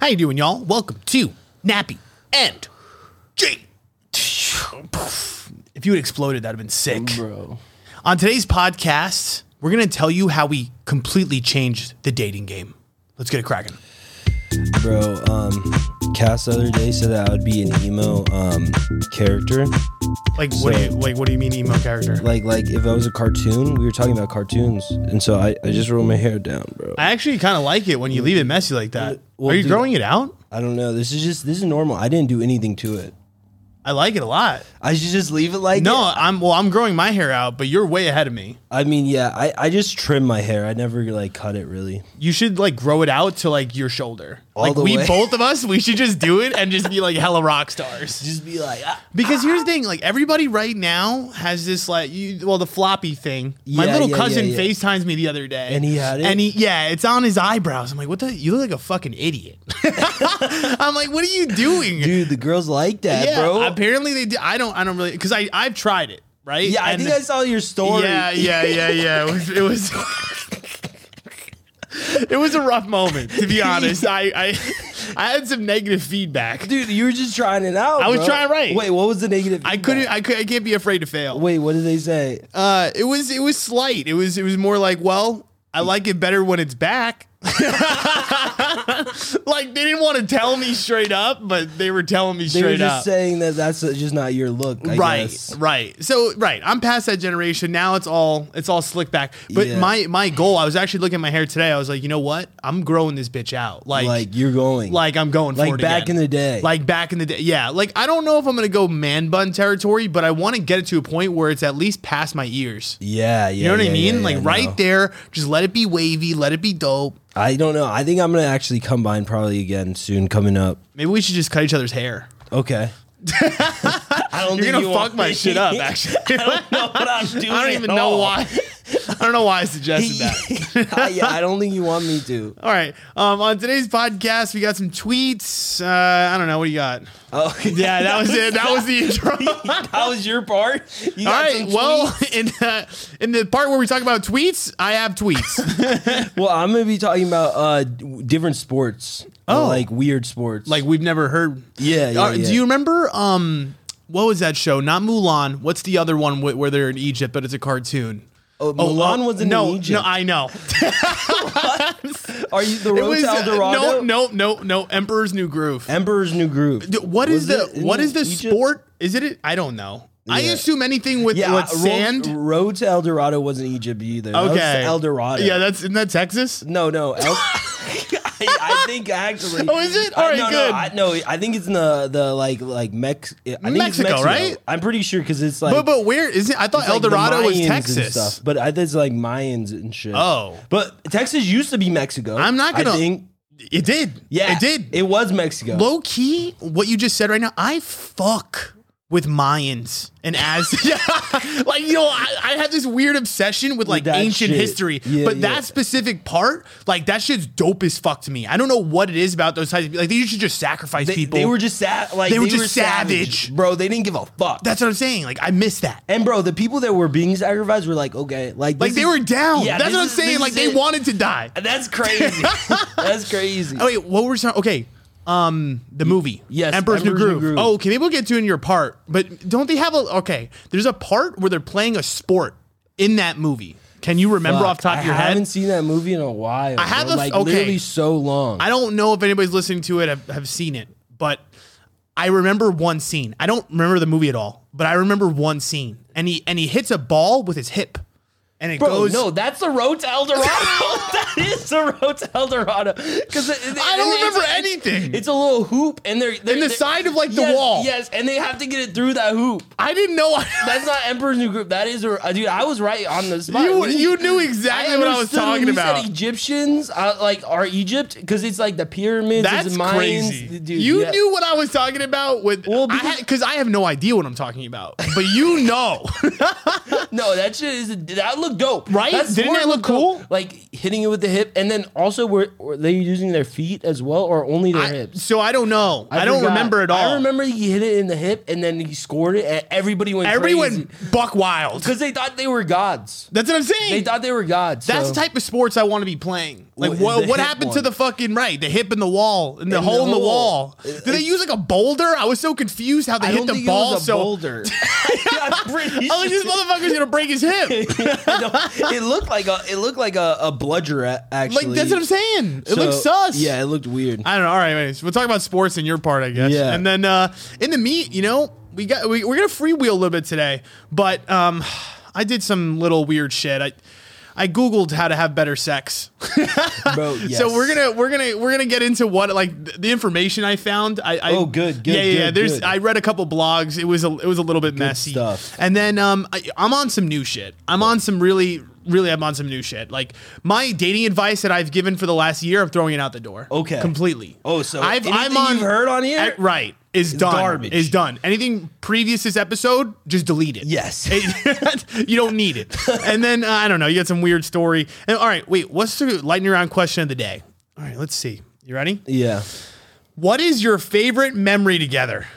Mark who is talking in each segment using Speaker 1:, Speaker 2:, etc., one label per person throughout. Speaker 1: How you doing, y'all? Welcome to Nappy and Jake. If you had exploded, that'd have been sick.
Speaker 2: Bro.
Speaker 1: On today's podcast, we're gonna tell you how we completely changed the dating game. Let's get it cracking.
Speaker 2: Bro, um, Cass the other day said that I would be an emo um character.
Speaker 1: Like, what do you like? What do you mean emo character?
Speaker 2: Like like if I was a cartoon, we were talking about cartoons. And so I, I just rolled my hair down, bro.
Speaker 1: I actually kind of like it when you leave it messy like that.
Speaker 2: Well,
Speaker 1: Are you
Speaker 2: dude-
Speaker 1: growing it out?
Speaker 2: I don't know. This is just this is normal. I didn't do anything to it.
Speaker 1: I like it a lot.
Speaker 2: I should just leave it like
Speaker 1: No,
Speaker 2: it?
Speaker 1: I'm well. I'm growing my hair out, but you're way ahead of me.
Speaker 2: I mean, yeah, I, I just trim my hair. I never like cut it really.
Speaker 1: You should like grow it out to like your shoulder.
Speaker 2: All
Speaker 1: like
Speaker 2: the
Speaker 1: we
Speaker 2: way.
Speaker 1: both of us, we should just do it and just be like hella rock stars.
Speaker 2: Just be like ah.
Speaker 1: Because here's the thing, like everybody right now has this like you, well the floppy thing. My
Speaker 2: Yeah,
Speaker 1: little
Speaker 2: yeah,
Speaker 1: cousin
Speaker 2: yeah, yeah.
Speaker 1: FaceTimes me the other day.
Speaker 2: And he had it?
Speaker 1: And he yeah, it's on his eyebrows. I'm like, what the you look like a fucking idiot. I'm like, what are you doing?
Speaker 2: Dude, the girls like that,
Speaker 1: yeah,
Speaker 2: bro.
Speaker 1: apparently they do. I don't I don't really because I I've tried it, right?
Speaker 2: yeah, I
Speaker 1: And-
Speaker 2: think I saw your story.
Speaker 1: yeah, yeah, yeah, yeah. It was. It was, it was a rough moment, to be honest. I, I, I had some negative feedback.
Speaker 2: Dude, you were just trying it out.
Speaker 1: I was
Speaker 2: bro.
Speaker 1: trying right.
Speaker 2: Wait, what was the negative?
Speaker 1: I
Speaker 2: feedback?
Speaker 1: couldn't. I could. I can't be afraid to fail.
Speaker 2: Wait, what did they say?
Speaker 1: Uh, it was. It was slight. It was. It was more like, well, I like it better when it's back. like they didn't want to tell me straight up, but they were telling me
Speaker 2: They
Speaker 1: straight
Speaker 2: were just
Speaker 1: up.
Speaker 2: saying that that's uh, just not your look. I
Speaker 1: right
Speaker 2: guess.
Speaker 1: right so right i'm past that generation now it's all it's all slick back but
Speaker 2: Yeah.
Speaker 1: my my goal i was actually looking at my hair today i was like you know what i'm growing this bitch out like like,
Speaker 2: Like you're going.
Speaker 1: i'm going
Speaker 2: Like
Speaker 1: for it
Speaker 2: back
Speaker 1: again.
Speaker 2: in the day.
Speaker 1: like back in the day yeah like i don't know if i'm gonna go man bun territory but i want to get it to a point where it's at least past my ears
Speaker 2: yeah, yeah.
Speaker 1: you know what
Speaker 2: yeah,
Speaker 1: i mean
Speaker 2: yeah,
Speaker 1: like
Speaker 2: yeah,
Speaker 1: right
Speaker 2: no.
Speaker 1: there just let it be wavy let it be dope
Speaker 2: I don't know. I think I'm gonna actually combine probably again soon coming up.
Speaker 1: maybe we should just cut each other's hair
Speaker 2: Okay. I don't
Speaker 1: you're
Speaker 2: think
Speaker 1: gonna
Speaker 2: you
Speaker 1: fuck
Speaker 2: want
Speaker 1: my
Speaker 2: me.
Speaker 1: shit up actually i
Speaker 2: No, but I'm doing
Speaker 1: don't
Speaker 2: it
Speaker 1: even know
Speaker 2: all.
Speaker 1: why i don't know why i suggested that
Speaker 2: I, yeah, I don't think you want me to.
Speaker 1: All right. Um, on today's podcast, we got some tweets. Uh, I don't know. What do you got?
Speaker 2: Oh,
Speaker 1: Yeah, that was it. That was the intro.
Speaker 2: that was your part. You
Speaker 1: All
Speaker 2: got
Speaker 1: right.
Speaker 2: some
Speaker 1: Well, in, uh, in the part where we talk about tweets, I have tweets.
Speaker 2: tweets? well, I'm gonna be talking about uh d- different sports.
Speaker 1: Oh.
Speaker 2: like weird sports.
Speaker 1: like we've never heard.
Speaker 2: yeah, yeah,
Speaker 1: Uh,
Speaker 2: yeah.
Speaker 1: Do you remember? Um, what was that show? Not Mulan. What's the other one wh- where they're in Egypt, but it's a cartoon?
Speaker 2: Oh, Milan
Speaker 1: oh,
Speaker 2: was in
Speaker 1: no,
Speaker 2: Egypt.
Speaker 1: No, I know.
Speaker 2: Are you the road to El
Speaker 1: uh, no,
Speaker 2: Dorado?
Speaker 1: no, no, no. Emperor's New Groove.
Speaker 2: Emperor's New Groove.
Speaker 1: D- What is
Speaker 2: Was
Speaker 1: the
Speaker 2: it in
Speaker 1: what is the
Speaker 2: Egypt?
Speaker 1: sport? Is it? a- I don't know. I
Speaker 2: Yeah.
Speaker 1: assume anything with
Speaker 2: Yeah,
Speaker 1: with
Speaker 2: Road-
Speaker 1: sand.
Speaker 2: Road, to El Dorado wasn't Egypt either. That was
Speaker 1: okay,
Speaker 2: El Dorado.
Speaker 1: Yeah, that's isn't that Texas?
Speaker 2: no, no. El- I, I think actually.
Speaker 1: Oh, is it?
Speaker 2: I-
Speaker 1: All right,
Speaker 2: no,
Speaker 1: good.
Speaker 2: No I, no, I think it's in the the like like Mex. I think it's
Speaker 1: Mexico,
Speaker 2: Mexico,
Speaker 1: right?
Speaker 2: I'm pretty sure because it's like.
Speaker 1: But but where is it? I thought
Speaker 2: it's
Speaker 1: El
Speaker 2: like the
Speaker 1: Dorado was
Speaker 2: Mayans and
Speaker 1: Texas.
Speaker 2: stuff, but I, there's like Mayans and shit.
Speaker 1: Oh.
Speaker 2: but Texas used to be Mexico.
Speaker 1: I'm not
Speaker 2: I
Speaker 1: gonna-
Speaker 2: think,
Speaker 1: It did.
Speaker 2: yeah,
Speaker 1: it did.
Speaker 2: It was Mexico.
Speaker 1: Low key, what you just said right now, I fuck with Mayans and as like you know, I, I have this weird obsession with like
Speaker 2: that
Speaker 1: ancient
Speaker 2: shit.
Speaker 1: history,
Speaker 2: Yeah,
Speaker 1: but
Speaker 2: yeah.
Speaker 1: that specific part, like that shit's dope as fuck to me. I don't know what it is about those types. Of, like they should just sacrifice
Speaker 2: they,
Speaker 1: people.
Speaker 2: they were just sa- like
Speaker 1: They were just savage.
Speaker 2: bro. They didn't give a fuck.
Speaker 1: That's what I'm saying. Like I miss that.
Speaker 2: And bro, the people that were being sacrificed were like, okay, like
Speaker 1: Like
Speaker 2: this
Speaker 1: they
Speaker 2: is-
Speaker 1: were down.
Speaker 2: Yeah,
Speaker 1: That's
Speaker 2: this
Speaker 1: what I'm
Speaker 2: is- this
Speaker 1: saying.
Speaker 2: is
Speaker 1: Like they
Speaker 2: it.
Speaker 1: wanted to die.
Speaker 2: That's crazy. That's crazy.
Speaker 1: Oh wait, what were we talking? Okay, um, the movie.
Speaker 2: yes,
Speaker 1: Emperor's, New,
Speaker 2: Emperor's New
Speaker 1: Groove.
Speaker 2: Groove.
Speaker 1: Oh, okay, maybe we'll get to in your part. But don't they have a? Okay, there's a part where they're playing a sport in that movie. Can you remember off the top of your
Speaker 2: I haven't
Speaker 1: head?
Speaker 2: seen that movie in a while. I
Speaker 1: have a-
Speaker 2: like
Speaker 1: okay.
Speaker 2: literally so long.
Speaker 1: I don't know if anybody's listening to it have, have seen it, but I remember one scene. I don't remember the movie at all, but I remember one scene, and he and he hits a ball with his hip, and it
Speaker 2: bro,
Speaker 1: goes.
Speaker 2: no, that's the road to El Dorado. that is the road to El Dorado. Because
Speaker 1: I don't remember anything.
Speaker 2: It's a little hoop, and they're, they're
Speaker 1: In the
Speaker 2: they're-
Speaker 1: side of, like, the
Speaker 2: Yes,
Speaker 1: wall.
Speaker 2: Yes, and they have to get it through that hoop.
Speaker 1: I didn't know.
Speaker 2: That's not Emperor's New Group. That is, uh, dude. I was right on the spot.
Speaker 1: you
Speaker 2: When he-
Speaker 1: you knew exactly what I was
Speaker 2: understood when
Speaker 1: talking
Speaker 2: you
Speaker 1: about.
Speaker 2: Said Egyptians, uh, like, are Egypt because it's like the pyramids. it's
Speaker 1: That's
Speaker 2: Mayans,
Speaker 1: crazy.
Speaker 2: dude.
Speaker 1: you
Speaker 2: yeah.
Speaker 1: knew what I was talking about with
Speaker 2: Well,
Speaker 1: I
Speaker 2: because-
Speaker 1: had because I have no idea what I'm talking about, but you know.
Speaker 2: No, that shit is that
Speaker 3: looked dope,
Speaker 1: Right? Didn't
Speaker 3: sword
Speaker 1: that look
Speaker 3: looked dope.
Speaker 1: cool?
Speaker 3: Like hitting it with the hip, and then also were, were they using their feet as well, or only their
Speaker 1: I,
Speaker 3: hips?
Speaker 1: so I don't know. I, don't
Speaker 3: forgot.
Speaker 1: remember at all.
Speaker 3: I remember he hit it in the hip, and then he scored it, and everybody went
Speaker 1: everyone buck wild.
Speaker 3: because they thought they were gods.
Speaker 1: That's what I'm
Speaker 3: They
Speaker 1: saying.
Speaker 3: thought they were gods.
Speaker 1: That's
Speaker 3: so-
Speaker 1: the type of sports I want to be playing. Like
Speaker 3: Wh-
Speaker 1: what
Speaker 3: the
Speaker 1: what
Speaker 3: hip
Speaker 1: happened to
Speaker 3: one.
Speaker 1: the fucking right, the hip and the wall and the hole in the
Speaker 3: hole.
Speaker 1: wall. Did they use like a boulder? I was so confused how they
Speaker 3: I
Speaker 1: hit
Speaker 3: don't
Speaker 1: the
Speaker 3: think
Speaker 1: ball
Speaker 3: it was a
Speaker 1: so
Speaker 3: boulder. I'm pretty
Speaker 1: I was like, this
Speaker 3: sure.
Speaker 1: motherfucker's gonna break his hip.
Speaker 3: I don't-
Speaker 2: it looked like a it looked like a, a bludger a-
Speaker 1: Like
Speaker 2: actually.
Speaker 1: that's what I'm saying. It
Speaker 2: So-
Speaker 1: looks sus.
Speaker 2: Yeah, it looked weird.
Speaker 1: I don't know. All right, anyways, we'll talk about sports in your part, I guess.
Speaker 2: Yeah.
Speaker 1: And then uh, in the meet, you know, we got we, we're gonna freewheel a little bit today, but um, I did some little weird shit. I I googled how to have better sex.
Speaker 2: Bro, yes.
Speaker 1: So we're gonna we're gonna we're gonna get into what like th- the information I found. I, I
Speaker 2: Oh, good, good,
Speaker 1: yeah, yeah. yeah.
Speaker 2: good,
Speaker 1: There's
Speaker 2: good.
Speaker 1: I read a couple blogs. It was a it was a little bit messy.
Speaker 2: stuff.
Speaker 1: And then um, I, I'm on some new shit. I'm on some really really I'm on some new shit. Like my dating advice that I've given for the last year, I'm throwing it out the door.
Speaker 2: Okay.
Speaker 1: completely.
Speaker 2: Oh, so anything you've heard on here
Speaker 1: eh, right? Is done.
Speaker 2: garbage.
Speaker 1: Is done. Anything previous this episode, just delete it.
Speaker 2: Yes.
Speaker 1: It- you don't need it. And then uh, I don't know. You got some weird story. And all right, wait. What's the lightning round question of the day? All right, let's see. You ready?
Speaker 2: Yeah.
Speaker 1: What is your favorite memory together?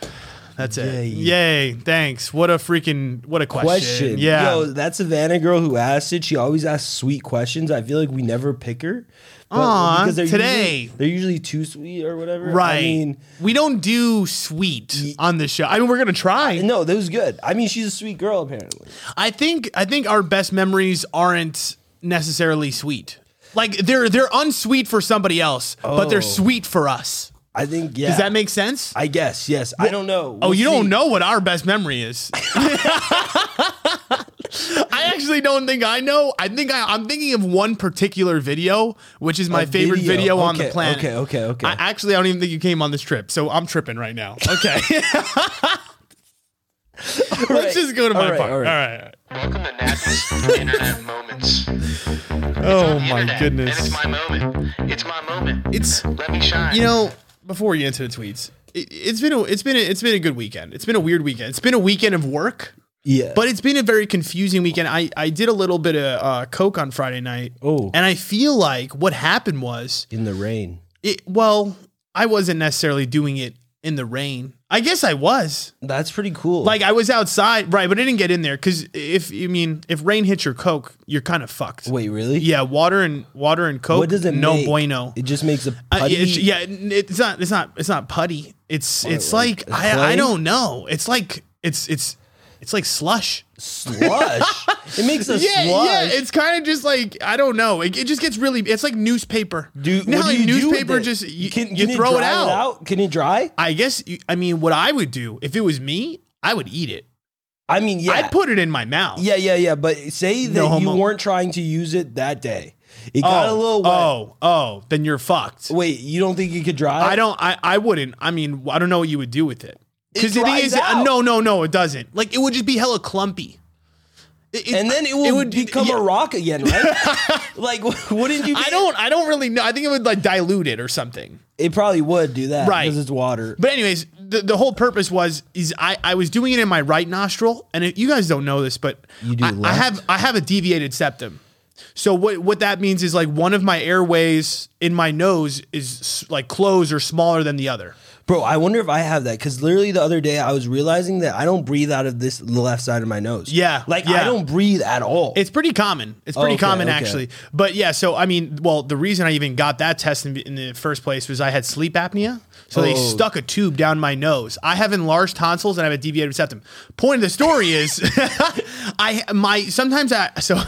Speaker 1: That's it. Yay!
Speaker 2: Yay.
Speaker 1: Thanks. What a freaking what a question.
Speaker 2: Question.
Speaker 1: Yeah.
Speaker 2: Yo, that Savannah girl who asked it, she always asks sweet questions. I feel like we never pick her. But
Speaker 1: Aw,
Speaker 2: because they're
Speaker 1: today.
Speaker 2: Usually, they're usually too sweet or whatever.
Speaker 1: right.
Speaker 2: I mean,
Speaker 1: we don't do sweet on the show. I mean, we're gonna try.
Speaker 2: no, that was good. I mean, she's a sweet girl, apparently.
Speaker 1: I think I think our best memories aren't necessarily sweet. Like they're they're unsweet for somebody else, but
Speaker 2: Oh.
Speaker 1: they're sweet for us.
Speaker 2: I think, yeah.
Speaker 1: Does that make sense?
Speaker 2: I guess, yes. I don't know.
Speaker 1: Oh,
Speaker 2: We'll
Speaker 1: you
Speaker 2: see.
Speaker 1: don't know what our best memory is. I actually don't think I know. I think I, I'm thinking of one particular video, which is my
Speaker 2: A
Speaker 1: favorite video,
Speaker 2: video.
Speaker 1: on the
Speaker 2: Okay,
Speaker 1: planet.
Speaker 2: okay, okay, okay.
Speaker 1: I actually I don't even think you came on this trip, so I'm tripping right now. Okay. Let's
Speaker 2: right.
Speaker 1: just go to
Speaker 2: All
Speaker 1: my
Speaker 2: right,
Speaker 1: part.
Speaker 2: all right.
Speaker 1: All right.
Speaker 4: Welcome to Nat's Internet Moments. It's
Speaker 1: Oh
Speaker 4: on the
Speaker 1: my
Speaker 4: internet,
Speaker 1: goodness.
Speaker 4: And it's my moment. It's my moment.
Speaker 1: It's
Speaker 4: Let me shine.
Speaker 1: you know before you into the tweets, it, it's been a, it's been a, it's been a good weekend. It's been a weird weekend. It's been a weekend of work,
Speaker 2: Yeah.
Speaker 1: but it's been a very confusing weekend. I I did a little bit of uh, coke on Friday night.
Speaker 2: Oh.
Speaker 1: and I feel like what happened was
Speaker 2: in the rain.
Speaker 1: it. Well, I wasn't necessarily doing it in the rain. I guess I was.
Speaker 2: That's pretty cool.
Speaker 1: Like I was outside, right? But I didn't get in there because if I mean if rain hits your coke, you're kind of fucked.
Speaker 2: wait, really?
Speaker 1: Yeah, water and water and coke.
Speaker 2: What does it
Speaker 1: no
Speaker 2: make?
Speaker 1: bueno.
Speaker 2: It just makes a
Speaker 1: Uh,
Speaker 2: putty.
Speaker 1: it's- yeah, it- it's not. It's not. It's not putty. It's. it's like,
Speaker 2: like clay?
Speaker 1: I. I don't know. It's like it's it's it's like slush.
Speaker 2: slush. it makes a
Speaker 1: Yeah,
Speaker 2: slush.
Speaker 1: yeah. It's kind of just like I don't know. It, it just gets really. It's like newspaper.
Speaker 2: do,
Speaker 1: you know
Speaker 2: what
Speaker 1: how
Speaker 2: do you do with
Speaker 1: newspaper
Speaker 2: it?
Speaker 1: just you,
Speaker 2: can,
Speaker 1: you
Speaker 2: can
Speaker 1: throw
Speaker 2: dry
Speaker 1: it out.
Speaker 2: Can it dry?
Speaker 1: I guess. You, I mean, what I would do if it was me, I would eat it.
Speaker 2: I mean, yeah,
Speaker 1: I'd put it in my mouth.
Speaker 2: yeah, yeah, yeah. But say that
Speaker 1: No
Speaker 2: you
Speaker 1: homo.
Speaker 2: weren't trying to use it that day. It
Speaker 1: Oh,
Speaker 2: got a little wet.
Speaker 1: oh, oh. Then you're fucked.
Speaker 2: Wait, you don't think it could dry?
Speaker 1: I don't. I, I wouldn't. I mean, I don't know what you would do with it. Because
Speaker 2: It
Speaker 1: the thing
Speaker 2: dries
Speaker 1: is, uh,
Speaker 2: out.
Speaker 1: no, no, no, it doesn't. Like it would just be hella clumpy. It- it-
Speaker 2: And then it, will
Speaker 1: would-
Speaker 2: become
Speaker 1: yeah.
Speaker 2: a rock again, right? like, wouldn't you? Be,
Speaker 1: I don't. I don't really know. I think it would like dilute it or something.
Speaker 2: It probably would do that,
Speaker 1: Right.
Speaker 2: Because it's water.
Speaker 1: But anyways, the, the whole purpose was is I, I was doing it in my right nostril, and it, you guys don't know this, but
Speaker 2: You do
Speaker 1: I, I
Speaker 2: left?
Speaker 1: have I have a deviated septum. So what what that means is like one of my airways in my nose is s- like closed or smaller than the other.
Speaker 2: Bro, I wonder if I have that because literally the other day I was realizing that I don't breathe out of this the left side of my nose.
Speaker 1: Yeah,
Speaker 2: like
Speaker 1: yeah.
Speaker 2: I don't breathe at all.
Speaker 1: It's pretty common. It's pretty
Speaker 2: Oh, Okay,
Speaker 1: common
Speaker 2: okay.
Speaker 1: actually. But yeah, so I mean, well, the reason I even got that test in, in the first place was I had sleep apnea. So they
Speaker 2: Oh.
Speaker 1: stuck a tube down my nose. I have enlarged tonsils and I have a deviated septum. Point of the story is I my sometimes I so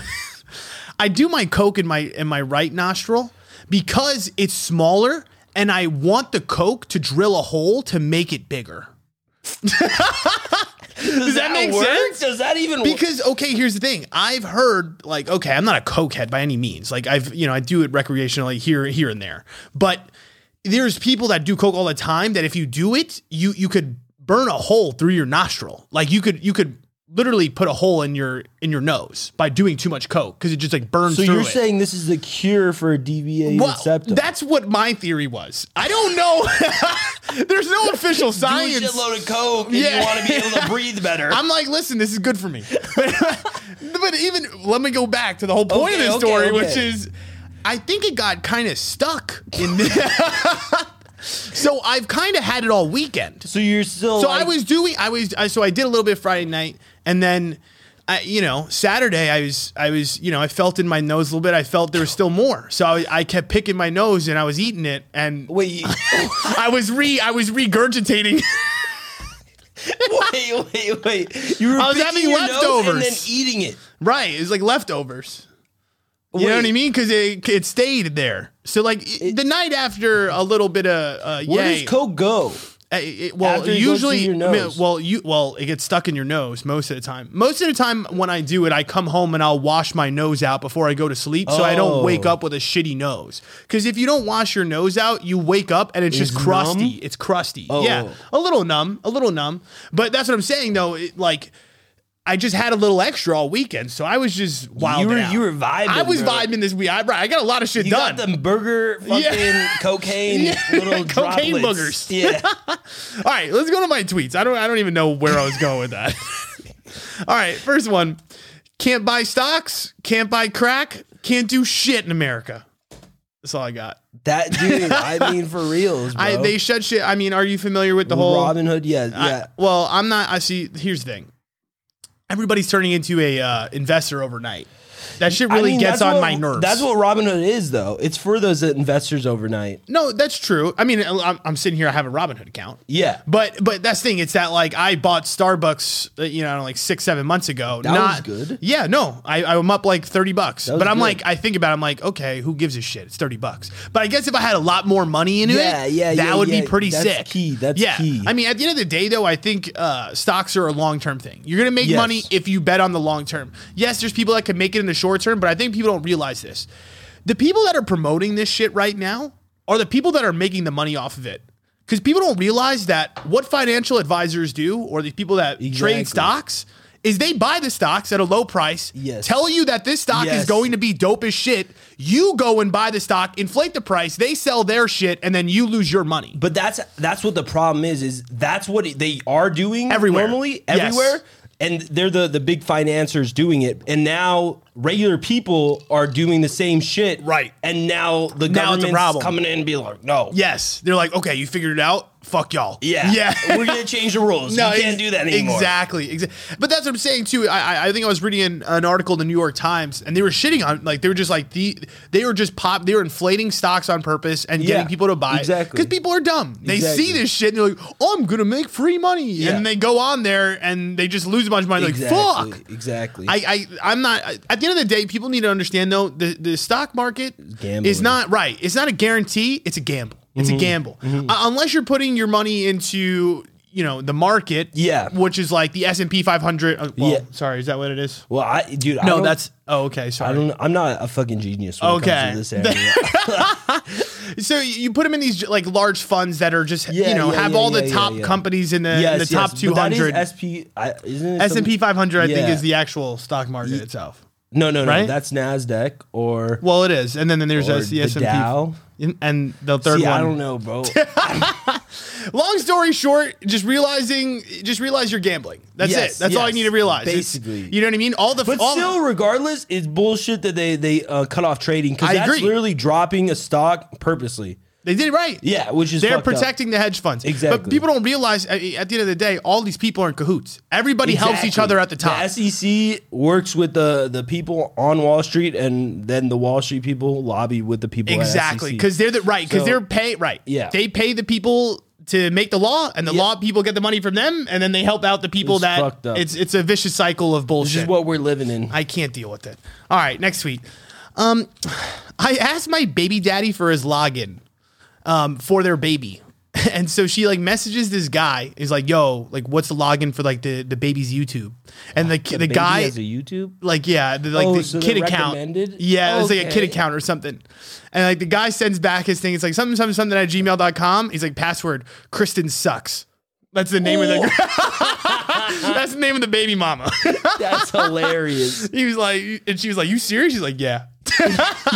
Speaker 1: I do my coke in my in my right nostril because it's smaller and I want the coke to drill a hole to make it bigger.
Speaker 2: does,
Speaker 1: that make sense?
Speaker 2: Does that even work?
Speaker 1: Because okay, here's the thing. I've heard like okay, I'm not a cokehead by any means. Like I've you know I do it recreationally here here and there, but there's people that do coke all the time that if you do it, you you could burn a hole through your nostril. Like you could you could literally put a hole in your in your nose by doing too much coke because it just like burns
Speaker 3: So
Speaker 1: through
Speaker 3: you're
Speaker 1: it.
Speaker 3: saying this is the cure for deviated
Speaker 1: Well,
Speaker 3: septum?
Speaker 1: that's what my theory was. I don't know. There's no official
Speaker 2: You
Speaker 1: science.
Speaker 2: shitload of coke and
Speaker 1: Yeah.
Speaker 2: you want to be able to breathe better.
Speaker 1: I'm like, listen, this is good for me. But, but even let me go back to the whole point of
Speaker 2: Okay,
Speaker 1: this
Speaker 2: okay,
Speaker 1: story,
Speaker 2: okay.
Speaker 1: which is I think it got kind of stuck in the- So I've kind of had it all weekend.
Speaker 3: so you're still.
Speaker 1: So
Speaker 3: like-
Speaker 1: I was doing, I was, I, so I did a little bit Friday night, and then, I, you know, Saturday I was, I was, you know, I felt in my nose a little bit. I felt there was still more, so I, I kept picking my nose and I was eating it, and
Speaker 2: Wait, you-
Speaker 1: I was re, I was regurgitating.
Speaker 2: wait, wait, wait. You were
Speaker 1: I was
Speaker 2: picking
Speaker 1: having
Speaker 2: your nose and
Speaker 1: leftovers.
Speaker 2: then eating it.
Speaker 1: right, it was like leftovers. You know what I
Speaker 2: Wait.
Speaker 1: mean? Because it, it stayed there. So like the night after a little bit of uh,
Speaker 3: Where
Speaker 1: yay,
Speaker 3: does coke go?
Speaker 1: Uh, it- well,
Speaker 3: After it goes
Speaker 1: usually,
Speaker 3: through your
Speaker 1: I mean,
Speaker 3: nose.
Speaker 1: well, you well, it gets stuck in your nose most of the time. Most of the time, when I do it, I come home and I'll wash my nose out before I go to sleep, so I don't wake
Speaker 2: Oh.
Speaker 1: up with a shitty nose. Because if you don't wash your nose out, you wake up and it's just
Speaker 2: It's
Speaker 1: crusty.
Speaker 2: numb?
Speaker 1: It's crusty.
Speaker 2: Oh.
Speaker 1: Yeah, a little numb, a little numb. But that's what I'm saying though. It, like, I just had a little extra all weekend, so I was just wild.
Speaker 2: You were,
Speaker 1: out.
Speaker 2: you were vibing.
Speaker 1: I was
Speaker 2: bro.
Speaker 1: vibing this week. I, I got a lot of shit
Speaker 2: You
Speaker 1: done.
Speaker 2: got the burger fucking
Speaker 1: Yeah.
Speaker 2: cocaine
Speaker 1: Yeah.
Speaker 2: little
Speaker 1: Cocaine
Speaker 2: droplets.
Speaker 1: boogers.
Speaker 2: Yeah.
Speaker 1: All right, let's go to my tweets. I don't I don't even know where I was going with that. All right, first one. Can't buy stocks, can't buy crack, can't do shit in America. That's all I got.
Speaker 2: That dude, I mean for reals, bro.
Speaker 1: I they shut shit. I mean, are you familiar with the whole
Speaker 2: Robin Hood, yeah,
Speaker 1: I-
Speaker 2: yeah.
Speaker 1: well, I'm not I see here's the thing. Everybody's turning into a uh, investor overnight. That shit really
Speaker 2: I mean,
Speaker 1: gets
Speaker 2: that's
Speaker 1: on
Speaker 2: what-
Speaker 1: my nerves.
Speaker 2: That's what Robin Hood is, though. It's for those investors overnight.
Speaker 1: No, that's true. I mean, I'm, I'm sitting here. I have a Robinhood account.
Speaker 2: Yeah.
Speaker 1: But but that's the thing. It's that like I bought Starbucks, uh, you know, like six seven months ago.
Speaker 2: That was
Speaker 1: not
Speaker 2: good.
Speaker 1: Yeah, no, I I'm up like thirty bucks.
Speaker 2: was
Speaker 1: But I'm
Speaker 2: good.
Speaker 1: like I think about. It, I'm like okay, who gives a shit? It's thirty bucks. But I guess if I had a lot more money into
Speaker 2: Yeah,
Speaker 1: it,
Speaker 2: yeah,
Speaker 1: that
Speaker 2: yeah,
Speaker 1: would
Speaker 2: yeah.
Speaker 1: be pretty
Speaker 2: That's
Speaker 1: sick.
Speaker 2: key. That's
Speaker 1: yeah.
Speaker 2: key.
Speaker 1: I mean, at the end of the day, though, I think uh, stocks are a long term thing. You're gonna make
Speaker 2: Yes.
Speaker 1: money if you bet on the long term. Yes, there's people that can make it in the short term, but I think people don't realize this. The people that are promoting this shit right now are the people that are making the money off of it. Because people don't realize that what financial advisors do, or the people that
Speaker 2: Exactly.
Speaker 1: trade stocks, is they buy the stocks at a low price,
Speaker 2: Yes.
Speaker 1: tell you that this stock
Speaker 2: Yes.
Speaker 1: is going to be dope as shit. You go and buy the stock, inflate the price, they sell their shit, and then you lose your money.
Speaker 2: But that's that's what the problem is. Is that's what it- they are doing
Speaker 1: Everywhere.
Speaker 2: normally
Speaker 1: Yes.
Speaker 2: everywhere, and they're the the big financiers doing it. And now regular people are doing the same shit,
Speaker 1: Right.
Speaker 2: And now the
Speaker 1: Now it's a
Speaker 2: government's
Speaker 1: problem.
Speaker 2: coming in and be like, no,
Speaker 1: Yes. They're like, okay, you figured it out. Fuck y'all.
Speaker 2: yeah,
Speaker 1: Yeah.
Speaker 2: we're gonna change the rules. you
Speaker 1: ex-
Speaker 2: can't do that anymore.
Speaker 1: Exactly. Exa- But that's what I'm saying too. I, I- I think I was reading an, an article in the New York Times, and they were shitting on like they were just like the they were just pop they were inflating stocks on purpose and
Speaker 2: Yeah,
Speaker 1: getting people to buy
Speaker 2: exactly.
Speaker 1: because people are dumb. They see
Speaker 2: Exactly.
Speaker 1: this shit and they're like, oh, I'm gonna make free money,
Speaker 2: Yeah.
Speaker 1: and then they go on there and they just lose a bunch of money.
Speaker 2: Exactly.
Speaker 1: Like fuck.
Speaker 2: Exactly.
Speaker 1: I, I I'm not at the end of the day, people need to understand though, the, the stock market
Speaker 2: Gambling. Mm-hmm.
Speaker 1: is not right. It's not a guarantee, it's a gamble. It's a gamble. Uh, unless you're putting your money into you know the market,
Speaker 2: Yeah.
Speaker 1: which is like the S and P 500. uh, well,
Speaker 2: Yeah.
Speaker 1: sorry, is that what it is?
Speaker 2: well, I dude, I don't-
Speaker 1: oh okay.
Speaker 2: I
Speaker 1: Sorry.
Speaker 2: don't. I'm not a fucking genius. When
Speaker 1: Okay.
Speaker 2: It comes to this area.
Speaker 1: So you- you put them in these like large funds that are just
Speaker 2: Yeah,
Speaker 1: you know
Speaker 2: yeah,
Speaker 1: have
Speaker 2: yeah,
Speaker 1: all the
Speaker 2: yeah,
Speaker 1: top
Speaker 2: yeah, yeah.
Speaker 1: companies in the, in the top
Speaker 2: But that is
Speaker 1: 200.
Speaker 2: SP, I, isn't it
Speaker 1: S and P 500, I think,
Speaker 2: Yeah.
Speaker 1: is the actual stock market itself.
Speaker 2: some- No, no, no.
Speaker 1: right?
Speaker 2: That's Nasdaq or,
Speaker 1: Well, it is, and then, then there's
Speaker 2: or
Speaker 1: the
Speaker 2: the
Speaker 1: S and P
Speaker 2: Dow.
Speaker 1: In- and the third
Speaker 2: See,
Speaker 1: one.
Speaker 2: I don't know, bro.
Speaker 1: Long story short, just realizing, just realize you're gambling. That's
Speaker 2: Yes,
Speaker 1: it. That's all you
Speaker 2: yes,
Speaker 1: need to realize. It's-
Speaker 2: basically.
Speaker 1: you know what I mean. All the
Speaker 2: But
Speaker 1: all,
Speaker 2: still, regardless, it's bullshit that they they uh, cut off trading because
Speaker 1: I
Speaker 2: that's
Speaker 1: agree.
Speaker 2: literally dropping a stock purposely.
Speaker 1: they did it right.
Speaker 2: Yeah, which is
Speaker 1: They're
Speaker 2: fucked up.
Speaker 1: protecting the hedge funds. But
Speaker 2: Exactly.
Speaker 1: people don't realize I mean, at the end of the day, all these people are in cahoots. Everybody helps each
Speaker 2: Exactly.
Speaker 1: other at the top.
Speaker 2: The SEC works with the the people on Wall Street, and then the Wall Street people lobby with the people. at E
Speaker 1: exactly.
Speaker 2: SEC.
Speaker 1: Because they're the right. Because
Speaker 2: So-
Speaker 1: they're pay right.
Speaker 2: Yeah.
Speaker 1: They pay the people to make the law, and the law people get the money from them, and then they help out the people
Speaker 2: It's
Speaker 1: that
Speaker 2: fucked up.
Speaker 1: it's it's a vicious cycle of bullshit.
Speaker 2: this is what we're living in.
Speaker 1: I can't deal with it. All right, next tweet. Um, I asked my baby daddy for his login um, for their baby. And so she like messages this guy. He's like, "Yo, like, what's the login for like the the baby's YouTube?" And the the,
Speaker 2: Baby
Speaker 1: guy
Speaker 2: has a YouTube.
Speaker 1: like yeah, the, like
Speaker 2: Oh,
Speaker 1: the
Speaker 2: so
Speaker 1: kid
Speaker 2: they're
Speaker 1: account.
Speaker 2: recommended?
Speaker 1: Yeah, it was like a kid
Speaker 2: Okay.
Speaker 1: account or something. And like the guy sends back his thing. It's like something something something at gmail.com. He's like password Kristen sucks. That's the name of the
Speaker 2: Oh.
Speaker 1: That's the name of the baby mama.
Speaker 3: That's hilarious.
Speaker 1: he was like, and she was like, "You serious?" She's like, "Yeah."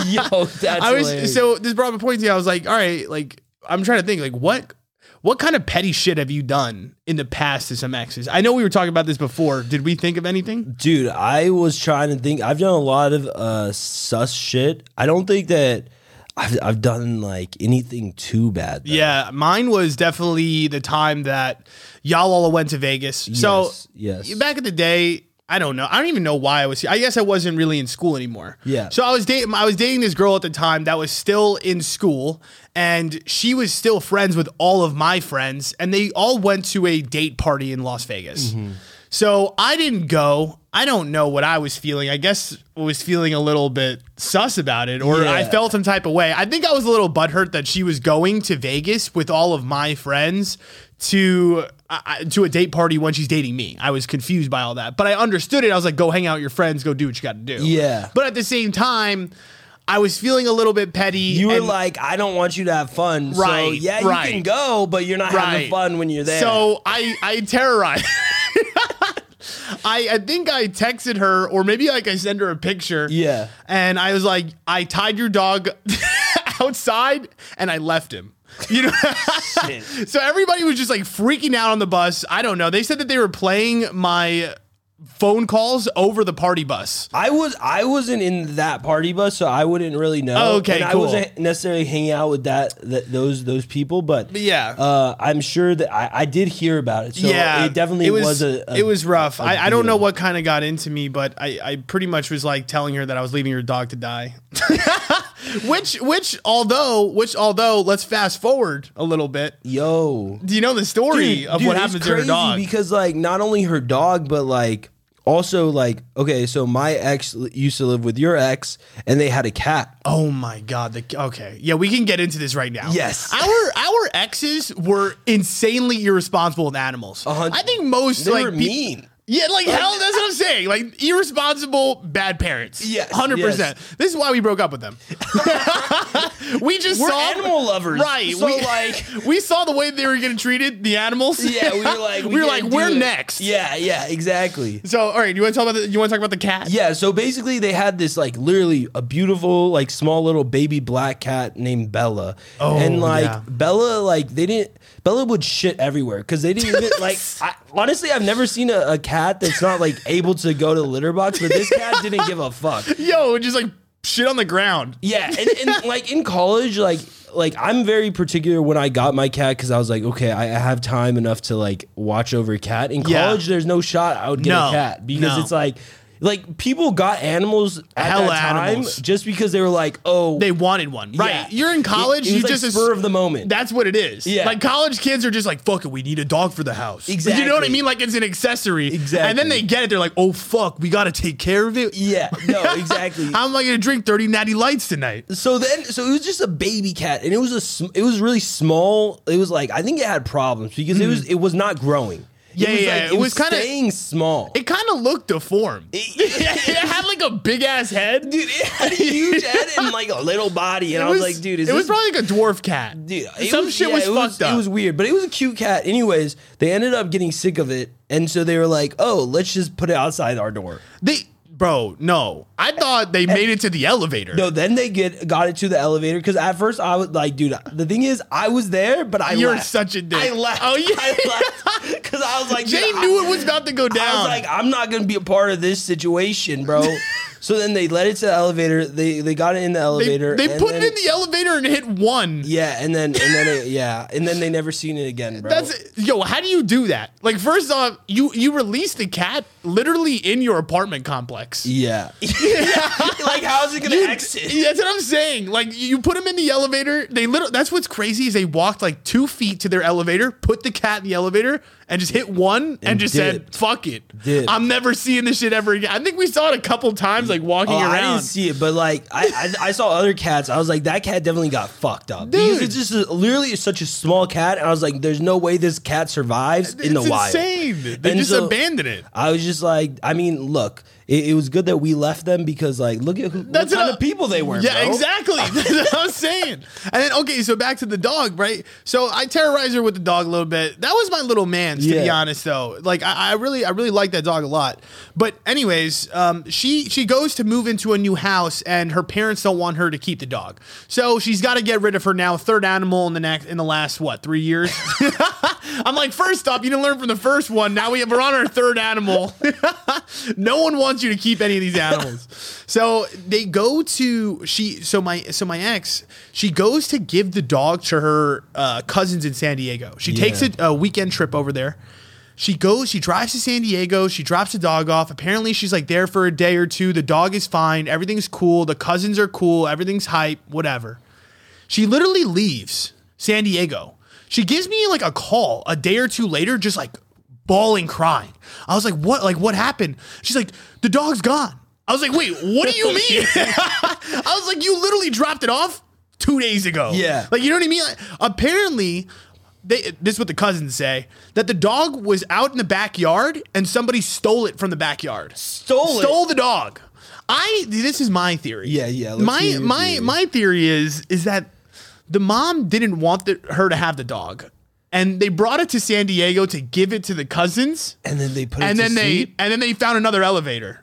Speaker 3: Yo, that's
Speaker 1: I was
Speaker 3: hilarious.
Speaker 1: so this brought me point to you. I was like, all right, like I'm trying to think, like what what kind of petty shit have you done in the past to some exes? I know we were talking about this before. Did we think of anything?
Speaker 2: Dude, I was trying to think. I've done a lot of uh, sus shit. I don't think that I've, I've done like anything too bad. though.
Speaker 1: Yeah, mine was definitely the time that y'all all went to Vegas. so
Speaker 2: yes, yes.
Speaker 1: back in the day. I don't know. I don't even know why I was. I guess I wasn't really in school anymore.
Speaker 2: Yeah.
Speaker 1: So I was dating. I was dating this girl at the time that was still in school, and she was still friends with all of my friends, and they all went to a date party in Las Vegas.
Speaker 2: Mm-hmm.
Speaker 1: So I didn't go. I don't know what I was feeling. I guess I was feeling a little bit sus about it, or I
Speaker 2: Yeah.
Speaker 1: felt some type of way. I think I was a little butthurt that she was going to Vegas with all of my friends to I I- to a date party when she's dating me. I was confused by all that, but I understood it. I was like, "Go hang out with your friends. Go do what you got to do."
Speaker 2: Yeah.
Speaker 1: But at the same time, I was feeling a little bit petty.
Speaker 2: You were
Speaker 1: and-
Speaker 2: like, I don't want you to have fun. so
Speaker 1: Right,
Speaker 2: yeah,
Speaker 1: right.
Speaker 2: you can go, but you're not having fun when you're there.
Speaker 1: So I I terrorized. I, I think I texted her, or maybe like I sent her a picture.
Speaker 2: Yeah.
Speaker 1: And I was like, I tied your dog outside and I left him. You know, so everybody was just like freaking out on the bus. I don't know. They said that they were playing my phone calls over the party bus.
Speaker 2: I was I wasn't in that party bus, so I wouldn't really know.
Speaker 1: Oh, okay,
Speaker 2: and I
Speaker 1: cool.
Speaker 2: wasn't necessarily hanging out with that, that those those people, but
Speaker 1: yeah.
Speaker 2: uh, I'm sure that I, I did hear about it. So
Speaker 1: yeah,
Speaker 2: it definitely was, a, a-
Speaker 1: it was rough.
Speaker 2: a
Speaker 1: I I, I don't
Speaker 2: deal.
Speaker 1: know what kind of got into me, but I, I pretty much was like telling her that I was leaving her dog to die. which which although which although let's fast forward a little bit.
Speaker 2: yo
Speaker 1: Do you know the story of what
Speaker 2: it's
Speaker 1: happens to her
Speaker 2: crazy
Speaker 1: dog?
Speaker 2: Because like not only her dog, but like also like okay, so my ex l- used to live with your ex, and they had a cat.
Speaker 1: oh my god! The, okay, yeah, we can get into this right now.
Speaker 2: Yes.
Speaker 1: our our exes were insanely irresponsible with animals.
Speaker 2: hun-
Speaker 1: I think most
Speaker 2: They
Speaker 1: like
Speaker 2: were
Speaker 1: peop-
Speaker 2: mean.
Speaker 1: Yeah, like hell, that's what I'm saying. Like irresponsible, bad parents.
Speaker 2: Yes,
Speaker 1: hundred percent. This is why we broke up with them. we just
Speaker 2: We're
Speaker 1: saw
Speaker 2: animal lovers,
Speaker 1: right?
Speaker 2: So
Speaker 1: we,
Speaker 2: like,
Speaker 1: we saw the way they were getting treated, the animals.
Speaker 2: yeah, we were like,
Speaker 1: we, were like,
Speaker 2: can't do
Speaker 1: we're
Speaker 2: it.
Speaker 1: next.
Speaker 2: Yeah, yeah, exactly.
Speaker 1: So, all right, you want to talk about the, you want to talk about the cat?
Speaker 2: Yeah, so basically they had this like literally a beautiful like small little baby black cat named Bella.
Speaker 1: Oh,
Speaker 2: and like
Speaker 1: yeah.
Speaker 2: Bella like they didn't Bella would shit everywhere cuz they didn't even like I, honestly I've never seen a, a cat that's not like able to go to the litter box but this cat didn't give a fuck.
Speaker 1: Yo, just like shit on the ground.
Speaker 2: Yeah, and, and like in college, like like I'm very particular when I got my cat because I was like, okay, I I have time enough to like watch over a cat. In
Speaker 1: Yeah.
Speaker 2: college, there's no shot I would get
Speaker 1: No,
Speaker 2: a cat because
Speaker 1: no.
Speaker 2: it's like. Like people got animals at
Speaker 1: Hella
Speaker 2: that time
Speaker 1: animals.
Speaker 2: just because they were like, oh,
Speaker 1: They wanted one, right?
Speaker 2: yeah.
Speaker 1: You're in college.
Speaker 2: It- it
Speaker 1: you
Speaker 2: was, like,
Speaker 1: just
Speaker 2: spur of the moment.
Speaker 1: That's what it is.
Speaker 2: Yeah.
Speaker 1: Like college kids are just like, fuck it, we need a dog for the house. You know what I
Speaker 2: Exactly.
Speaker 1: mean? Like it's an accessory.
Speaker 2: Exactly.
Speaker 1: And then they get it, they're like, oh fuck, we gotta take care of it.
Speaker 2: yeah, no, exactly.
Speaker 1: How am I gonna drink 30 natty lights tonight?
Speaker 2: so then, so it was just a baby cat, and it was a, sm- it was really small. It was like I think it had problems because it was, it was not growing.
Speaker 1: Hmm. Yeah,
Speaker 2: it was
Speaker 1: yeah,
Speaker 2: like,
Speaker 1: it
Speaker 2: it,
Speaker 1: was
Speaker 2: was
Speaker 1: kinda-
Speaker 2: staying small.
Speaker 1: It kind of looked deformed. It, had like a big ass head.
Speaker 2: dude, it had a huge head and like a little body, and I was, like, dude, is
Speaker 1: it was
Speaker 2: this
Speaker 1: probably like a dwarf cat.
Speaker 2: Dude, it
Speaker 1: Some shit
Speaker 2: yeah,
Speaker 1: was
Speaker 2: it
Speaker 1: fucked up.
Speaker 2: It was weird, but it was a cute cat. Anyways, they ended up getting sick of it, and so they were like, "Oh, let's just put it outside our door."
Speaker 1: they, bro, no. I thought they made it to the elevator.
Speaker 2: No, then they get got it to the elevator because at first I was like, "Dude, the thing is, I was there, but I
Speaker 1: You're
Speaker 2: left.
Speaker 1: such a dick.
Speaker 2: I left.
Speaker 1: Oh, yeah.
Speaker 2: I left because I was like,
Speaker 1: Jay
Speaker 2: dude, I-
Speaker 1: knew it was about to go down.
Speaker 2: I was like, I'm not gonna be a part of this situation, bro. so then they let it to the elevator. They they got it in the
Speaker 1: they,
Speaker 2: elevator.
Speaker 1: they
Speaker 2: and
Speaker 1: put
Speaker 2: then-
Speaker 1: it in the elevator and hit one.
Speaker 2: Yeah, and then and then it, yeah, and then they never seen it again, bro.
Speaker 1: That's yo. How do you do that? Like, first off, you you release the cat literally in your apartment complex.
Speaker 2: yeah. like, how's it gonna exit?
Speaker 1: That's what I'm saying. Like, you put him in the elevator. They literally. That's what's crazy is they walked like two feet to their elevator, put the cat in the elevator, and just hit one and,
Speaker 2: And
Speaker 1: just said,
Speaker 2: dipped.
Speaker 1: "Fuck it,
Speaker 2: Dipped.
Speaker 1: I'm never seeing this shit ever again." I think we saw it a couple times, like walking
Speaker 2: Oh,
Speaker 1: around.
Speaker 2: I didn't see it, but like I, I, I saw other cats. I was like, that cat definitely got fucked up. Because
Speaker 1: Dude.
Speaker 2: it's just a, literally it's such a small cat, and I was like, there's no way this cat survives in the
Speaker 1: it's
Speaker 2: wild.
Speaker 1: insane. They
Speaker 2: And
Speaker 1: just
Speaker 2: so-
Speaker 1: abandoned it.
Speaker 2: I was just like, I mean, look, it, it was good that we left them because like look at who,
Speaker 1: That's
Speaker 2: what kind
Speaker 1: an-
Speaker 2: of people they were.
Speaker 1: Yeah,
Speaker 2: bro.
Speaker 1: exactly. That's what I'm saying. And then okay, so back to the dog, right? So I terrorized her with the dog a little bit. That was my little man, to be
Speaker 2: Yeah.
Speaker 1: honest, though. Like I, I really, I really like that dog a lot. But anyways, um, she she goes to move into a new house, and her parents don't want her to keep the dog, so she's got to get rid of her now. Third animal in the next in the last what three years? I'm like, first off, you didn't learn from the first one. Now we have, we're on our third animal. no one wants you to keep any of these animals. So they go to she. So my so my ex, she goes to give the dog to her uh, cousins in San Diego. She takes a, a weekend trip over there. She goes. She drives to San Diego. She drops the dog off. Apparently, she's like there for a day or two. The dog is fine. Everything's cool. The cousins are cool. Everything's hype. Whatever. She literally leaves San Diego. She gives me like a call a day or two later, just like bawling, crying. I was like, what? Like, what happened? She's like, the dog's gone. I was like, wait, what do you mean? I was like, you literally dropped it off two days ago.
Speaker 2: Yeah.
Speaker 1: Like, you know what I mean? Like, apparently, they, this is what the cousins say that the dog was out in the backyard and somebody stole it from the backyard
Speaker 2: Stole it.
Speaker 1: stole the dog. I this is my theory.
Speaker 2: Yeah, yeah, let's hear
Speaker 1: My
Speaker 2: your
Speaker 1: my
Speaker 2: theory.
Speaker 1: my theory is is that the mom didn't want the, her to have the dog, and they brought it to San Diego to give it to the cousins,
Speaker 2: And then they put it
Speaker 1: and
Speaker 2: to
Speaker 1: then they
Speaker 2: sleep.
Speaker 1: and then they found another elevator.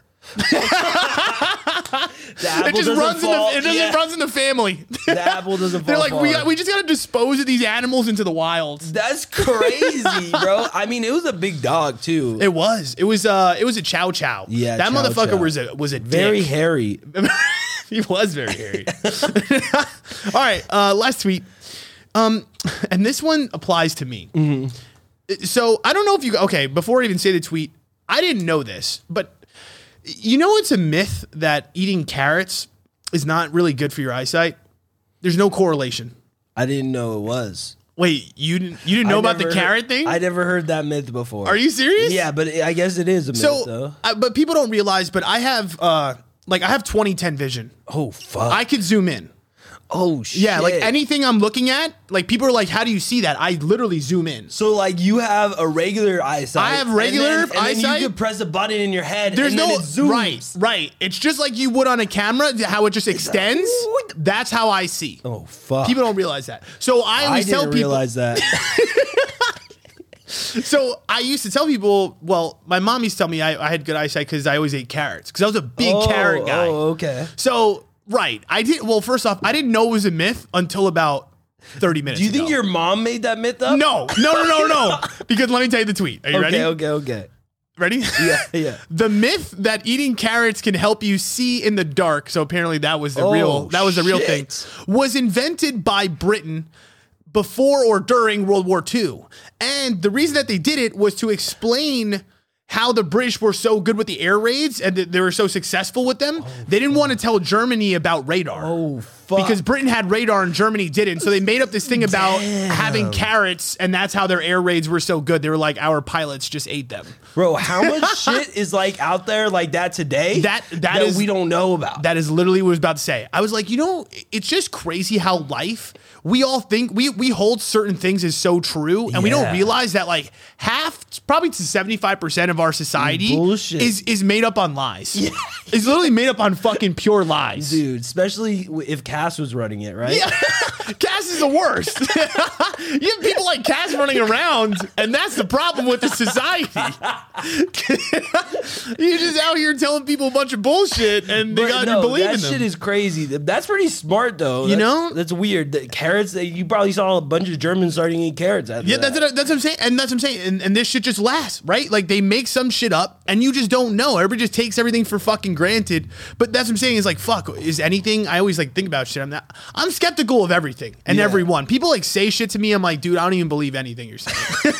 Speaker 2: The apple
Speaker 1: It just
Speaker 2: doesn't
Speaker 1: runs
Speaker 2: fall.
Speaker 1: in the it
Speaker 2: yeah.
Speaker 1: just runs in the family.
Speaker 2: The apple doesn't
Speaker 1: They're
Speaker 2: fall
Speaker 1: like we
Speaker 2: far.
Speaker 1: got, we just got to dispose of these animals into the wild.
Speaker 2: That's crazy, bro. I mean, it was a big dog too.
Speaker 1: It was it was uh it was a chow chow.
Speaker 2: Yeah,
Speaker 1: that
Speaker 2: chow
Speaker 1: motherfucker
Speaker 2: chow.
Speaker 1: was a was a
Speaker 2: Very
Speaker 1: dick.
Speaker 2: hairy.
Speaker 1: he was very hairy. All right, uh, last tweet. Um, and this one applies to me.
Speaker 2: Mm-hmm.
Speaker 1: So I don't know if you okay. Before I even say the tweet, I didn't know this, but you know it's a myth that eating carrots is not really good for your eyesight. There's no correlation.
Speaker 2: I didn't know it was.
Speaker 1: Wait, you didn't you didn't know
Speaker 2: I
Speaker 1: about the
Speaker 2: never
Speaker 1: carrot
Speaker 2: heard-
Speaker 1: thing?
Speaker 2: I never heard that myth before.
Speaker 1: Are you serious?
Speaker 2: Yeah, but it, I guess it is a myth
Speaker 1: So,
Speaker 2: though.
Speaker 1: I, but people don't realize. But I have uh, like I have 2010 vision.
Speaker 2: Oh fuck.
Speaker 1: I could zoom in.
Speaker 2: oh shit.
Speaker 1: Yeah, like anything I'm looking at, like people are like, "How do you see that?" I literally zoom in.
Speaker 2: So like you have a regular eyesight.
Speaker 1: I have
Speaker 2: and
Speaker 1: regular
Speaker 2: then- and then,
Speaker 1: eyesight.
Speaker 2: you can press a button in your head.
Speaker 1: There's
Speaker 2: and
Speaker 1: no
Speaker 2: then it zooms.
Speaker 1: right, right. It's just like you would on a camera, how it just extends. That's how I see.
Speaker 2: Oh fuck.
Speaker 1: People don't realize that. So I
Speaker 2: I
Speaker 1: always
Speaker 2: didn't
Speaker 1: tell people.
Speaker 2: realize that.
Speaker 1: So I used to tell people. Well, my mom used to tell me I, I had good eyesight because I always ate carrots because I was a big
Speaker 2: oh,
Speaker 1: carrot guy.
Speaker 2: Oh okay.
Speaker 1: So right, I did. Well, first off, I didn't know it was a myth until about thirty minutes.
Speaker 2: Do you think
Speaker 1: ago.
Speaker 2: your mom made that myth up?
Speaker 1: No, no, no, no, no. because let me tell you the tweet. Are you
Speaker 2: Okay.
Speaker 1: ready?
Speaker 2: Okay. Okay.
Speaker 1: Ready?
Speaker 2: Yeah. Yeah.
Speaker 1: The myth that eating carrots can help you see in the dark, so apparently that was the
Speaker 2: Oh,
Speaker 1: real that was the real thing,
Speaker 2: shit.
Speaker 1: was invented by Britain before or during World War II. And the reason that they did it was to explain how the British were so good with the air raids and that they were so successful with them. they didn't want to tell Germany about radar.
Speaker 2: Oh fuck.
Speaker 1: Because Britain had radar and Germany didn't. So they made up this thing about having carrots, and that's how their air raids were so good. They were like, our pilots just ate them.
Speaker 2: Bro, how much shit is like out there like that today
Speaker 1: That- that is-
Speaker 2: we don't know about?
Speaker 1: That is literally what I was about to say. I was like, you know, it's just crazy how life we all think we we hold certain things as so true, and we don't
Speaker 2: Yeah.
Speaker 1: realize that like half, probably to seventy five percent of our society
Speaker 2: Bullshit.
Speaker 1: is is made up on lies. It's literally made up on fucking pure lies.
Speaker 2: Dude, especially w- if Cass was running it, right?
Speaker 1: Yeah. Cass is the worst. you have people like Cass running around, and that's the problem with the society. You're just out here telling people a bunch of bullshit, and they
Speaker 2: But
Speaker 1: got
Speaker 2: no,
Speaker 1: you believing
Speaker 2: that
Speaker 1: them.
Speaker 2: shit is crazy. Th- That's pretty smart, though.
Speaker 1: You
Speaker 2: That's-
Speaker 1: know?
Speaker 2: that's weird. The carrots. that- You probably saw a bunch of Germans starting eating carrots. After
Speaker 1: yeah, that's
Speaker 2: that.
Speaker 1: what, I- that's what I'm saying, and that's what I'm saying, and, and this shit just lasts, right? Like they make some shit up, and you just don't know. Everybody just takes everything for fucking granted. But that's what I'm saying is like, fuck, is anything? I always like think about shit. I'm not, I'm skeptical of everything and
Speaker 2: Yeah.
Speaker 1: everyone. People like say shit to me. I'm like, dude, I don't even believe anything you're saying.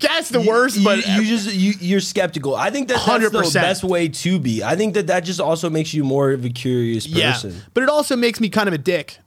Speaker 1: that's the worst,
Speaker 2: You-
Speaker 1: but
Speaker 2: you, just you, you're skeptical. I think that that's the
Speaker 1: 100%.
Speaker 2: best way to be. I think that that just also makes you more of a curious
Speaker 1: yeah.
Speaker 2: person.
Speaker 1: But it also makes me kind of a dick.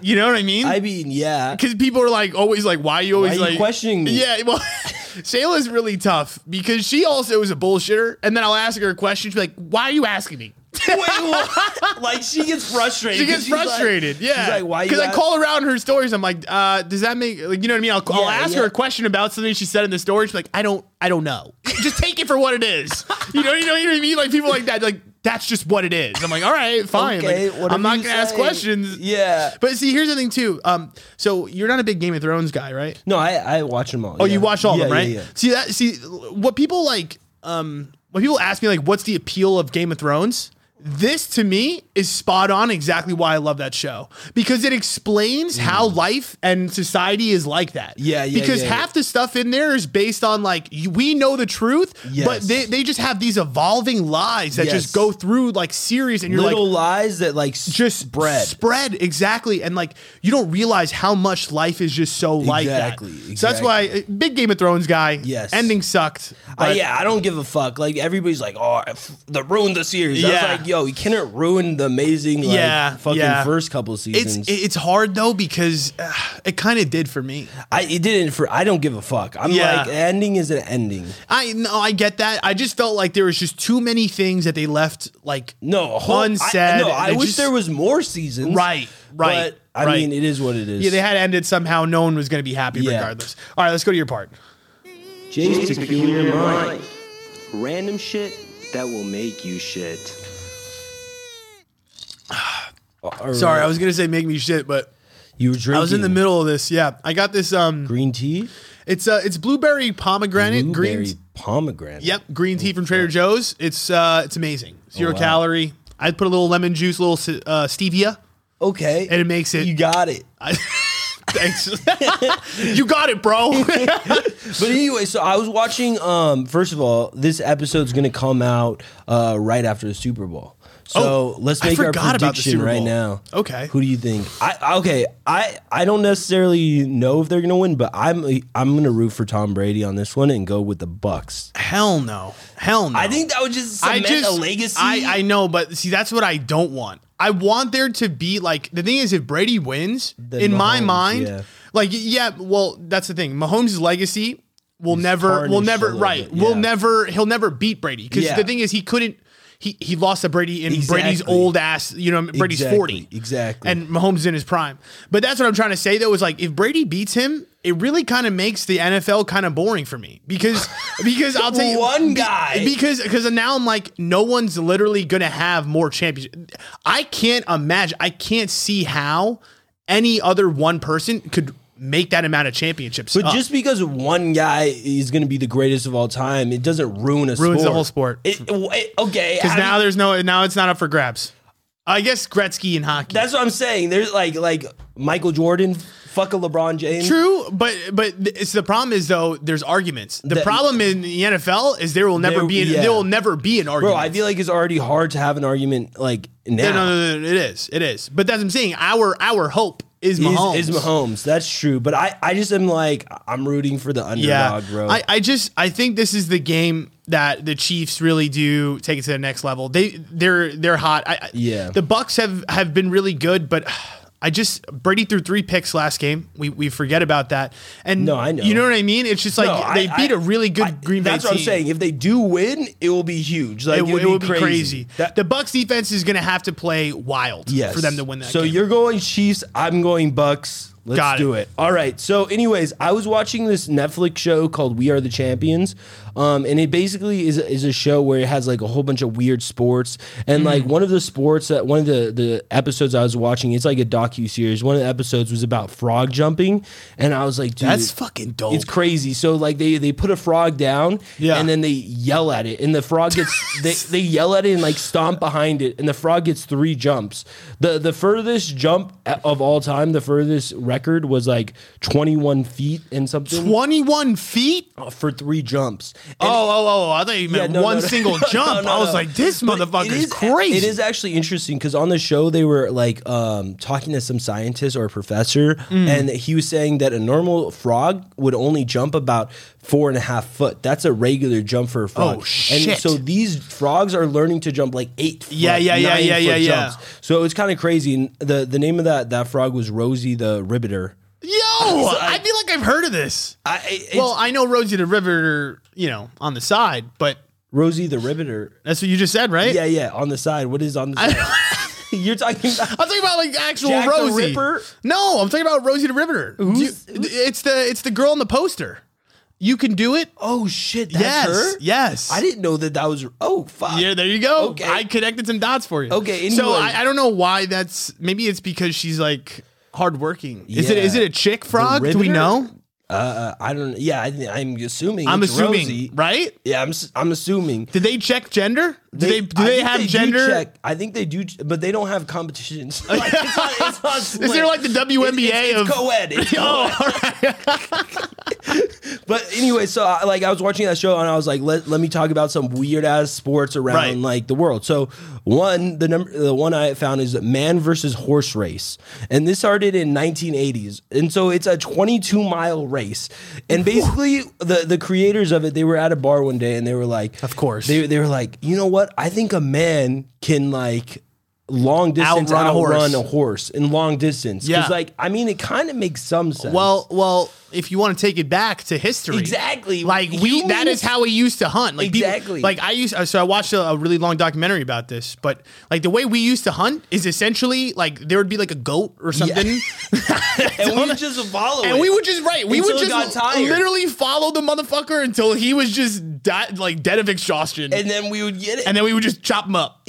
Speaker 1: You know what I mean?
Speaker 2: I mean, yeah.
Speaker 1: because people are like always like, why are you always
Speaker 2: Why are you
Speaker 1: like
Speaker 2: questioning me?
Speaker 1: Yeah, well, Shayla's really tough because she also is a bullshitter, and then I'll ask her a question, she's like, why are you asking me?
Speaker 2: Wait, what? like she gets frustrated.
Speaker 1: She gets
Speaker 2: 'cause she's like-
Speaker 1: frustrated. yeah,
Speaker 2: she's like, why? you
Speaker 1: Because I
Speaker 2: ask-
Speaker 1: call her out in her stories. I'm like, uh, does that make like you know what I mean? I'll, I'll
Speaker 2: Yeah,
Speaker 1: ask
Speaker 2: yeah.
Speaker 1: her a question about something she said in the story. She's like, I don't, I don't know. it. Just take it for what it is. You know, you know, you know what I mean? Like people like that, like that's just what it is. I'm like, all right, fine. Like,
Speaker 2: Okay, whatever
Speaker 1: I'm not
Speaker 2: you
Speaker 1: gonna ask
Speaker 2: say.
Speaker 1: questions.
Speaker 2: Yeah.
Speaker 1: But see, here's the thing too. Um, so you're not a big Game of Thrones guy, right?
Speaker 2: No, I I watch them all.
Speaker 1: Oh, you watch all of them, right?
Speaker 2: Yeah, yeah.
Speaker 1: See that? See what people like. Um, when people ask me like, "What's the appeal of Game of Thrones?" This to me is spot on. Exactly why I love that show because it explains how life and society is like that.
Speaker 2: Mm. Yeah, yeah,
Speaker 1: Because
Speaker 2: yeah,
Speaker 1: half the stuff in there is based on like you- we know the truth, but
Speaker 2: Yes.
Speaker 1: they, they just have these evolving lies that
Speaker 2: Yes.
Speaker 1: just go through like series, and you're like,
Speaker 2: Little lies that like
Speaker 1: just
Speaker 2: just bread.
Speaker 1: spread exactly and like you don't realize how much life is just so like
Speaker 2: Exactly,
Speaker 1: that so that's why uh, big game of thrones guy
Speaker 2: Yes.
Speaker 1: ending sucked
Speaker 2: Uh,
Speaker 1: but-
Speaker 2: yeah, I don't give a fuck. Like everybody's like, oh, f- they ruined the series. I was
Speaker 1: Yeah.
Speaker 2: like, yo, you cannot ruin the amazing, like,
Speaker 1: Yeah,
Speaker 2: fucking
Speaker 1: yeah.
Speaker 2: first couple
Speaker 1: it's
Speaker 2: seasons.
Speaker 1: it's hard though because uh, it kind of did for me
Speaker 2: I it didn't for. I don't give a fuck. I'm
Speaker 1: Yeah.
Speaker 2: like, ending is an ending.
Speaker 1: i no i get that i just felt like there was just too many things that they left like
Speaker 2: No, whole,
Speaker 1: Unsaid,
Speaker 2: I, no, I
Speaker 1: they
Speaker 2: wish
Speaker 1: just-
Speaker 2: there was more seasons.
Speaker 1: Right, right,
Speaker 2: But I
Speaker 1: right.
Speaker 2: mean, it is what it is.
Speaker 1: yeah they had ended somehow no one was going to be happy
Speaker 2: Yeah.
Speaker 1: regardless all right let's go to your part
Speaker 5: Jay's peculiar mind. Random shit that will make you shit.
Speaker 2: Or-
Speaker 1: sorry i was going to say make me shit but
Speaker 2: you were drinking.
Speaker 1: i was in the middle of this yeah i got this um
Speaker 2: Green tea,
Speaker 1: it's uh it's blueberry pomegranate
Speaker 2: blueberry,
Speaker 1: green
Speaker 2: pomegranate.
Speaker 1: Yep, green tea from Trader Joe's. It's uh, it's amazing. Zero
Speaker 2: wow.
Speaker 1: calorie. I put a little lemon juice, a little ce- uh, stevia,
Speaker 2: Okay,
Speaker 1: and it makes it.
Speaker 2: you got it.
Speaker 1: thanks. you got it, bro.
Speaker 2: But anyway, so I was watching. Um, first of all, this episode's gonna come out uh, right after the Super Bowl. So
Speaker 1: Oh,
Speaker 2: let's
Speaker 1: I
Speaker 2: make our
Speaker 1: forgot about the
Speaker 2: prediction
Speaker 1: Super
Speaker 2: right
Speaker 1: Bowl.
Speaker 2: now.
Speaker 1: Okay.
Speaker 2: who do you think? I okay. I I don't necessarily know if they're gonna win, but I'm I'm gonna root for Tom Brady on this one and go with the Bucks.
Speaker 1: Hell no. Hell no.
Speaker 2: I think that would just cement a legacy.
Speaker 1: I, I know, but see, that's what I don't want. I want there to be like the thing is if Brady wins,
Speaker 2: Then
Speaker 1: in my
Speaker 2: Mahomes,
Speaker 1: mind,
Speaker 2: yeah.
Speaker 1: like yeah, well that's the thing. Mahomes' legacy will never, will
Speaker 2: tarnished a
Speaker 1: never,
Speaker 2: little
Speaker 1: right,
Speaker 2: bit,
Speaker 1: will
Speaker 2: yeah.
Speaker 1: never, he'll never beat Brady because
Speaker 2: Yeah.
Speaker 1: the thing is he couldn't. He, he lost to Brady in Brady's
Speaker 2: Exactly.
Speaker 1: old ass, you know, Brady's
Speaker 2: Exactly,
Speaker 1: 40.
Speaker 2: exactly.
Speaker 1: And Mahomes is in his prime. But that's what I'm trying to say, though, is like if Brady beats him, it really kind of makes the NFL kind of boring for me because, because I'll tell you
Speaker 2: One
Speaker 1: be-
Speaker 2: guy.
Speaker 1: because because now I'm like no one's literally gonna have more championships. I can't imagine. I can't see how any other one person could make that amount of championships.
Speaker 2: But
Speaker 1: up.
Speaker 2: just because one guy is going to be the greatest of all time, it doesn't ruin a sport.
Speaker 1: Ruins the whole sport.
Speaker 2: It, it- okay,
Speaker 1: because
Speaker 2: I
Speaker 1: now
Speaker 2: mean,
Speaker 1: there's no now it's not up for grabs. I guess Gretzky and hockey.
Speaker 2: that's what I'm saying. There's like like Michael Jordan, fuck a LeBron James.
Speaker 1: True, but but th- it's the problem is though there's arguments. The
Speaker 2: That-
Speaker 1: problem in the NFL is there will never
Speaker 2: There-
Speaker 1: be an,
Speaker 2: yeah.
Speaker 1: there will never be an argument.
Speaker 2: Bro, I feel like it's already hard to have an argument like
Speaker 1: no,
Speaker 2: now.
Speaker 1: no, no, no, it is, it is. But that's what I'm saying. Our our hope is Mahomes.
Speaker 2: Is, is Mahomes. That's true. But I, I just am like, I'm rooting for the underdog, bro.
Speaker 1: I, I just I think this is the game that the Chiefs really do take it to the next level. They they're they're hot. I, I-
Speaker 2: Yeah.
Speaker 1: The Bucks have have been really good, but I just Brady threw three picks last game. We we forget about that. And
Speaker 2: No, I know.
Speaker 1: You know what I mean? It's just like
Speaker 2: No, I-
Speaker 1: they beat
Speaker 2: I-
Speaker 1: a really good
Speaker 2: I-
Speaker 1: Green Bay.
Speaker 2: That's what I'm
Speaker 1: team.
Speaker 2: saying. If they do win, it will be huge. Like
Speaker 1: It,
Speaker 2: it,
Speaker 1: w- it would be crazy.
Speaker 2: That-
Speaker 1: the Bucks defense is going to have to play wild
Speaker 2: yes.
Speaker 1: for them to win that.
Speaker 2: So
Speaker 1: game.
Speaker 2: you're going Chiefs. I'm going Bucks. Let's
Speaker 1: Got it.
Speaker 2: do it. All right. So, anyways, I was watching this Netflix show called We Are the Champions, um, and it basically is is a show where it has like a whole bunch of weird sports, and
Speaker 1: Mm-hmm.
Speaker 2: like one of the sports that one of the the episodes I was watching, it's like a docu series. One of the episodes was about frog jumping, and I was like, dude,
Speaker 1: that's fucking dope.
Speaker 2: it's crazy. So like they they put a frog down,
Speaker 1: Oh. Yeah.
Speaker 2: and then they yell at it, and the frog gets they, they yell at it and like stomp behind it, and the frog gets three jumps. the The furthest jump a- of all time, the furthest record was like twenty one feet and something
Speaker 1: 21 feet.
Speaker 2: uh, for three jumps. And
Speaker 1: Oh, oh, oh! I thought you
Speaker 2: yeah,
Speaker 1: meant
Speaker 2: no, no,
Speaker 1: one
Speaker 2: no.
Speaker 1: single
Speaker 2: No,
Speaker 1: jump.
Speaker 2: no,
Speaker 1: I was
Speaker 2: no.
Speaker 1: like, this
Speaker 2: But it
Speaker 1: motherfucker is
Speaker 2: is-
Speaker 1: crazy.
Speaker 2: It is actually interesting because on the show they were like um, talking to some scientist or a professor,
Speaker 1: Mm.
Speaker 2: and he was saying that a normal frog would only jump about four and a half foot. That's a regular jump for a frog.
Speaker 1: Oh,
Speaker 2: And
Speaker 1: shit.
Speaker 2: so these frogs are learning to jump like eight. Foot,
Speaker 1: Yeah, yeah, yeah,
Speaker 2: nine
Speaker 1: yeah,
Speaker 2: foot
Speaker 1: yeah, yeah.
Speaker 2: jumps. So it's kind of crazy. And the The name of that that frog was Rosie the Riveter.
Speaker 1: Yo, I feel like I've heard of this.
Speaker 2: I, it's
Speaker 1: well, I know Rosie the Riveter, you know, on the side, but
Speaker 2: Rosie the Riveter.
Speaker 1: that's what you just said, right?
Speaker 2: Yeah, yeah. On the side, what is on the side? You're talking about
Speaker 1: I'm talking about like actual
Speaker 2: Jack the
Speaker 1: Rosie.
Speaker 2: Ripper?
Speaker 1: No, I'm talking about Rosie the Riveter. Do you-
Speaker 2: Who's-
Speaker 1: it's the it's the girl on the poster. You can do it.
Speaker 2: Oh shit! That's
Speaker 1: yes,
Speaker 2: her?
Speaker 1: yes.
Speaker 2: I didn't know that that was. Oh fuck.
Speaker 1: Yeah, there you go.
Speaker 2: Okay.
Speaker 1: I connected some dots for you.
Speaker 2: Okay,
Speaker 1: So
Speaker 2: anyway.
Speaker 1: I, I don't know why that's. Maybe it's because she's like hardworking. Is it?
Speaker 2: Yeah.
Speaker 1: Is it a chick frog? Do we
Speaker 2: Riveter?
Speaker 1: know?
Speaker 2: Uh, I don't. Yeah, I, think- I'm assuming.
Speaker 1: I'm
Speaker 2: it's
Speaker 1: assuming,
Speaker 2: Rosie.
Speaker 1: right?
Speaker 2: Yeah, I'm. s- I'm assuming.
Speaker 1: Did they check gender? Do they, do
Speaker 2: I
Speaker 1: they
Speaker 2: think
Speaker 1: have
Speaker 2: do
Speaker 1: gender?
Speaker 2: check. I think they do, ch- but they don't have competitions. Like, it's not- it's not
Speaker 1: Is
Speaker 2: split.
Speaker 1: there like the WNBA
Speaker 2: it's,
Speaker 1: of?
Speaker 2: it's co-ed. It's
Speaker 1: oh, all right.
Speaker 2: But anyway, so I, like I was watching that show and I was like, let, let me talk about some weird ass sports around
Speaker 1: Right.
Speaker 2: like the world. So one, the number, the one I found is man versus horse race, and this started in 1980s, and so it's a 22 mile race, and basically the the creators of it they were at a bar one day and they were like,
Speaker 1: Of course.
Speaker 2: they they were like, you know what? I think a man can like. Long distance
Speaker 1: Outrun a horse.
Speaker 2: outrun, a horse in long distance. 'Cause,
Speaker 1: Yeah.
Speaker 2: like I mean, it kind of makes some sense.
Speaker 1: Well, well, if you want to take it back to history,
Speaker 2: Exactly.
Speaker 1: Like we, that
Speaker 2: Humans-
Speaker 1: is how we used to hunt. Like people-
Speaker 2: Exactly.
Speaker 1: like I used. So I watched a, a really long documentary about this, but like the way we used to hunt is essentially like there would be like a goat or something,
Speaker 2: and we just follow.
Speaker 1: and
Speaker 2: it.
Speaker 1: we would just right, we would
Speaker 2: Until it
Speaker 1: just
Speaker 2: got tired.
Speaker 1: literally follow the motherfucker until he was just di- like dead of exhaustion, and,
Speaker 2: and then we would get it.
Speaker 1: then we would just chop him up.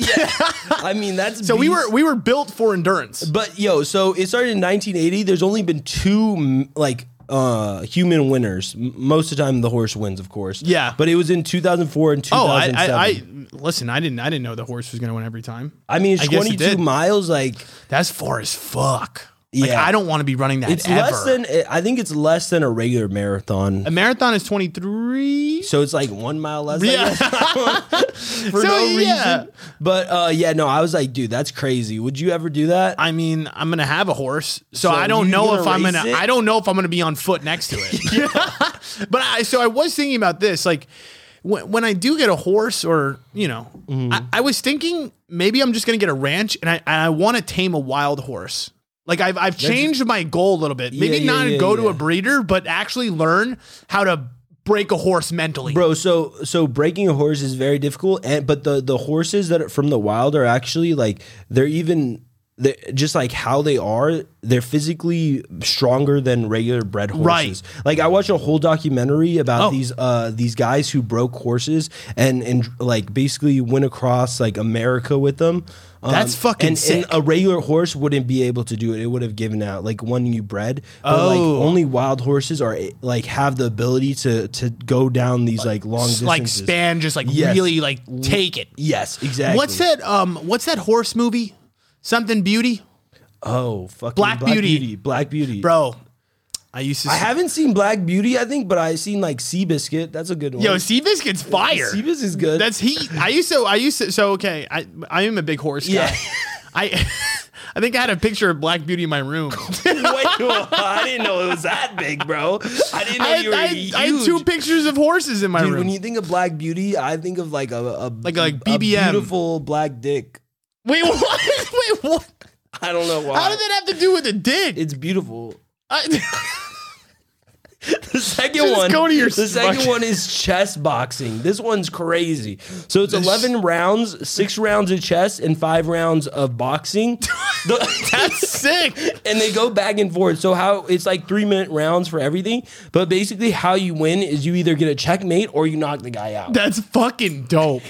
Speaker 2: I mean, that's
Speaker 1: So we
Speaker 2: beast.
Speaker 1: were we were built for endurance.
Speaker 2: But yo, so it started in 1980. There's only been two m- like uh human winners. M- Most of the time, the horse wins, of course.
Speaker 1: Yeah.
Speaker 2: but it was in 2004 and
Speaker 1: Oh, I,
Speaker 2: 2007.
Speaker 1: I, I listen. I didn't. I didn't know the horse was going to win every time.
Speaker 2: I mean, it's
Speaker 1: I guess it
Speaker 2: 22
Speaker 1: did.
Speaker 2: miles. Like
Speaker 1: That's far as fuck. Like
Speaker 2: Yeah.
Speaker 1: I don't want to be running that
Speaker 2: it's
Speaker 1: ever.
Speaker 2: less than. eh, I think it's less than a regular marathon.
Speaker 1: a marathon is 23.
Speaker 2: So it's like one mile less. I
Speaker 1: Yeah.
Speaker 2: guess, for
Speaker 1: So,
Speaker 2: no
Speaker 1: yeah.
Speaker 2: reason. But uh, yeah, no, I was like, dude, that's crazy. Would you ever do that?
Speaker 1: I mean, I'm gonna have a horse, so,
Speaker 2: So
Speaker 1: I don't
Speaker 2: you
Speaker 1: know
Speaker 2: gonna
Speaker 1: if I'm
Speaker 2: race
Speaker 1: gonna.
Speaker 2: it?
Speaker 1: I don't know if I'm gonna be on foot next to it. but I, so I was thinking about this, like when, when I do get a horse, or you know,
Speaker 2: Mm-hmm.
Speaker 1: I, I was thinking maybe I'm just gonna get a ranch, and I and I want to tame a wild horse. Like I've I've changed my goal a little bit. Maybe
Speaker 2: Yeah, yeah,
Speaker 1: not
Speaker 2: yeah,
Speaker 1: go to
Speaker 2: yeah.
Speaker 1: a breeder, but actually learn how to break a horse mentally.
Speaker 2: bro so so breaking a horse is very difficult and but the the horses that are from the wild are actually like they're even they're just like how they are they're physically stronger than regular bred horses like i watched a whole documentary about
Speaker 1: Oh.
Speaker 2: these uh these guys who broke horses and and like basically went across like america with them Um,
Speaker 1: That's fucking
Speaker 2: and,
Speaker 1: sick.
Speaker 2: and a regular horse wouldn't be able to do it. It would have given out like one you bred. But like
Speaker 1: Oh.
Speaker 2: only wild horses are like have the ability to to go down these like long distances.
Speaker 1: like span, just like
Speaker 2: Yes.
Speaker 1: really like take it.
Speaker 2: Yes, exactly.
Speaker 1: What's that? Um, what's that horse movie? Something Beauty,
Speaker 2: Oh, fucking
Speaker 1: Black Beauty.
Speaker 2: Black Beauty,
Speaker 1: bro. I used to.
Speaker 2: I haven't seen Black Beauty, I think, but I've seen like Seabiscuit. That's a good one.
Speaker 1: Yo, Seabiscuit's fire.
Speaker 2: Seabiscuit's is good.
Speaker 1: That's heat. I used to. I used to. So okay, I I am a big horse guy.
Speaker 2: Yeah.
Speaker 1: I I think I had a picture of Black Beauty in my room.
Speaker 2: Wait, well, I didn't know it was that big, bro. I didn't know
Speaker 1: I,
Speaker 2: you were
Speaker 1: I-
Speaker 2: huge.
Speaker 1: I had two pictures of horses in my
Speaker 2: Dude,
Speaker 1: room.
Speaker 2: when you think of Black Beauty, I think of like a, a
Speaker 1: Like- like
Speaker 2: a
Speaker 1: BBM.
Speaker 2: beautiful black dick.
Speaker 1: Wait, what? Wait, what?
Speaker 2: I don't know why.
Speaker 1: How did that have to do with a dick?
Speaker 2: It's beautiful.
Speaker 1: I,
Speaker 2: The second
Speaker 1: Just
Speaker 2: one,
Speaker 1: go to your
Speaker 2: the second
Speaker 1: fucking-
Speaker 2: one is chess boxing. This one's crazy. So it's eleven rounds, six rounds of chess and five rounds of boxing. The-
Speaker 1: that's sick.
Speaker 2: and they go back and forth. So how it's like three minute rounds for everything. But basically, how you win is you either get a checkmate or you knock the guy out.
Speaker 1: That's fucking dope.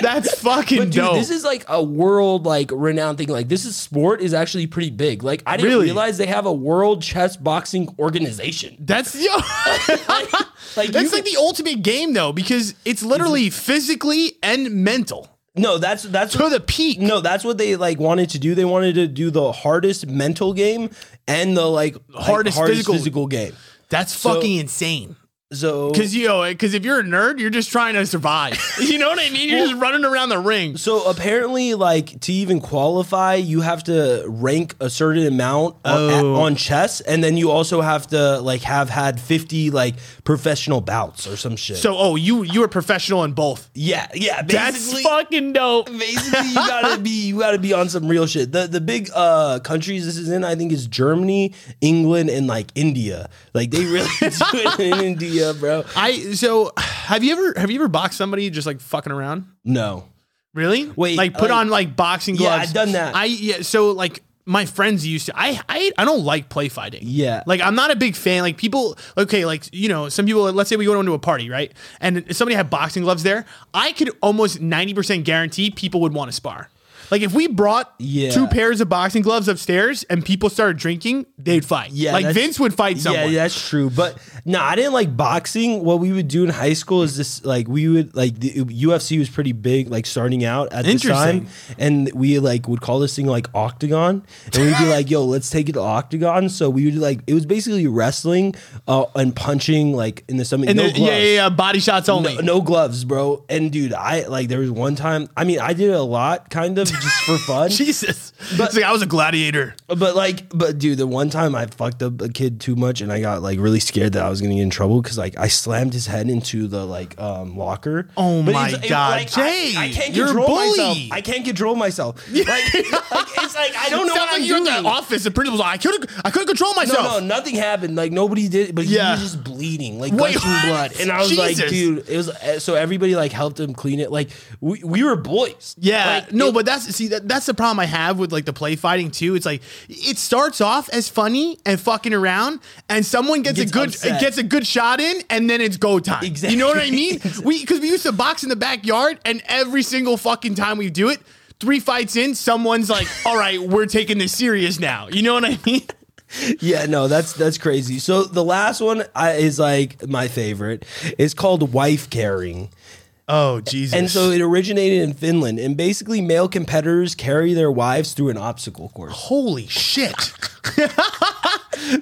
Speaker 1: That's fucking
Speaker 2: But dude,
Speaker 1: dope.
Speaker 2: this is like a world like renowned thing. Like this is sport is actually pretty big. Like I didn't
Speaker 1: Really?
Speaker 2: realize they have a world chess boxing organization.
Speaker 1: that's yo.
Speaker 2: like, like
Speaker 1: That's
Speaker 2: you
Speaker 1: like
Speaker 2: can-
Speaker 1: the ultimate game though, because it's literally physically and mental
Speaker 2: no. That's that's
Speaker 1: to the peak.
Speaker 2: No, that's what they like wanted to do. They wanted to do the hardest mental game and the like
Speaker 1: Hardest physical-
Speaker 2: game.
Speaker 1: That's fucking insane.
Speaker 2: So
Speaker 1: Because you know, because if you're a nerd, you're just trying to survive. you know what I mean? You're just running around the ring.
Speaker 2: so apparently like to even qualify, you have to rank a certain amount on, at-
Speaker 1: Oh.
Speaker 2: on chess and then you also have to like have had 50 like professional bouts or some shit.
Speaker 1: So, oh, you you were professional in both.
Speaker 2: yeah, yeah,
Speaker 1: That's
Speaker 2: basically
Speaker 1: fucking dope.
Speaker 2: basically you gotta be you gotta be on some real shit. The the big uh countries this is in, I think, is Germany, England, and like India. Like they really do it in India, bro.
Speaker 1: I so have you ever have you ever boxed somebody just like fucking around?
Speaker 2: No.
Speaker 1: Really?
Speaker 2: Wait,
Speaker 1: like put
Speaker 2: like-
Speaker 1: on like boxing
Speaker 2: Yeah,
Speaker 1: gloves.
Speaker 2: I've done that.
Speaker 1: I yeah. So like my friends used to. I I, I don't like play fighting.
Speaker 2: Yeah.
Speaker 1: Like I'm not a big fan. Like people, okay, like you know, some people. Let's say we go into a party, right? And somebody had boxing gloves there. I could almost ninety percent guarantee people would want to spar. Like if we brought
Speaker 2: Yeah.
Speaker 1: two pairs of boxing gloves upstairs and people started drinking, they'd fight.
Speaker 2: Yeah,
Speaker 1: like
Speaker 2: that's-
Speaker 1: Vince would fight someone.
Speaker 2: Yeah, that's true. But no, I didn't like boxing. What we would do in high school is this: like we would like the UFC was pretty big, like starting out at the
Speaker 1: Interesting.
Speaker 2: time, and we like would call this thing like Octagon, and we'd be like, "Yo, let's take it to Octagon." So we would like it was basically wrestling uh, and punching like in the stomach.
Speaker 1: And
Speaker 2: no
Speaker 1: there- yeah,
Speaker 2: gloves.
Speaker 1: yeah, yeah, body shots only.
Speaker 2: No, no gloves, bro. And dude, I like there was one time. I mean, I did it a lot, kind of just for fun.
Speaker 1: Jesus.
Speaker 2: But-
Speaker 1: It's like I was a gladiator.
Speaker 2: But like, but dude, the one time I fucked up a kid too much, and I got like really scared that I was gonna get in trouble because like I slammed his head into the like um locker.
Speaker 1: Oh
Speaker 2: But
Speaker 1: my
Speaker 2: it's- it-
Speaker 1: God,
Speaker 2: like, I-
Speaker 1: Jay,
Speaker 2: I, can't
Speaker 1: you're a
Speaker 2: control
Speaker 1: bully.
Speaker 2: myself. I can't control myself. Like, like, it's like I don't know
Speaker 1: Sounds
Speaker 2: what
Speaker 1: like
Speaker 2: I'm
Speaker 1: you're
Speaker 2: doing.
Speaker 1: in the office. The principal's like, I couldn't, I couldn't control
Speaker 2: no,
Speaker 1: myself.
Speaker 2: no, nothing happened. Like nobody did, but
Speaker 1: Yeah.
Speaker 2: he was just bleeding, like
Speaker 1: Wait,
Speaker 2: gushing
Speaker 1: what?
Speaker 2: blood. And I was like,
Speaker 1: Jesus.
Speaker 2: dude, it was eh, so everybody like helped him clean it. Like we, we were boys.
Speaker 1: Yeah,
Speaker 2: Like,
Speaker 1: no,
Speaker 2: it-
Speaker 1: but that's see that, that's the problem I have with like the play fighting too. It's like it starts off as funny and fucking around, and someone gets,
Speaker 2: Gets
Speaker 1: a good
Speaker 2: upset.
Speaker 1: gets a good shot in, and then it's go time. You know what I mean? we because we used to box in the backyard, and every single fucking time we do it, three fights in, someone's like, "All right, we're taking this serious now." You know what I mean?
Speaker 2: Yeah, no, that's that's crazy. So the last one I, is like my favorite. It's called wife carrying,
Speaker 1: Oh Jesus!
Speaker 2: and so it originated in Finland. And basically, male competitors carry their wives through an obstacle course.
Speaker 1: holy shit.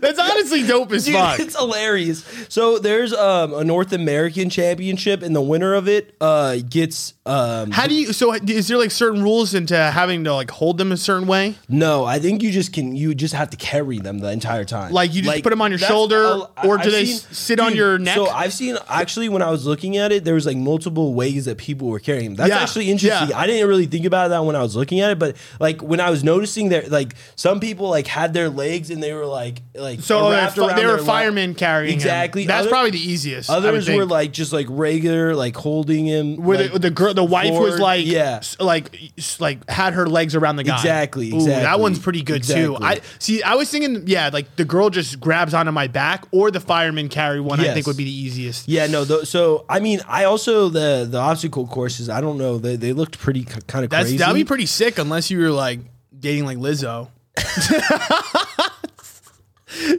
Speaker 1: That's honestly dope as
Speaker 2: Dude,
Speaker 1: fuck.
Speaker 2: it's hilarious. So there's um, a North American championship, and the winner of it uh, gets um,
Speaker 1: How do you? So is there like certain rules into having to like hold them a certain way?
Speaker 2: no. I think you just can. You just have to carry them the entire time.
Speaker 1: Like, you just put 'em on your
Speaker 2: that's
Speaker 1: shoulder,
Speaker 2: all- I-
Speaker 1: or do
Speaker 2: I've
Speaker 1: they s- sit on your neck?
Speaker 2: So I've seen actually when I was looking at it, there was like multiple ways that people were carrying. them. That's
Speaker 1: Yeah,
Speaker 2: actually interesting.
Speaker 1: yeah.
Speaker 2: I didn't really think about that when I was looking at it, but like when I was noticing that, like some people like had their legs and they were like like
Speaker 1: So they're,
Speaker 2: wrapped
Speaker 1: fi-
Speaker 2: around
Speaker 1: they were
Speaker 2: their
Speaker 1: firemen
Speaker 2: lap.
Speaker 1: carrying him.
Speaker 2: exactly.
Speaker 1: That's
Speaker 2: Other-
Speaker 1: probably the easiest. I would
Speaker 2: Others were
Speaker 1: think.
Speaker 2: like just like regular, like holding him.
Speaker 1: where
Speaker 2: like,
Speaker 1: the, the girl, the wife was
Speaker 2: floored.
Speaker 1: like,
Speaker 2: yeah,
Speaker 1: s- like, s- like had her legs around the guy.
Speaker 2: Exactly,
Speaker 1: Ooh, that
Speaker 2: exactly,
Speaker 1: one's pretty good too. I
Speaker 2: exactly.
Speaker 1: see. I was thinking, yeah, like the girl just grabs onto my back, or the fireman carry one. I
Speaker 2: Yes.
Speaker 1: think would be the easiest.
Speaker 2: Yeah, no. Th- so I mean, I also the the obstacle courses. I don't know. They, they looked pretty c- kind of
Speaker 1: That's
Speaker 2: crazy.
Speaker 1: that'd be pretty sick unless you were like dating like Lizzo.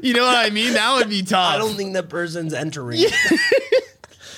Speaker 1: you know what I mean? That would be tough.
Speaker 2: I don't think that person's entering.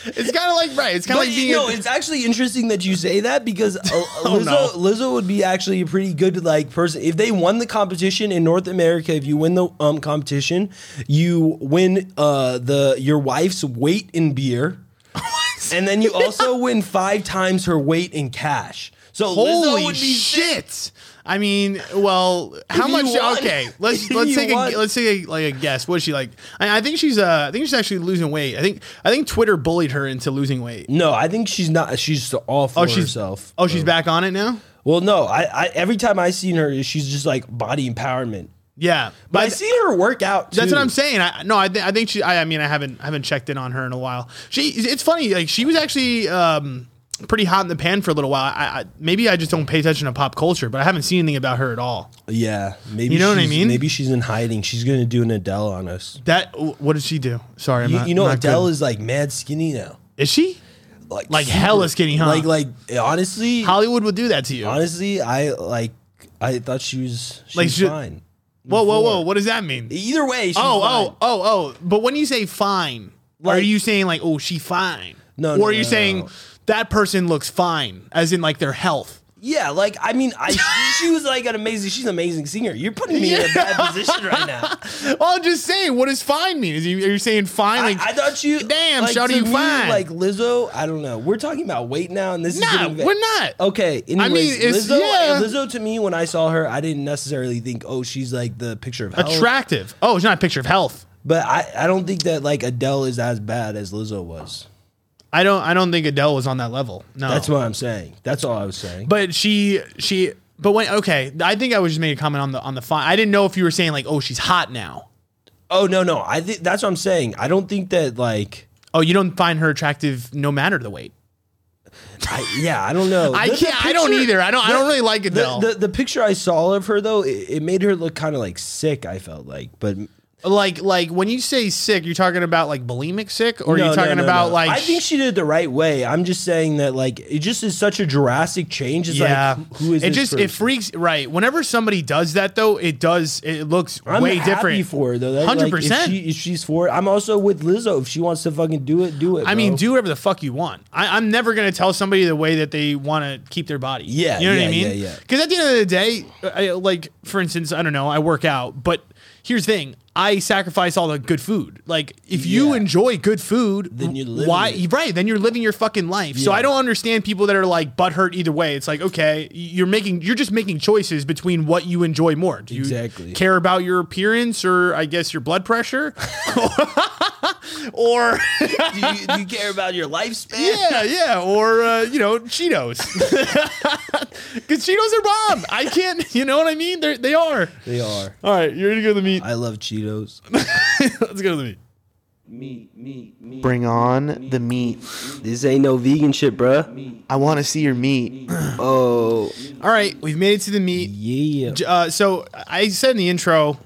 Speaker 1: it's kind of like right. It's kind of
Speaker 2: But
Speaker 1: like being
Speaker 2: no,
Speaker 1: a,
Speaker 2: it's actually interesting that you say that because uh, Lizzo,
Speaker 1: Oh, no.
Speaker 2: Lizzo would be actually a pretty good like person if they won the competition in North America. If you win the um competition, you win uh the your wife's weight in beer, and then you also win five times her weight in cash. So Lizzo
Speaker 1: Holy
Speaker 2: would be
Speaker 1: shit! I mean, well, how
Speaker 2: you
Speaker 1: much?
Speaker 2: won.
Speaker 1: Okay, let's
Speaker 2: If
Speaker 1: let's
Speaker 2: you
Speaker 1: take
Speaker 2: won.
Speaker 1: a let's take a, like a guess. What is she like? I, I think she's uh, I think she's actually losing weight. I think I think Twitter bullied her into losing weight.
Speaker 2: No, I think she's not. She's all for
Speaker 1: Oh, she's
Speaker 2: herself.
Speaker 1: Oh, she's back on it now.
Speaker 2: Well, no, I, I every time I seen her, she's just like body empowerment.
Speaker 1: Yeah,
Speaker 2: But I
Speaker 1: th-
Speaker 2: seen her work out.
Speaker 1: That's
Speaker 2: too.
Speaker 1: what I'm saying. I no, I, th- I think she. I, I mean, I haven't I haven't checked in on her in a while. She. It's funny. Like she was actually um, pretty hot in the pan for a little while. I, I maybe I just don't pay attention to pop culture, but I haven't seen anything about her at all.
Speaker 2: Yeah, maybe
Speaker 1: You know what I
Speaker 2: she's-
Speaker 1: mean?
Speaker 2: Maybe she's in hiding. She's gonna do an Adele on us.
Speaker 1: That. wh- What did she do? Sorry, I'm
Speaker 2: You,
Speaker 1: not,
Speaker 2: you know,
Speaker 1: not
Speaker 2: Adele
Speaker 1: good.
Speaker 2: is like mad skinny now.
Speaker 1: Is she?
Speaker 2: Like
Speaker 1: Like
Speaker 2: super-
Speaker 1: hella skinny, huh?
Speaker 2: Like like honestly,
Speaker 1: Hollywood would do that to you.
Speaker 2: honestly, I like. I thought she was she's
Speaker 1: Like, she-
Speaker 2: fine.
Speaker 1: Whoa, whoa, whoa! What does that mean?
Speaker 2: Either way, she's
Speaker 1: oh,
Speaker 2: fine.
Speaker 1: oh, oh, oh! But when you say fine, are
Speaker 2: Like-
Speaker 1: you saying like, oh, she fine?
Speaker 2: No,
Speaker 1: Or
Speaker 2: no,
Speaker 1: are
Speaker 2: no,
Speaker 1: you
Speaker 2: no,
Speaker 1: saying
Speaker 2: no.
Speaker 1: that person looks fine, as in like their health?
Speaker 2: Yeah, like I mean, I she was like an amazing. She's an amazing singer. You're putting me in a bad position right now.
Speaker 1: Well, Oh, I'm just saying, what does fine mean? Is you, are you saying fine? Like,
Speaker 2: I, I thought you.
Speaker 1: Damn,
Speaker 2: like,
Speaker 1: Shawty,
Speaker 2: to
Speaker 1: you
Speaker 2: me,
Speaker 1: fine.
Speaker 2: Like Lizzo, I don't know. We're talking about weight now, and this is
Speaker 1: nah,
Speaker 2: getting va-
Speaker 1: we're not.
Speaker 2: Okay. Anyways,
Speaker 1: it's-
Speaker 2: Lizzo,
Speaker 1: yeah.
Speaker 2: Lizzo to me, when I saw her, I didn't necessarily think, oh, she's like the picture of health.
Speaker 1: Attractive. Oh, it's not a picture of health.
Speaker 2: But I, I don't think that like Adele is as bad as Lizzo was.
Speaker 1: I don't. I don't think Adele was on that level. No,
Speaker 2: That's what I'm saying. That's all I was saying.
Speaker 1: But she she but when okay, I think I was just making a comment on the on the fine. I didn't know if you were saying like, oh, she's hot now.
Speaker 2: oh no, no, I think that's what I'm saying. I don't think that like
Speaker 1: Oh, you don't find her attractive no matter the weight.
Speaker 2: I, yeah, I don't know.
Speaker 1: I
Speaker 2: The- the
Speaker 1: can't- I don't either. I don't- I don't really like Adele.
Speaker 2: The, the, the picture I saw of her though, it, it made her look kind of like sick. I felt like, but
Speaker 1: Like like when you say sick, you're talking about like bulimic sick, or are you talking about like
Speaker 2: I think she did it the right way. I'm just saying that like it just is such a drastic change. It's
Speaker 1: yeah,
Speaker 2: like who is
Speaker 1: it?
Speaker 2: this
Speaker 1: Just
Speaker 2: person?
Speaker 1: it freaks right. Whenever somebody does that though, it does. It looks
Speaker 2: I'm
Speaker 1: way
Speaker 2: happy
Speaker 1: different
Speaker 2: for her though. That, like, if
Speaker 1: 100%.
Speaker 2: she- if she's for it, I'm also with Lizzo. If she wants to fucking do it, do it.
Speaker 1: I mean,
Speaker 2: bro.
Speaker 1: do whatever the fuck you want. I, I'm never gonna tell somebody the way that they want to keep their body.
Speaker 2: Yeah,
Speaker 1: you know what I
Speaker 2: yeah,
Speaker 1: mean.
Speaker 2: yeah, yeah.
Speaker 1: Because at the end of the day, I, like for instance, I don't know, I work out, but here's the thing: I sacrifice all the good food. Like if you
Speaker 2: Yeah.
Speaker 1: enjoy good food,
Speaker 2: Then you're living
Speaker 1: why
Speaker 2: it.
Speaker 1: right? Then you're living your fucking life. So
Speaker 2: Yeah.
Speaker 1: I don't understand people that are like butthurt either way. It's like okay, you're making you're just making choices between what you enjoy more. Do you
Speaker 2: Exactly.
Speaker 1: care about your appearance or I guess your blood pressure, or
Speaker 2: do you, do you care about your lifespan?
Speaker 1: yeah, yeah, or uh, you know, Cheetos, because Cheetos are bomb. I can't, you know what I mean? They're, they are.
Speaker 2: They are.
Speaker 1: All right, you're ready to go to the meat.
Speaker 2: I love Cheetos.
Speaker 1: Let's go to the meat.
Speaker 6: Bring on the meat.
Speaker 5: This ain't no vegan shit, bruh.
Speaker 6: I want to see your meat.
Speaker 5: Oh,
Speaker 1: All right, we've made it to the meat.
Speaker 2: Yeah.
Speaker 1: J- Uh, so I said in the intro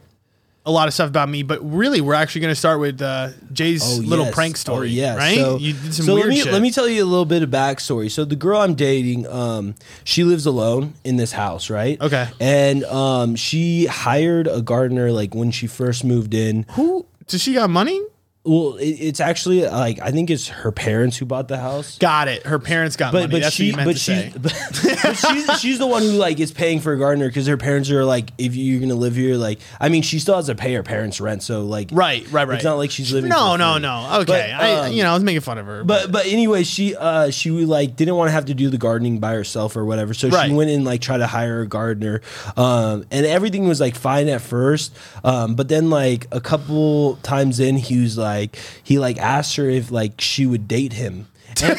Speaker 1: a lot of stuff about me, but really, we're actually going to start with uh, Jay's little
Speaker 2: yes.
Speaker 1: prank story.
Speaker 2: Oh, yes.
Speaker 1: right?
Speaker 2: So,
Speaker 1: you did some
Speaker 2: so
Speaker 1: weird
Speaker 2: let me,
Speaker 1: shit.
Speaker 2: Let me tell you a little bit of backstory. So the girl I'm dating, um, she lives alone in this house, right?
Speaker 1: Okay.
Speaker 2: And um, she hired a gardener like when she first moved in.
Speaker 1: Who? Does she got money?
Speaker 2: Well, it, it's actually like I think it's her parents who bought the house.
Speaker 1: Got it. Her parents got money. That's what you meant
Speaker 2: but
Speaker 1: to
Speaker 2: she,
Speaker 1: say.
Speaker 2: but she's, she's the one who like is paying for a gardener because her parents are like, if you're gonna live here, like, I mean, she still has to pay her parents rent, so like,
Speaker 1: Right, right, right.
Speaker 2: It's not like she's living.
Speaker 1: No,
Speaker 2: for
Speaker 1: no,
Speaker 2: free.
Speaker 1: no. Okay,
Speaker 2: But,
Speaker 1: I,
Speaker 2: um,
Speaker 1: you know, I was making fun of her.
Speaker 2: But but anyway, she uh she like didn't want to have to do the gardening by herself or whatever. So
Speaker 1: Right.
Speaker 2: she went and like tried to hire a gardener. Um and everything was like fine at first. Um but then like a couple times in he was like he like asked her if like she would date him. And,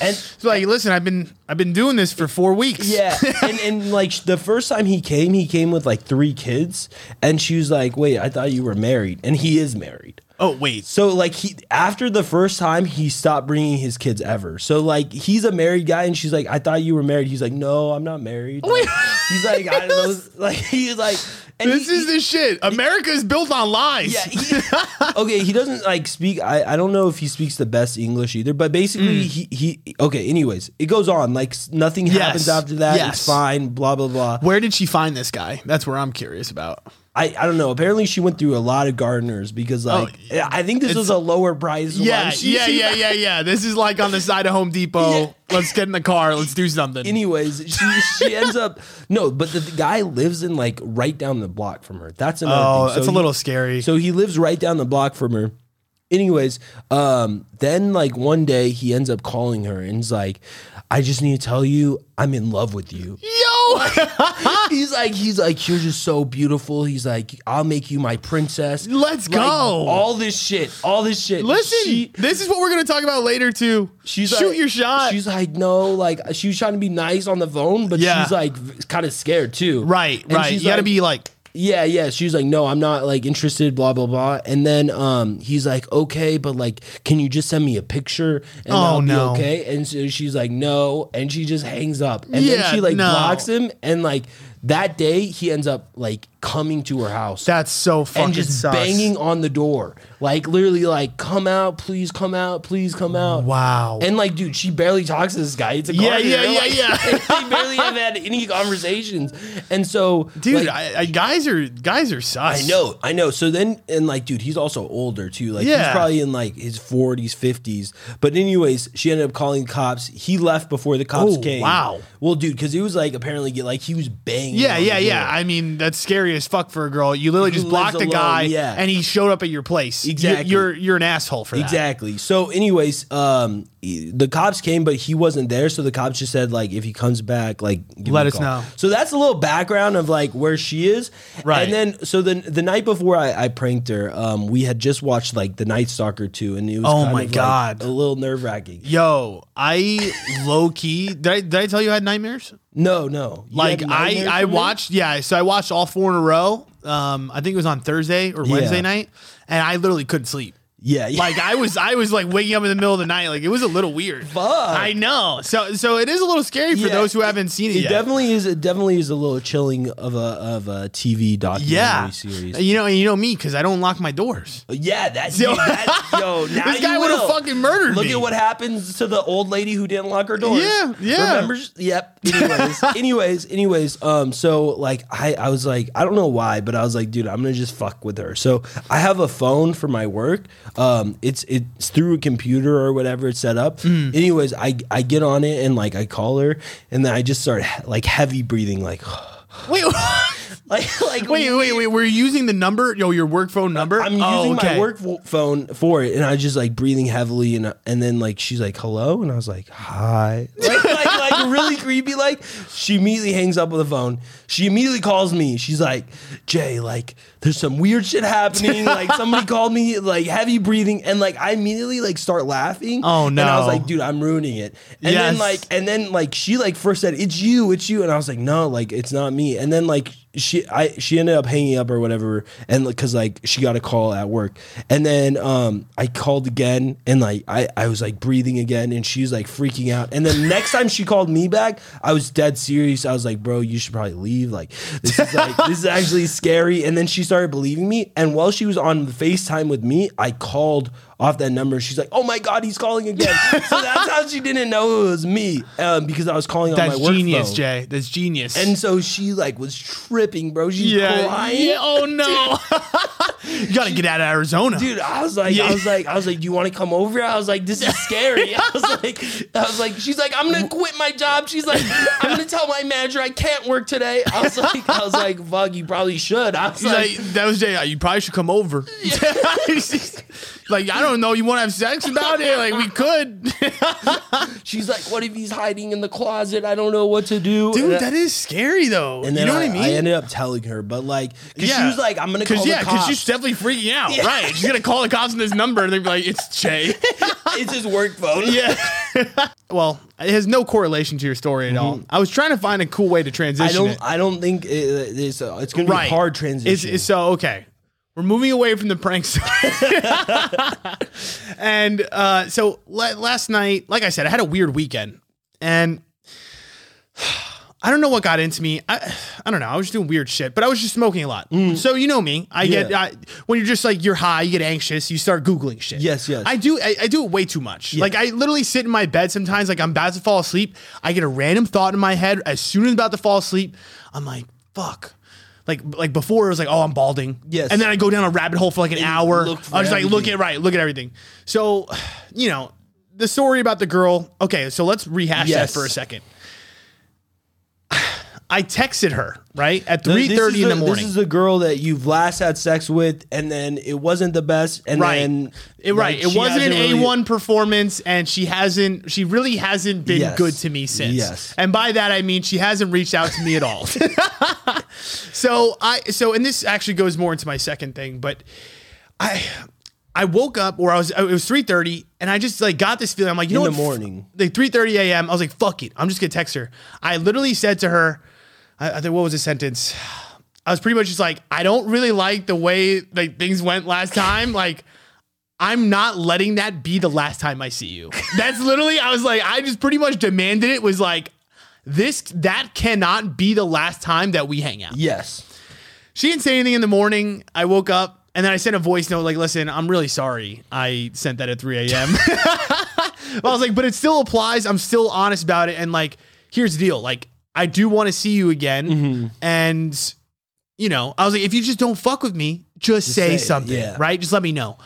Speaker 2: and
Speaker 1: It's like, listen, I've been I've been doing this for four weeks.
Speaker 2: yeah, and, and like sh- the first time he came, he came with like three kids, and she was like, "Wait, I thought you were married," and he is married.
Speaker 1: Oh wait.
Speaker 2: So like he after the first time he stopped bringing his kids ever. So like he's a married guy and she's like I thought you were married. He's like no, I'm not married.
Speaker 1: Wait.
Speaker 2: he's like I don't know. like he's like and
Speaker 1: This
Speaker 2: he-
Speaker 1: is the shit. America is built on lies.
Speaker 2: yeah, he- okay, he doesn't like speak. I, I don't know if he speaks the best English either, but basically
Speaker 1: Mm.
Speaker 2: he, he okay. Anyways, it goes on like s- nothing happens after that.
Speaker 1: yes.
Speaker 2: It's fine. Blah blah blah.
Speaker 1: Where did she find this guy? That's where I'm curious about.
Speaker 2: I, I don't know. Apparently, she went through a lot of gardeners because like I think this was a lower price.
Speaker 1: Yeah,
Speaker 2: one. She-
Speaker 1: Oh, yeah,
Speaker 2: she-
Speaker 1: yeah, yeah, yeah. This is like on the side of Home Depot. Let's get in the car. Let's do something.
Speaker 2: anyways, she she ends up no, but the, the guy lives in like right down the block from her. That's another.
Speaker 1: oh,
Speaker 2: thing. So
Speaker 1: that's a
Speaker 2: he-
Speaker 1: little scary.
Speaker 2: So he lives right down the block from her. Anyways, um, then like one day he ends up calling her and is like, "I just need to tell you, I'm in love with you."
Speaker 1: Yo,
Speaker 2: he's like, he's like, "You're just so beautiful." He's like, "I'll make you my princess."
Speaker 1: Let's
Speaker 2: Like,
Speaker 1: go.
Speaker 2: All this shit. All this shit.
Speaker 1: Listen,
Speaker 2: She-
Speaker 1: this is what we're gonna talk about later too.
Speaker 2: She's
Speaker 1: shoot
Speaker 2: like-
Speaker 1: your shot.
Speaker 2: She's like, no, like she was trying to be nice on the phone, but
Speaker 1: Yeah.
Speaker 2: she's like kind of scared too.
Speaker 1: right,
Speaker 2: And
Speaker 1: right. You
Speaker 2: she's
Speaker 1: gotta
Speaker 2: like-
Speaker 1: be like,
Speaker 2: Yeah, yeah. She's like, no, I'm not like interested. Blah blah blah. And then um, he's like, okay, but like, can you just send me a picture? And
Speaker 1: Oh,
Speaker 2: I'll be
Speaker 1: no.
Speaker 2: okay. And so she's like, no, and she just hangs up. And
Speaker 1: Yeah,
Speaker 2: then she like
Speaker 1: no.
Speaker 2: blocks him. And like that day, he ends up like coming to her house
Speaker 1: that's so fucking
Speaker 2: and just
Speaker 1: sus.
Speaker 2: banging on the door, like literally, like come out, please come out, please come out.
Speaker 1: Wow.
Speaker 2: And like, dude, she barely talks to this guy. It's a
Speaker 1: Yeah,
Speaker 2: gardener.
Speaker 1: yeah, yeah,
Speaker 2: Like,
Speaker 1: yeah.
Speaker 2: they barely have had any conversations, and so
Speaker 1: Dude,
Speaker 2: like,
Speaker 1: I, I, guys are guys are sus.
Speaker 2: I know, I know. So then, and like, dude, he's also older too. Like,
Speaker 1: Yeah.
Speaker 2: he's probably in like his forties, fifties. But anyways, she ended up calling the cops. He left before the cops
Speaker 1: Oh,
Speaker 2: came.
Speaker 1: wow.
Speaker 2: Well, dude, because he was like apparently get like he was banging.
Speaker 1: Yeah,
Speaker 2: on
Speaker 1: yeah,
Speaker 2: the
Speaker 1: yeah.
Speaker 2: door.
Speaker 1: I mean, that's scary as fuck for a girl. You literally just
Speaker 2: Who
Speaker 1: blocked
Speaker 2: lives
Speaker 1: a guy,
Speaker 2: alone, yeah.
Speaker 1: and he showed up at your place. You-
Speaker 2: Exactly.
Speaker 1: You're you're an asshole for that.
Speaker 2: Exactly. So, anyways, um, e- the cops came, but he wasn't there. So the cops just said, like, if he comes back, like, give me
Speaker 1: Let
Speaker 2: a
Speaker 1: us
Speaker 2: call.
Speaker 1: know.
Speaker 2: So that's a little background of like where she is,
Speaker 1: Right.
Speaker 2: And then, so then the night before I, I pranked her, um, we had just watched like The Night Stalker two, and it was
Speaker 1: Oh
Speaker 2: kind
Speaker 1: my
Speaker 2: of, like,
Speaker 1: God.
Speaker 2: a little nerve wracking.
Speaker 1: Yo, I low key did I, did I tell you I had nightmares?
Speaker 2: No, no, You
Speaker 1: Like
Speaker 2: had
Speaker 1: I
Speaker 2: nightmares
Speaker 1: I
Speaker 2: from it?
Speaker 1: watched yeah, so I watched all four in a row. Um, I think it was on Thursday or Wednesday night, and I literally couldn't sleep.
Speaker 2: Yeah, yeah.
Speaker 1: Like I was, I was like waking up in the middle of the night. Like it was a little weird. Fuck. I know. So, so it is a little scary for
Speaker 2: Yeah,
Speaker 1: those who haven't seen it,
Speaker 2: It
Speaker 1: yet.
Speaker 2: definitely is. It definitely is a little chilling of a of a TV documentary
Speaker 1: yeah.
Speaker 2: series.
Speaker 1: You know, you know me because I don't lock my doors.
Speaker 2: Yeah, that,
Speaker 1: So-
Speaker 2: yo, that yo. Now
Speaker 1: This guy
Speaker 2: would
Speaker 1: would've
Speaker 2: have
Speaker 1: fucking murdered
Speaker 2: Look
Speaker 1: me.
Speaker 2: at what happens to the old lady who didn't lock her doors.
Speaker 1: Yeah, yeah.
Speaker 2: Remember? Yep. Anyways, anyways, anyways. Um. So like, I I was like, I don't know why, but I was like, dude, I'm gonna just fuck with her. So I have a phone for my work. Um. It's it's through a computer or whatever it's set up.
Speaker 1: Hmm.
Speaker 2: Anyways, I I get on it and like I call her and then I just start like heavy breathing like.
Speaker 1: Wait,
Speaker 2: Like, like
Speaker 1: wait, wait, wait. We're using the number, yo, your work phone number.
Speaker 2: I'm using
Speaker 1: Oh, okay.
Speaker 2: my work vo- phone for it, and I was just like breathing heavily, and and then like she's like hello, and I was like hi, like, like, like really creepy. Like she immediately hangs up with the phone. She immediately calls me. She's like Jay, like there's some weird shit happening. Like somebody called me, like heavy breathing, and like I immediately like start laughing.
Speaker 1: Oh,
Speaker 2: And I was
Speaker 1: no.
Speaker 2: like, dude, I'm ruining it. And then
Speaker 1: Yes.
Speaker 2: like and then like she like first said it's you it's you and i was like no like it's not me and then like she i she ended up hanging up or whatever and like because like she got a call at work and then um i called again and like i i was like breathing again and she's like freaking out and then next time she called me back i was dead serious i was like bro you should probably leave like this is like this is actually scary and then she started believing me and while she was on facetime with me i called off that number. She's like, "Oh my god, he's calling again." so that's how she didn't know it was me um, because I was calling
Speaker 1: That's
Speaker 2: on my work
Speaker 1: genius,
Speaker 2: phone.
Speaker 1: Jay. That's genius.
Speaker 2: And so she like was tripping, bro. She's
Speaker 1: yeah.
Speaker 2: crying.
Speaker 1: yeah. Oh no. you gotta get out of Arizona.
Speaker 2: Dude, I was like,
Speaker 1: Yeah.
Speaker 2: I was like, I was like, do you want to come over? I was like, this is scary. I was like, I was like, she's like, I'm gonna quit my job. She's like, I'm gonna tell my manager I can't work today. I was like, I was like, fuck, you probably should. I was
Speaker 1: He's
Speaker 2: like,
Speaker 1: like, that was Jay. You probably should come over. like, I don't know. You want to have sex about it? Like, we could.
Speaker 2: she's like, what if he's hiding in the closet? I don't know what to do. And I-
Speaker 1: Dude, that is scary though.
Speaker 2: And then
Speaker 1: you know
Speaker 2: I,
Speaker 1: what I mean?
Speaker 2: I ended up telling her, but like, cause she was like, "I'm gonna call
Speaker 1: yeah,
Speaker 2: the cops."
Speaker 1: she's definitely freaking out,
Speaker 2: Yeah.
Speaker 1: right? She's gonna call the cops on this number, and they're like, "It's Jay."
Speaker 2: it's his work phone.
Speaker 1: yeah. well, it has no correlation to your story at all. I was trying to find a cool way to transition.
Speaker 2: Mm-hmm. I don't.
Speaker 1: it.
Speaker 2: I don't think it, it's. Uh, it's gonna be a hard transition.
Speaker 1: It's- it's- so okay, we're moving away from the prank side. and uh, so la- last night, like I said, I had a weird weekend, and I don't know what got into me. I, I don't know. I was just doing weird shit, but I was just smoking a lot. So you know me. I get
Speaker 2: Mm. Yeah.
Speaker 1: I, when you're just like you're high, you get anxious, you start googling shit.
Speaker 2: Yes, yes.
Speaker 1: I do. I, I do it way too much. Like I literally sit in my bed sometimes. Like I'm about to fall asleep, I get a random thought in my head. As soon as I'm about to fall asleep, I'm like, fuck. Like, like before it was like, oh, I'm balding.
Speaker 2: Yes.
Speaker 1: And then I go down a rabbit hole for like an hour. I
Speaker 2: look
Speaker 1: was
Speaker 2: for
Speaker 1: like, look
Speaker 2: everything.
Speaker 1: at right, look at everything. So, you know, the story about the girl. Okay, so let's rehash
Speaker 2: Yes.
Speaker 1: that for a second. I texted her right at
Speaker 2: No,
Speaker 1: three
Speaker 2: this
Speaker 1: thirty
Speaker 2: is
Speaker 1: in the
Speaker 2: a-
Speaker 1: morning.
Speaker 2: This is a girl that you've last had sex with, and then it wasn't the best, and
Speaker 1: right,
Speaker 2: then
Speaker 1: it, right.
Speaker 2: like,
Speaker 1: It
Speaker 2: she
Speaker 1: wasn't an
Speaker 2: hasn't
Speaker 1: A
Speaker 2: really-
Speaker 1: one performance, and she hasn't. She really hasn't been
Speaker 2: Yes.
Speaker 1: good to me since.
Speaker 2: Yes.
Speaker 1: And by that I mean she hasn't reached out to me at all. so I so and this actually goes more into my second thing, but I. I woke up where I was. It was three thirty, and I just like got this feeling. I'm like, you
Speaker 2: In
Speaker 1: know,
Speaker 2: the
Speaker 1: what?
Speaker 2: morning.
Speaker 1: like three thirty a.m. I was like, fuck it, I'm just gonna text her. I literally said to her, I, I think what was the sentence? I was pretty much just like, I don't really like the way like things went last time. Like, I'm not letting that be the last time I see you. That's literally. I was like, I just pretty much demanded it. Was like, this that cannot be the last time that we hang out.
Speaker 2: Yes.
Speaker 1: She didn't say anything in the morning. I woke up and then I sent a voice note like, listen, I'm really sorry. I sent that at 3 a.m. But I was like, but it still applies. I'm still honest about it. And like, here's the deal. Like, I do want to see you again.
Speaker 2: Mm-hmm.
Speaker 1: And, you know, I was like, if you just don't fuck with me, just, say,
Speaker 2: say it,
Speaker 1: something,
Speaker 2: yeah.
Speaker 1: right? Just let me know.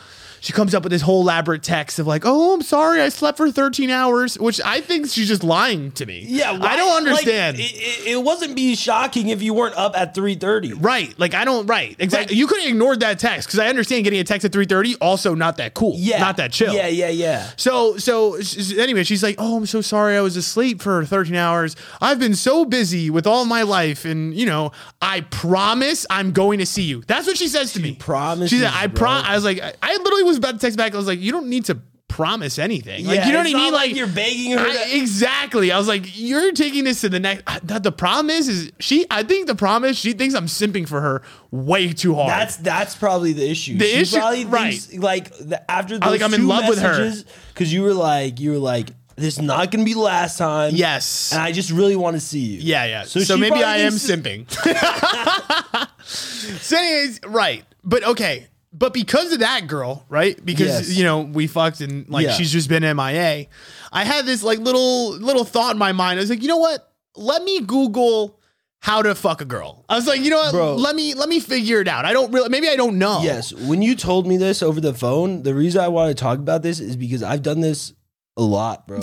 Speaker 1: She comes up with this whole elaborate text of like, oh, I'm sorry, I slept for 13 hours, which I think she's just lying to me.
Speaker 2: Yeah. why-
Speaker 1: I don't
Speaker 2: like,
Speaker 1: understand.
Speaker 2: it, it, it wasn't be shocking if you weren't up at three thirty.
Speaker 1: Right. Like I don't right. Exactly. you could have ignored that text because I understand getting a text at 3:30 also not that cool.
Speaker 2: Yeah.
Speaker 1: Not that chill.
Speaker 2: Yeah. Yeah. Yeah.
Speaker 1: So so s- s- anyway, she's like, "Oh, I'm so sorry. I was asleep for 13 hours. I've been so busy with all my life and, you know, I promise I'm going to see you." That's what she says to me.
Speaker 2: promises,
Speaker 1: She said, "I pro
Speaker 2: bro.
Speaker 1: I was like I, I literally was about to text back. I was like, "You don't need to promise anything. Like you know what I
Speaker 2: it's
Speaker 1: mean?
Speaker 2: not like you're begging her
Speaker 1: I-
Speaker 2: to-
Speaker 1: exactly. I was like, you're taking this to the next. I- The, the problem is, is she? I think the problem is she thinks I'm simping for her way too hard.
Speaker 2: That's that's probably the issue.
Speaker 1: The
Speaker 2: she
Speaker 1: issue-
Speaker 2: probably
Speaker 1: right.
Speaker 2: thinks, like the, after
Speaker 1: I
Speaker 2: those
Speaker 1: think I'm
Speaker 2: two
Speaker 1: in love with her.
Speaker 2: because you were like you were like this is not gonna be last time.
Speaker 1: yes.
Speaker 2: and I just really want to see you.
Speaker 1: yeah, yeah. So,
Speaker 2: she
Speaker 1: maybe
Speaker 2: probably
Speaker 1: I am
Speaker 2: thinks-
Speaker 1: simping. so anyways, right. But okay. But because of that girl, right? Because
Speaker 2: Yes.
Speaker 1: you know we fucked and like
Speaker 2: Yeah.
Speaker 1: she's just been MIA. I had this like little little thought in my mind. I was like, you know what? Let me Google how to fuck a girl. I was like, you know what?
Speaker 2: Bro.
Speaker 1: Let me let me figure it out. I don't really. Maybe I don't know.
Speaker 2: Yes, when you told me this over the phone, the reason I want to talk about this is because I've done this a lot, bro.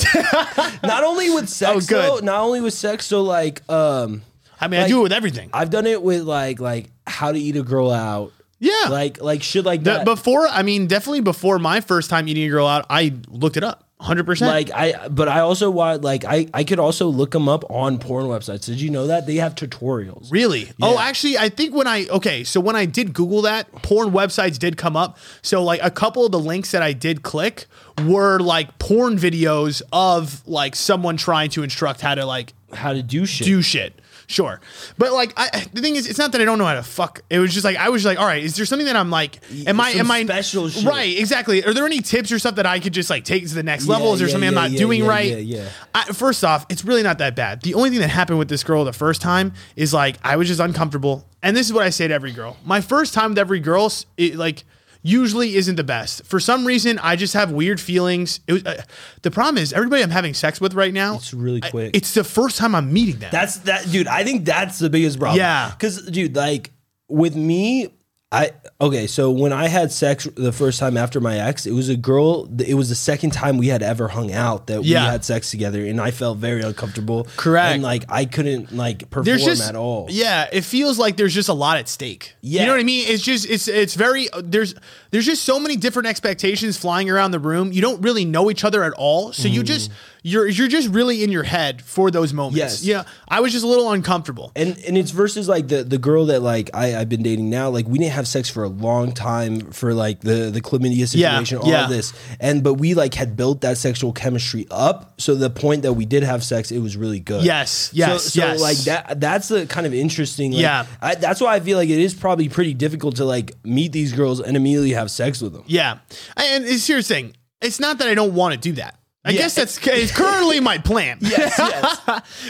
Speaker 2: not only with
Speaker 1: Oh,
Speaker 2: sex,
Speaker 1: good.
Speaker 2: though, not only with sex, so like, um,
Speaker 1: I mean, I
Speaker 2: Like-
Speaker 1: do it with everything.
Speaker 2: I've done it with like, like how to eat a girl out,
Speaker 1: yeah.
Speaker 2: like, like shit like
Speaker 1: The-
Speaker 2: that.
Speaker 1: before, I mean, definitely before my first time eating a girl out, I looked it up. 100%.
Speaker 2: like I, but I also want like I, I could also look them up on porn websites. Did you know that they have tutorials?
Speaker 1: Really? Oh, actually, I think when I okay, so when I did Google that, porn websites did come up. So like a couple of the links that I did click were like porn videos of like someone trying to instruct how to like
Speaker 2: How to do shit?
Speaker 1: do shit. Sure, but like I, the thing is, it's not that I don't know how to fuck. It was just like I was like, all right, is there something that I'm like, am I,
Speaker 2: Some
Speaker 1: am I
Speaker 2: special shit.
Speaker 1: Right, exactly. Are there any tips or stuff that I could just like take to the next level? Is there
Speaker 2: yeah,
Speaker 1: something
Speaker 2: yeah,
Speaker 1: I'm not
Speaker 2: yeah,
Speaker 1: doing
Speaker 2: yeah,
Speaker 1: right?
Speaker 2: yeah, yeah.
Speaker 1: I, first off, it's really not that bad. The only thing that happened with this girl the first time is like I was just uncomfortable, and this is what I say to every girl. My first time with every girl, s- it, like usually isn't the best. For some reason, I just have weird feelings. It was, uh, the problem is everybody I'm having sex with right now.
Speaker 2: It's really
Speaker 1: I-
Speaker 2: quick.
Speaker 1: it's the first time I'm meeting them.
Speaker 2: That's that, dude. I think that's the biggest problem.
Speaker 1: Yeah.
Speaker 2: because dude, like with me, I okay. So when I had sex the first time after my ex, it was a girl. It was the second time we had ever hung out that
Speaker 1: Yeah.
Speaker 2: we had sex together, and I felt very uncomfortable.
Speaker 1: Correct.
Speaker 2: and like I couldn't like perform
Speaker 1: there's just
Speaker 2: at all.
Speaker 1: Yeah, it feels like there's just a lot at stake.
Speaker 2: Yeah.
Speaker 1: you know what I mean. It's just it's it's very there's there's just so many different expectations flying around the room. You don't really know each other at all, so you just you're you're just really in your head for those moments.
Speaker 2: Mm. Yes.
Speaker 1: Yeah, I was just a little uncomfortable.
Speaker 2: And and it's versus like the the girl that like I I've been dating now. Like we didn't have sex for a long time for like the the chlamydia
Speaker 1: Yeah,
Speaker 2: situation, all
Speaker 1: yeah.
Speaker 2: of this. And but we like had built that sexual chemistry up. So the point that we did have sex, it was really good.
Speaker 1: Yes,
Speaker 2: So-
Speaker 1: yes,
Speaker 2: so,
Speaker 1: yes.
Speaker 2: like that that's the kind of interesting. Like,
Speaker 1: Yeah.
Speaker 2: I, that's why I feel like it is probably pretty difficult to like meet these girls and immediately have sex with them.
Speaker 1: Yeah, and it's here's the thing. It's not that I don't want to do that. I
Speaker 2: Yeah.
Speaker 1: guess that's it's currently my plan. Yes,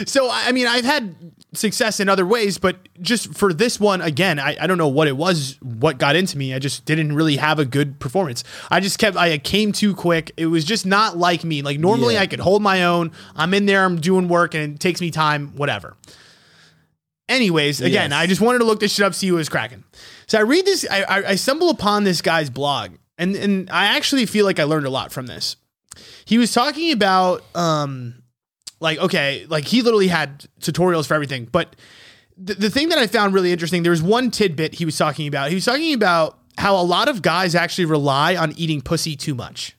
Speaker 1: so I I mean, I've had success in other ways, but just for this one again, I, I don't know what it was, what got into me. I just didn't really have a good performance. I just kept, I came too quick. It was just not like me. Like normally,
Speaker 2: Yeah.
Speaker 1: I could hold my own. I'm in there, I'm doing work, and it takes me time, whatever. Anyways, again,
Speaker 2: Yes.
Speaker 1: I just wanted to look this shit up, see who was cracking. So I read this, I, I, I stumble upon this guy's blog, and, and I actually feel like I learned a lot from this. He was talking about, um, like, okay, like he literally had tutorials for everything, but the, the thing that I found really interesting, there was one tidbit he was talking about. He was talking about how a lot of guys actually rely on eating pussy too much.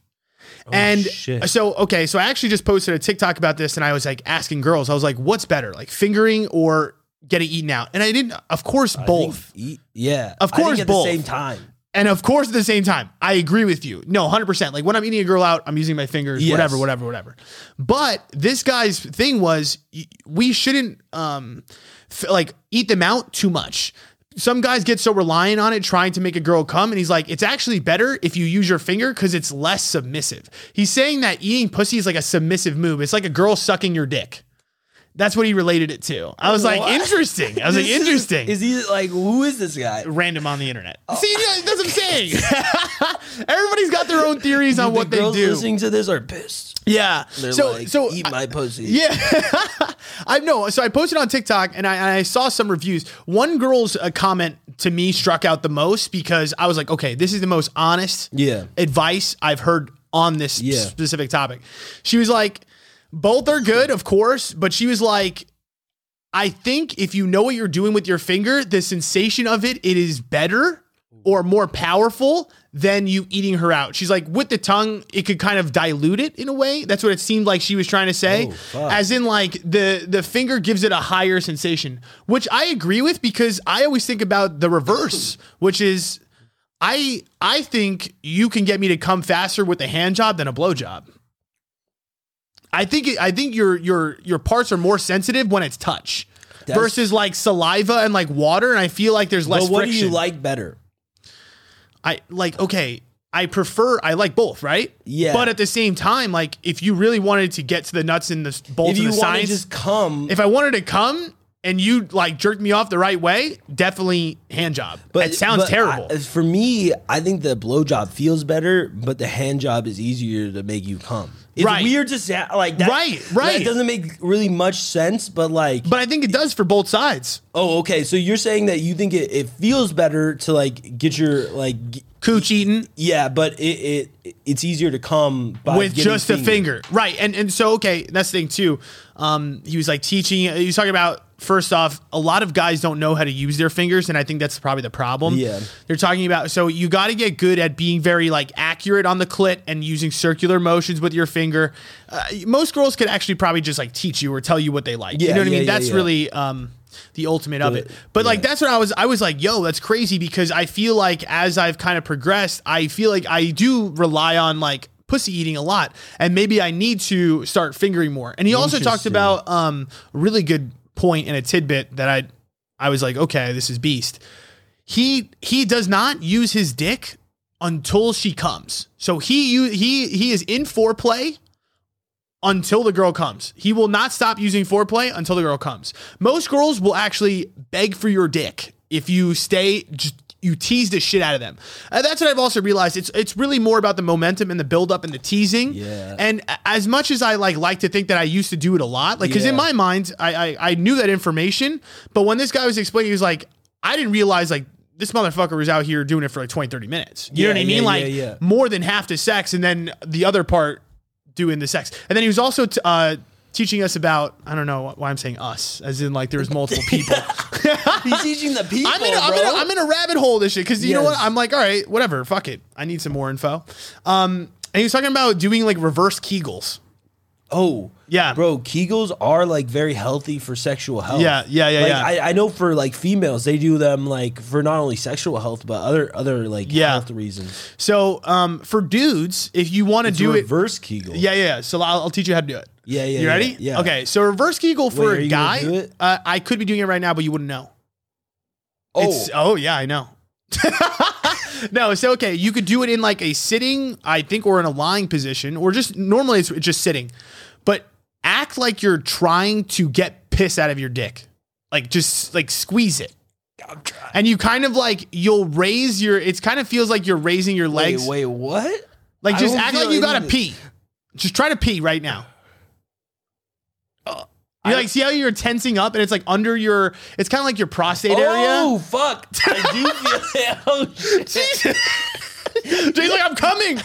Speaker 1: and
Speaker 2: shit.
Speaker 1: so, okay, so I actually just posted a TikTok about this and I was like asking girls, I was like, what's better, like fingering or getting eaten out? And I didn't, of course, both.
Speaker 2: E- Yeah,
Speaker 1: Of
Speaker 2: I think
Speaker 1: course,
Speaker 2: at
Speaker 1: both.
Speaker 2: the same time.
Speaker 1: And of course, at the same time, I agree with you. No, 100%. Like when I'm eating a girl out, I'm using my fingers,
Speaker 2: Yes.
Speaker 1: whatever, whatever, whatever. But this guy's thing was y- we shouldn't um f- like eat them out too much. Some guys get so reliant on it trying to make a girl come and he's like it's actually better if you use your finger cuz it's less submissive. He's saying that eating pussy is like a submissive move. It's like a girl sucking your dick. That's what he related it to. I was like,
Speaker 2: What?
Speaker 1: interesting. I was like,
Speaker 2: This is-
Speaker 1: interesting
Speaker 2: Is he like who is this guy?
Speaker 1: random on the internet. See, yeah, that's what I'm saying. Oh. Everybody's got their own theories on
Speaker 2: The
Speaker 1: what they
Speaker 2: girls
Speaker 1: do.
Speaker 2: listening to this are pissed.
Speaker 1: yeah.
Speaker 2: They're
Speaker 1: so,
Speaker 2: like, e-
Speaker 1: so
Speaker 2: eat
Speaker 1: I-
Speaker 2: my pussy.
Speaker 1: yeah, I know. So I posted on TikTok and I, and I saw some reviews. One girl's uh, comment to me struck out the most because I was like, okay, this is the most honest
Speaker 2: Yeah.
Speaker 1: advice I've heard on this
Speaker 2: Yeah.
Speaker 1: specific topic. She was like, both are good, of course, but she was like, I think if you know what you're doing with your finger, the sensation of it, it is better or more powerful than you eating her out. She's like, with the tongue, it could kind of dilute it in a way. That's what it seemed like she was trying to say. As in like the the finger gives it a higher sensation, which I agree with because I always think about the reverse, which is I I think you can get me to come faster with a hand job than a blow job. I think it- I think your your your parts are more sensitive when it's touch versus like saliva and like water, and I feel like there's less
Speaker 2: But what
Speaker 1: friction.
Speaker 2: do you like better?
Speaker 1: I like okay. I prefer I like both, right?
Speaker 2: Yeah.
Speaker 1: But at the same time, like if you really wanted to get to the nuts and the s- bolts and
Speaker 2: If you
Speaker 1: the
Speaker 2: want to
Speaker 1: science,
Speaker 2: just come,
Speaker 1: if I wanted to come and you like jerked me off the right way, definitely hand job. But it sounds
Speaker 2: but
Speaker 1: terrible.
Speaker 2: I- for me, I think the blowjob feels better, but the hand job is easier to make you come. It's
Speaker 1: Right.
Speaker 2: weird to say like that.
Speaker 1: Right, right.
Speaker 2: That doesn't make really much sense, but like,
Speaker 1: but I think it does for both sides.
Speaker 2: oh, okay. So you're saying that you think it, it feels better to like get your like, g-
Speaker 1: Cooch eating
Speaker 2: yeah, but it, it it's easier to come by
Speaker 1: with
Speaker 2: getting
Speaker 1: just a finger. Right. And and so okay, that's the thing too. Um he was like teaching he was talking about first off, a lot of guys don't know how to use their fingers, and I think that's probably the problem.
Speaker 2: Yeah.
Speaker 1: They're talking about so you gotta get good at being very like accurate on the clit and using circular motions with your finger. Uh, most girls could actually probably just like teach you or tell you what they like. you
Speaker 2: Yeah,
Speaker 1: know what
Speaker 2: yeah,
Speaker 1: I mean?
Speaker 2: yeah,
Speaker 1: That's
Speaker 2: yeah.
Speaker 1: really really, um the ultimate of it. But like that's what I was I was like, yo, that's crazy because I feel like as I've kind of progressed, I feel like I do rely on like pussy eating a lot and maybe I need to start fingering more. And he also talked
Speaker 2: Interesting.
Speaker 1: about um a really good point and a tidbit that I I was like, okay, this is beast. He he does not use his dick until she comes. So he u- he he is in foreplay until the girl comes. He will not stop using foreplay until the girl comes. Most girls will actually beg for your dick if you stay. Just, you tease the shit out of them. Uh, that's what I've also realized. It's it's really more about the momentum and the buildup and the teasing.
Speaker 2: Yeah.
Speaker 1: And a- as much as I like like to think that I used to do it a lot, like because in
Speaker 2: Yeah.
Speaker 1: my mind I, I I knew that information, but when this guy was explaining, he was like, I didn't realize like. This motherfucker was out here doing it for like 20, 30 minutes. You know
Speaker 2: Yeah,
Speaker 1: what I
Speaker 2: yeah,
Speaker 1: mean?
Speaker 2: yeah,
Speaker 1: like
Speaker 2: yeah.
Speaker 1: more than half the sex, and then the other part doing the sex. And then he was also t- uh, teaching us about I don't know why I'm saying us, as in like there's multiple people.
Speaker 2: He's teaching the people.
Speaker 1: I'm in, a, I'm, in
Speaker 2: bro.
Speaker 1: a, I'm in a rabbit hole this shit because you know what?
Speaker 2: Yes.
Speaker 1: I'm like, all right, whatever, fuck it. I need some more info. Um, and he was talking about doing like reverse Kegels.
Speaker 2: Oh
Speaker 1: Yeah.
Speaker 2: bro. Kegels are like very healthy for sexual health.
Speaker 1: Yeah, yeah, yeah,
Speaker 2: Oh. Like,
Speaker 1: yeah.
Speaker 2: I, I know for like females, they do them like for not only sexual health but other other like
Speaker 1: Yeah.
Speaker 2: health reasons.
Speaker 1: So um, for dudes, if you want to do it,
Speaker 2: reverse Kegel.
Speaker 1: yeah, yeah. yeah. So I'll, I'll teach you how to do it.
Speaker 2: Yeah, yeah,
Speaker 1: You
Speaker 2: yeah,
Speaker 1: ready?
Speaker 2: yeah.
Speaker 1: Okay. So reverse Kegel for
Speaker 2: Wait, are
Speaker 1: a
Speaker 2: you gonna
Speaker 1: guy,
Speaker 2: do it?
Speaker 1: uh, I could be doing it right now, but you wouldn't know.
Speaker 2: Oh,
Speaker 1: It's, oh yeah, I know. no, it's okay. You could do it in like a sitting, I think, or in a lying position, or just normally it's just sitting. But act like you're trying to get piss out of your dick, like just like squeeze it. And you kind of like you'll raise your. It's kind of feels like you're raising your legs.
Speaker 2: wait, wait, what?
Speaker 1: like
Speaker 2: I
Speaker 1: just
Speaker 2: don't
Speaker 1: act
Speaker 2: feel
Speaker 1: like you gotta
Speaker 2: anything.
Speaker 1: pee. Just try to pee right now.
Speaker 2: Uh,
Speaker 1: You like see how you're tensing up, and it's like under your. It's kind of like your prostate area.
Speaker 2: Oh fuck! I do feel it. Oh shit!
Speaker 1: Jay's like, I'm coming.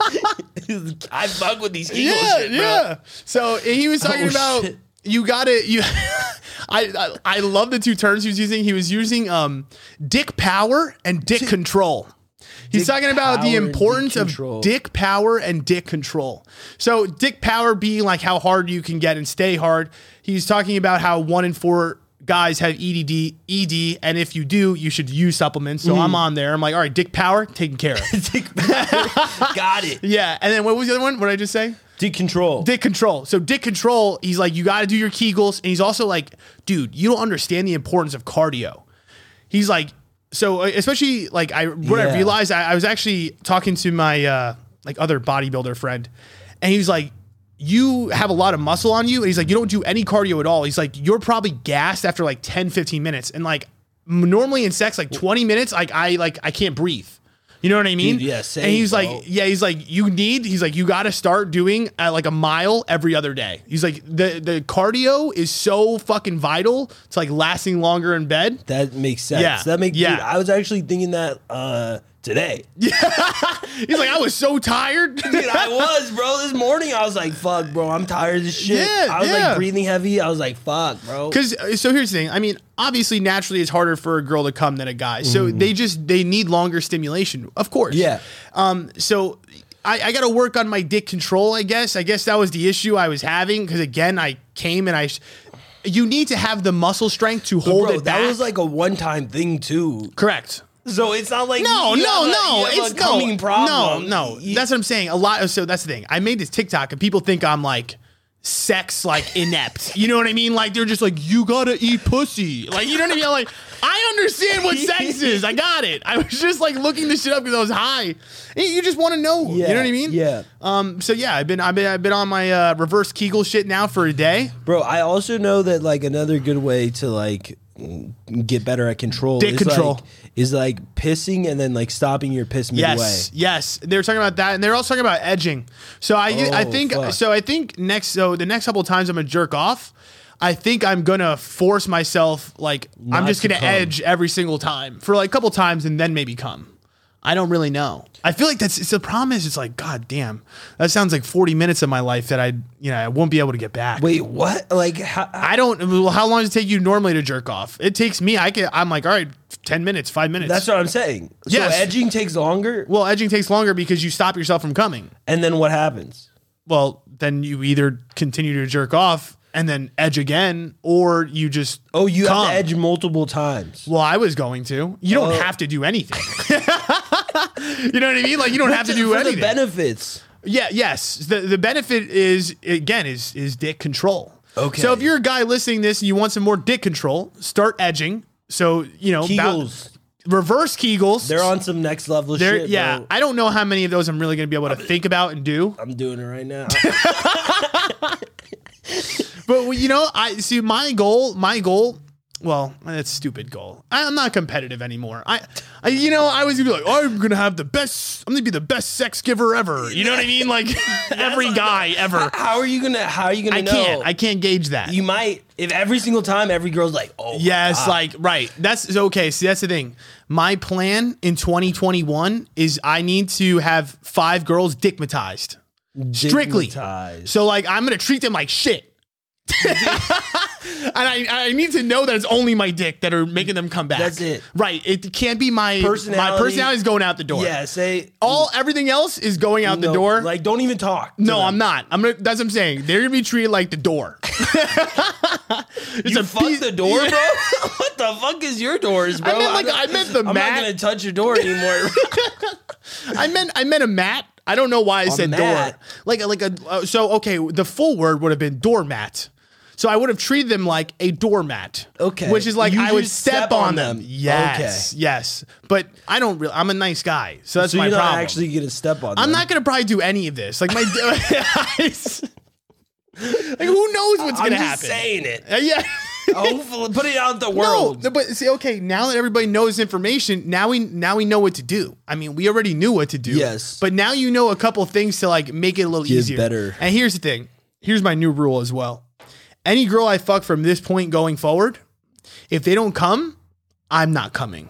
Speaker 2: I fuck with these Kegels.
Speaker 1: yeah,
Speaker 2: shit, bro.
Speaker 1: yeah. So he was talking
Speaker 2: Oh,
Speaker 1: about
Speaker 2: shit.
Speaker 1: you got to you. I, I I love the two terms he was using. He was using um dick power and dick control. He's
Speaker 2: Dick
Speaker 1: talking about
Speaker 2: power
Speaker 1: the
Speaker 2: and dick
Speaker 1: importance
Speaker 2: control.
Speaker 1: of dick power and dick control. So dick power being like how hard you can get and stay hard. He's talking about how one in four guys have E EDD, ED, and if you do, you should use supplements. So
Speaker 2: Mm.
Speaker 1: I'm on there. I'm like, all right, dick power taken care of.
Speaker 2: Got it.
Speaker 1: yeah. And then what was the other one? What did I just say?
Speaker 2: Dick control.
Speaker 1: Dick control. So Dick control, he's like, you got to do your Kegels, and he's also like, dude, you don't understand the importance of cardio. He's like, so uh, especially like I what I
Speaker 2: Yeah.
Speaker 1: realized I, I was actually talking to my uh, like other bodybuilder friend, and he was like, you have a lot of muscle on you, and he's like, you don't do any cardio at all. He's like, you're probably gassed after like 10, 15 minutes, and like m- normally in sex, like 20 minutes, like I like I can't breathe. You know what I mean?
Speaker 2: Dude, yeah, same,
Speaker 1: and he's
Speaker 2: bro.
Speaker 1: like, yeah, he's like, you need, he's like, you got to start doing uh, like a mile every other day. He's like, the the cardio is so fucking vital to like lasting longer in bed.
Speaker 2: That makes sense.
Speaker 1: Yeah,
Speaker 2: That makes.
Speaker 1: yeah.
Speaker 2: Dude, I was actually thinking that uh, today.
Speaker 1: He's like, I was so tired.
Speaker 2: Dude, I was, bro. This morning I was like, fuck, bro. I'm tired of this shit.
Speaker 1: Yeah,
Speaker 2: I was
Speaker 1: yeah.
Speaker 2: like breathing heavy. I was like, fuck, bro.
Speaker 1: Because uh, so here's the thing. I mean, obviously, naturally, it's harder for a girl to come than a guy. So they just they need longer stimulation, of course.
Speaker 2: Mm-hmm. Yeah.
Speaker 1: Um. So I, I got to work on my dick control. I guess. I guess that was the issue I was having because again, I came and I. you need to have the muscle strength to hold
Speaker 2: Bro,
Speaker 1: it back.
Speaker 2: that was like a one-time thing too.
Speaker 1: correct.
Speaker 2: So it's not like
Speaker 1: No,
Speaker 2: you
Speaker 1: no,
Speaker 2: have a-
Speaker 1: no.
Speaker 2: you have
Speaker 1: It's
Speaker 2: a coming
Speaker 1: no,
Speaker 2: problem.
Speaker 1: No, no. That's what I'm saying. A lot. Of, so that's the thing. I made this TikTok and people think I'm like sex like inept. You know what I mean? Like they're just like you gotta eat pussy. Like you know what I mean? I'm like I understand what sex is. I got it. I was just like looking this shit up because I was high. And you just want to know. you know what I mean?
Speaker 2: Yeah.
Speaker 1: Um. So yeah, I've been I've been I've been on my uh, reverse Kegel shit now for a day.
Speaker 2: Bro, I also know that like another good way to like get better at control
Speaker 1: Dick
Speaker 2: is
Speaker 1: control.
Speaker 2: like is like pissing and then like stopping your piss midway.
Speaker 1: Yes, yes. They were talking about that, and they were also talking about edging. So I, I
Speaker 2: Oh,
Speaker 1: think,
Speaker 2: fuck.
Speaker 1: so I think next, so the next couple of times I'm gonna jerk off, I think I'm gonna force myself, like I'm
Speaker 2: Not
Speaker 1: just
Speaker 2: to
Speaker 1: gonna
Speaker 2: come.
Speaker 1: edge every single time for like a couple times, and then maybe come. I don't really know. I feel like that's it's the problem is it's like God damn, that sounds like 40 minutes of my life that I, you know, I won't be able to get back.
Speaker 2: Wait, what? Like how,
Speaker 1: I don't. Well, how long does it take you normally to jerk off? It takes me. I can. I'm like, all right, ten minutes, five minutes.
Speaker 2: that's what I'm saying.
Speaker 1: Yes.
Speaker 2: So edging takes longer
Speaker 1: Well, edging takes longer because you stop yourself from coming.
Speaker 2: and then what happens?
Speaker 1: well, then you either continue to jerk off and then edge again, or you just
Speaker 2: Oh, you
Speaker 1: come.
Speaker 2: have to edge multiple times.
Speaker 1: Well, I was going to. You don't
Speaker 2: Oh.
Speaker 1: have to do anything. you know what I mean? Like you don't have to do
Speaker 2: For
Speaker 1: anything.
Speaker 2: the benefits.
Speaker 1: yeah. Yes. The the benefit is again is is dick control.
Speaker 2: Okay.
Speaker 1: So if you're a guy listening to this and you want some more dick control, start edging. So you know bow-
Speaker 2: Kegels.
Speaker 1: reverse Kegels.
Speaker 2: They're on some next level
Speaker 1: They're-
Speaker 2: shit.
Speaker 1: yeah,
Speaker 2: bro.
Speaker 1: I don't know how many of those I'm really going to be able to think about and do.
Speaker 2: I'm doing it right now.
Speaker 1: But well, you know, I see my goal. My goal. Well, that's a stupid goal. I, I'm not competitive anymore. I, I, you know, I was gonna be like, I'm gonna have the best. I'm gonna be the best sex giver ever. You know what I mean? Like every guy ever.
Speaker 2: how are you gonna how are you gonna
Speaker 1: I
Speaker 2: know?
Speaker 1: can't. I can't gauge that.
Speaker 2: you might if every single time every girl's like, oh my
Speaker 1: Yes,
Speaker 2: God.
Speaker 1: like right. That's is okay. See, that's the thing. My plan in 2021 is I need to have five girls dickmatized. Strictly.
Speaker 2: Dignitized.
Speaker 1: So like I'm gonna treat them like shit. and I, I need to know that it's only my dick that are making them come back.
Speaker 2: That's it.
Speaker 1: Right. It can't be my My
Speaker 2: Personality.
Speaker 1: personality is going out the door.
Speaker 2: Yeah, say
Speaker 1: All everything else is going out
Speaker 2: No,
Speaker 1: Oh, the door.
Speaker 2: Like, don't even talk. to
Speaker 1: no,
Speaker 2: them.
Speaker 1: I'm not. I'm gonna. That's what I'm saying. They're gonna be treated like the door. it's
Speaker 2: You
Speaker 1: a
Speaker 2: fuck
Speaker 1: piece-
Speaker 2: the door, bro. what the fuck is your doors, bro?
Speaker 1: I meant
Speaker 2: I'm
Speaker 1: like-
Speaker 2: not-
Speaker 1: I meant the
Speaker 2: I'm
Speaker 1: mat.
Speaker 2: not gonna touch your door anymore.
Speaker 1: I meant I meant a mat. I don't know why I said
Speaker 2: mat.
Speaker 1: door. Like a- like a uh, so okay. The full word would have been doormat. So I would have treated them like a doormat.
Speaker 2: Okay.
Speaker 1: which is like
Speaker 2: You
Speaker 1: I would
Speaker 2: just
Speaker 1: step, on, them. Yes,
Speaker 2: Okay.
Speaker 1: yes. But I don't. Really, I'm a nice guy, so that's
Speaker 2: so
Speaker 1: my
Speaker 2: you're not
Speaker 1: problem.
Speaker 2: actually gonna step on.
Speaker 1: I'm
Speaker 2: them.
Speaker 1: not gonna probably do any of this. Like my like who knows what's
Speaker 2: I'm
Speaker 1: gonna happen?
Speaker 2: just saying it.
Speaker 1: Uh, yeah.
Speaker 2: Hopefully, put it out in the
Speaker 1: No,
Speaker 2: world.
Speaker 1: th- but see, okay, now that everybody knows information, now we now we know what to do. I mean, we already knew what to do.
Speaker 2: Yes.
Speaker 1: but now you know a couple things to like make it a little
Speaker 2: Give
Speaker 1: easier.
Speaker 2: better.
Speaker 1: And here's the thing. Here's my new rule as well. Any girl I fuck from this point going forward, if they don't come, I'm not coming.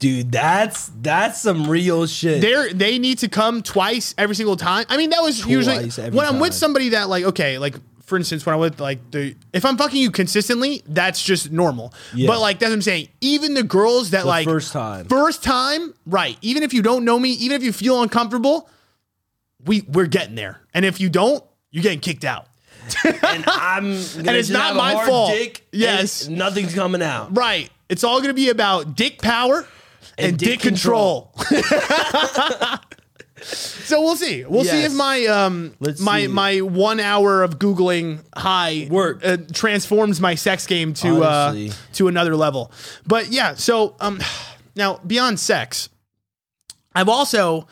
Speaker 2: Dude, that's that's some real shit.
Speaker 1: They they need to come twice every single time. I mean, that was usually
Speaker 2: Twice every
Speaker 1: when I'm with
Speaker 2: time.
Speaker 1: somebody that like okay, like for instance, when I'm with like the if I'm fucking you consistently, that's just normal.
Speaker 2: Yeah.
Speaker 1: But like that's what I'm saying. Even the girls that
Speaker 2: The
Speaker 1: like
Speaker 2: first time.
Speaker 1: first time, right? Even if you don't know me, even if you feel uncomfortable, we we're getting there. And if you don't, you're getting kicked out.
Speaker 2: and I'm gonna
Speaker 1: And it's
Speaker 2: just
Speaker 1: not
Speaker 2: have a
Speaker 1: my
Speaker 2: hard
Speaker 1: fault.
Speaker 2: Dick
Speaker 1: Yes.
Speaker 2: and nothing's coming out.
Speaker 1: Right. It's all gonna be about dick power and,
Speaker 2: And
Speaker 1: dick,
Speaker 2: dick
Speaker 1: control. so we'll see. We'll see
Speaker 2: Yes.
Speaker 1: if my um
Speaker 2: Let's
Speaker 1: my
Speaker 2: see.
Speaker 1: my one hour of googling high
Speaker 2: Worked.
Speaker 1: uh, transforms my sex game to uh,
Speaker 2: Honestly.
Speaker 1: to another level. But yeah, so um now beyond sex, I've also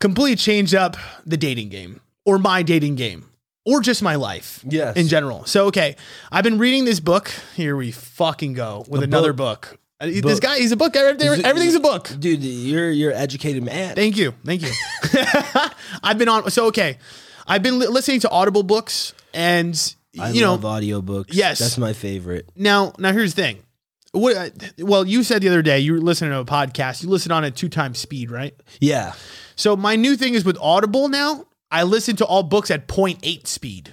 Speaker 1: completely changed up the dating game or my dating game or just my life
Speaker 2: Yes.
Speaker 1: in general. So, okay, I've been reading this book. Here we fucking go with another book. Uh, This
Speaker 2: Book.
Speaker 1: guy, he's a book. Everything- Everything's a book.
Speaker 2: dude. You're you're an educated man.
Speaker 1: Thank you. Thank you. I've been on. So, okay, I've been li- listening to Audible books and,
Speaker 2: I
Speaker 1: you know,
Speaker 2: love audiobooks.
Speaker 1: Yes.
Speaker 2: that's my favorite.
Speaker 1: now, now here's the thing. What, I- well, you said the other day you were listening to a podcast. You listened on at two times speed, right?
Speaker 2: Yeah,
Speaker 1: So my new thing is with Audible now. I listen to all books at 0.8 speed.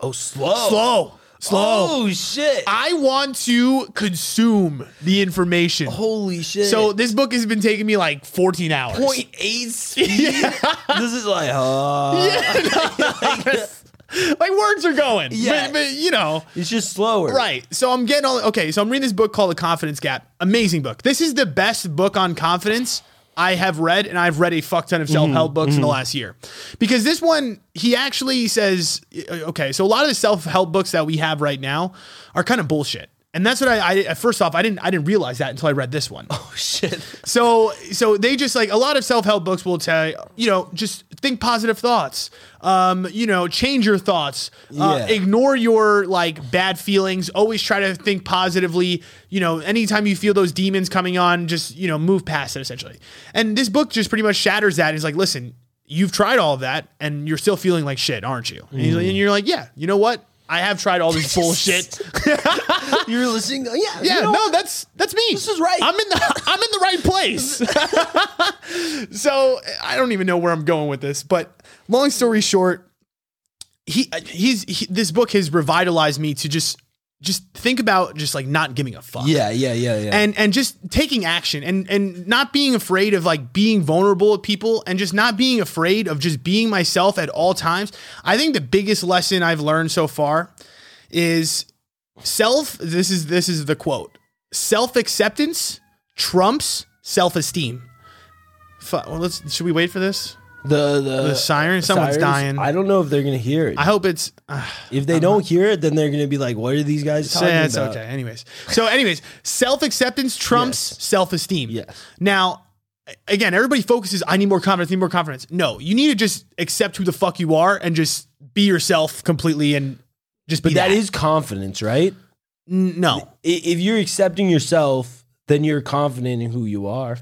Speaker 2: Oh, slow.
Speaker 1: Slow. Slow.
Speaker 2: Oh, shit.
Speaker 1: I want to consume the information.
Speaker 2: Oh, Holy shit.
Speaker 1: so this book has been taking me like 14 hours.
Speaker 2: point eight speed. this is like, uh,
Speaker 1: Yeah, no, no, it's- like words are going.
Speaker 2: Yeah.
Speaker 1: But, but, you know.
Speaker 2: It's just slower.
Speaker 1: Right. So I'm getting all okay. So I'm reading this book called The Confidence Gap. Amazing book. This is the best book on confidence I have read, and I've read a fuck ton
Speaker 2: Mm-hmm.
Speaker 1: of self help books in the last year because this one he actually says okay. So a lot of the self help books that we have right now are kind of bullshit. And that's what I, I first off I didn't I didn't realize that until I read this one.
Speaker 2: Oh shit.
Speaker 1: So so they just like a lot of self help books will tell you, you know just think positive thoughts, um, you know change your thoughts, uh,
Speaker 2: Yeah.
Speaker 1: ignore your like bad feelings. Always try to think positively. You know anytime you feel those demons coming on, just you know move past it essentially. And this book just pretty much shatters that. It's like listen, you've tried all of that and you're still feeling like shit, aren't you? And, he's like- and you're like yeah, you know what? I have tried all this bullshit.
Speaker 2: You're listening. Yeah.
Speaker 1: Yeah,
Speaker 2: you know-
Speaker 1: no, that's that's me.
Speaker 2: This is right.
Speaker 1: I'm in the I'm in the right place. so I don't even know where I'm going with this, but long story short, he uh, he's he, this book has revitalized me to just just think about just like not giving a fuck
Speaker 2: Yeah. Yeah. Yeah. Yeah.
Speaker 1: and and just taking action and and not being afraid of like being vulnerable with people and just not being afraid of just being myself at all times. I think the biggest lesson I've learned so far is self this is this is the quote. Self-acceptance trumps self-esteem. Fu- Well, let's should we wait for this?
Speaker 2: the the,
Speaker 1: The siren, someone's
Speaker 2: sirens,
Speaker 1: dying.
Speaker 2: I
Speaker 1: I,
Speaker 2: don't know if they're gonna hear it.
Speaker 1: hope it's uh,
Speaker 2: if they don't hear it, then they're gonna be like, "What are these guys talking
Speaker 1: it's
Speaker 2: about?"
Speaker 1: okay. Anyways. So anyways, self-acceptance trumps
Speaker 2: Yes.
Speaker 1: self-esteem.
Speaker 2: Yes.
Speaker 1: Now, a- again, everybody focuses. I need more confidence. I Need more confidence. No, you need to just accept who the fuck you are and just be yourself completely and just be.
Speaker 2: But that is confidence, right?
Speaker 1: N- no.
Speaker 2: I- If you're accepting yourself, then you're confident in who you are.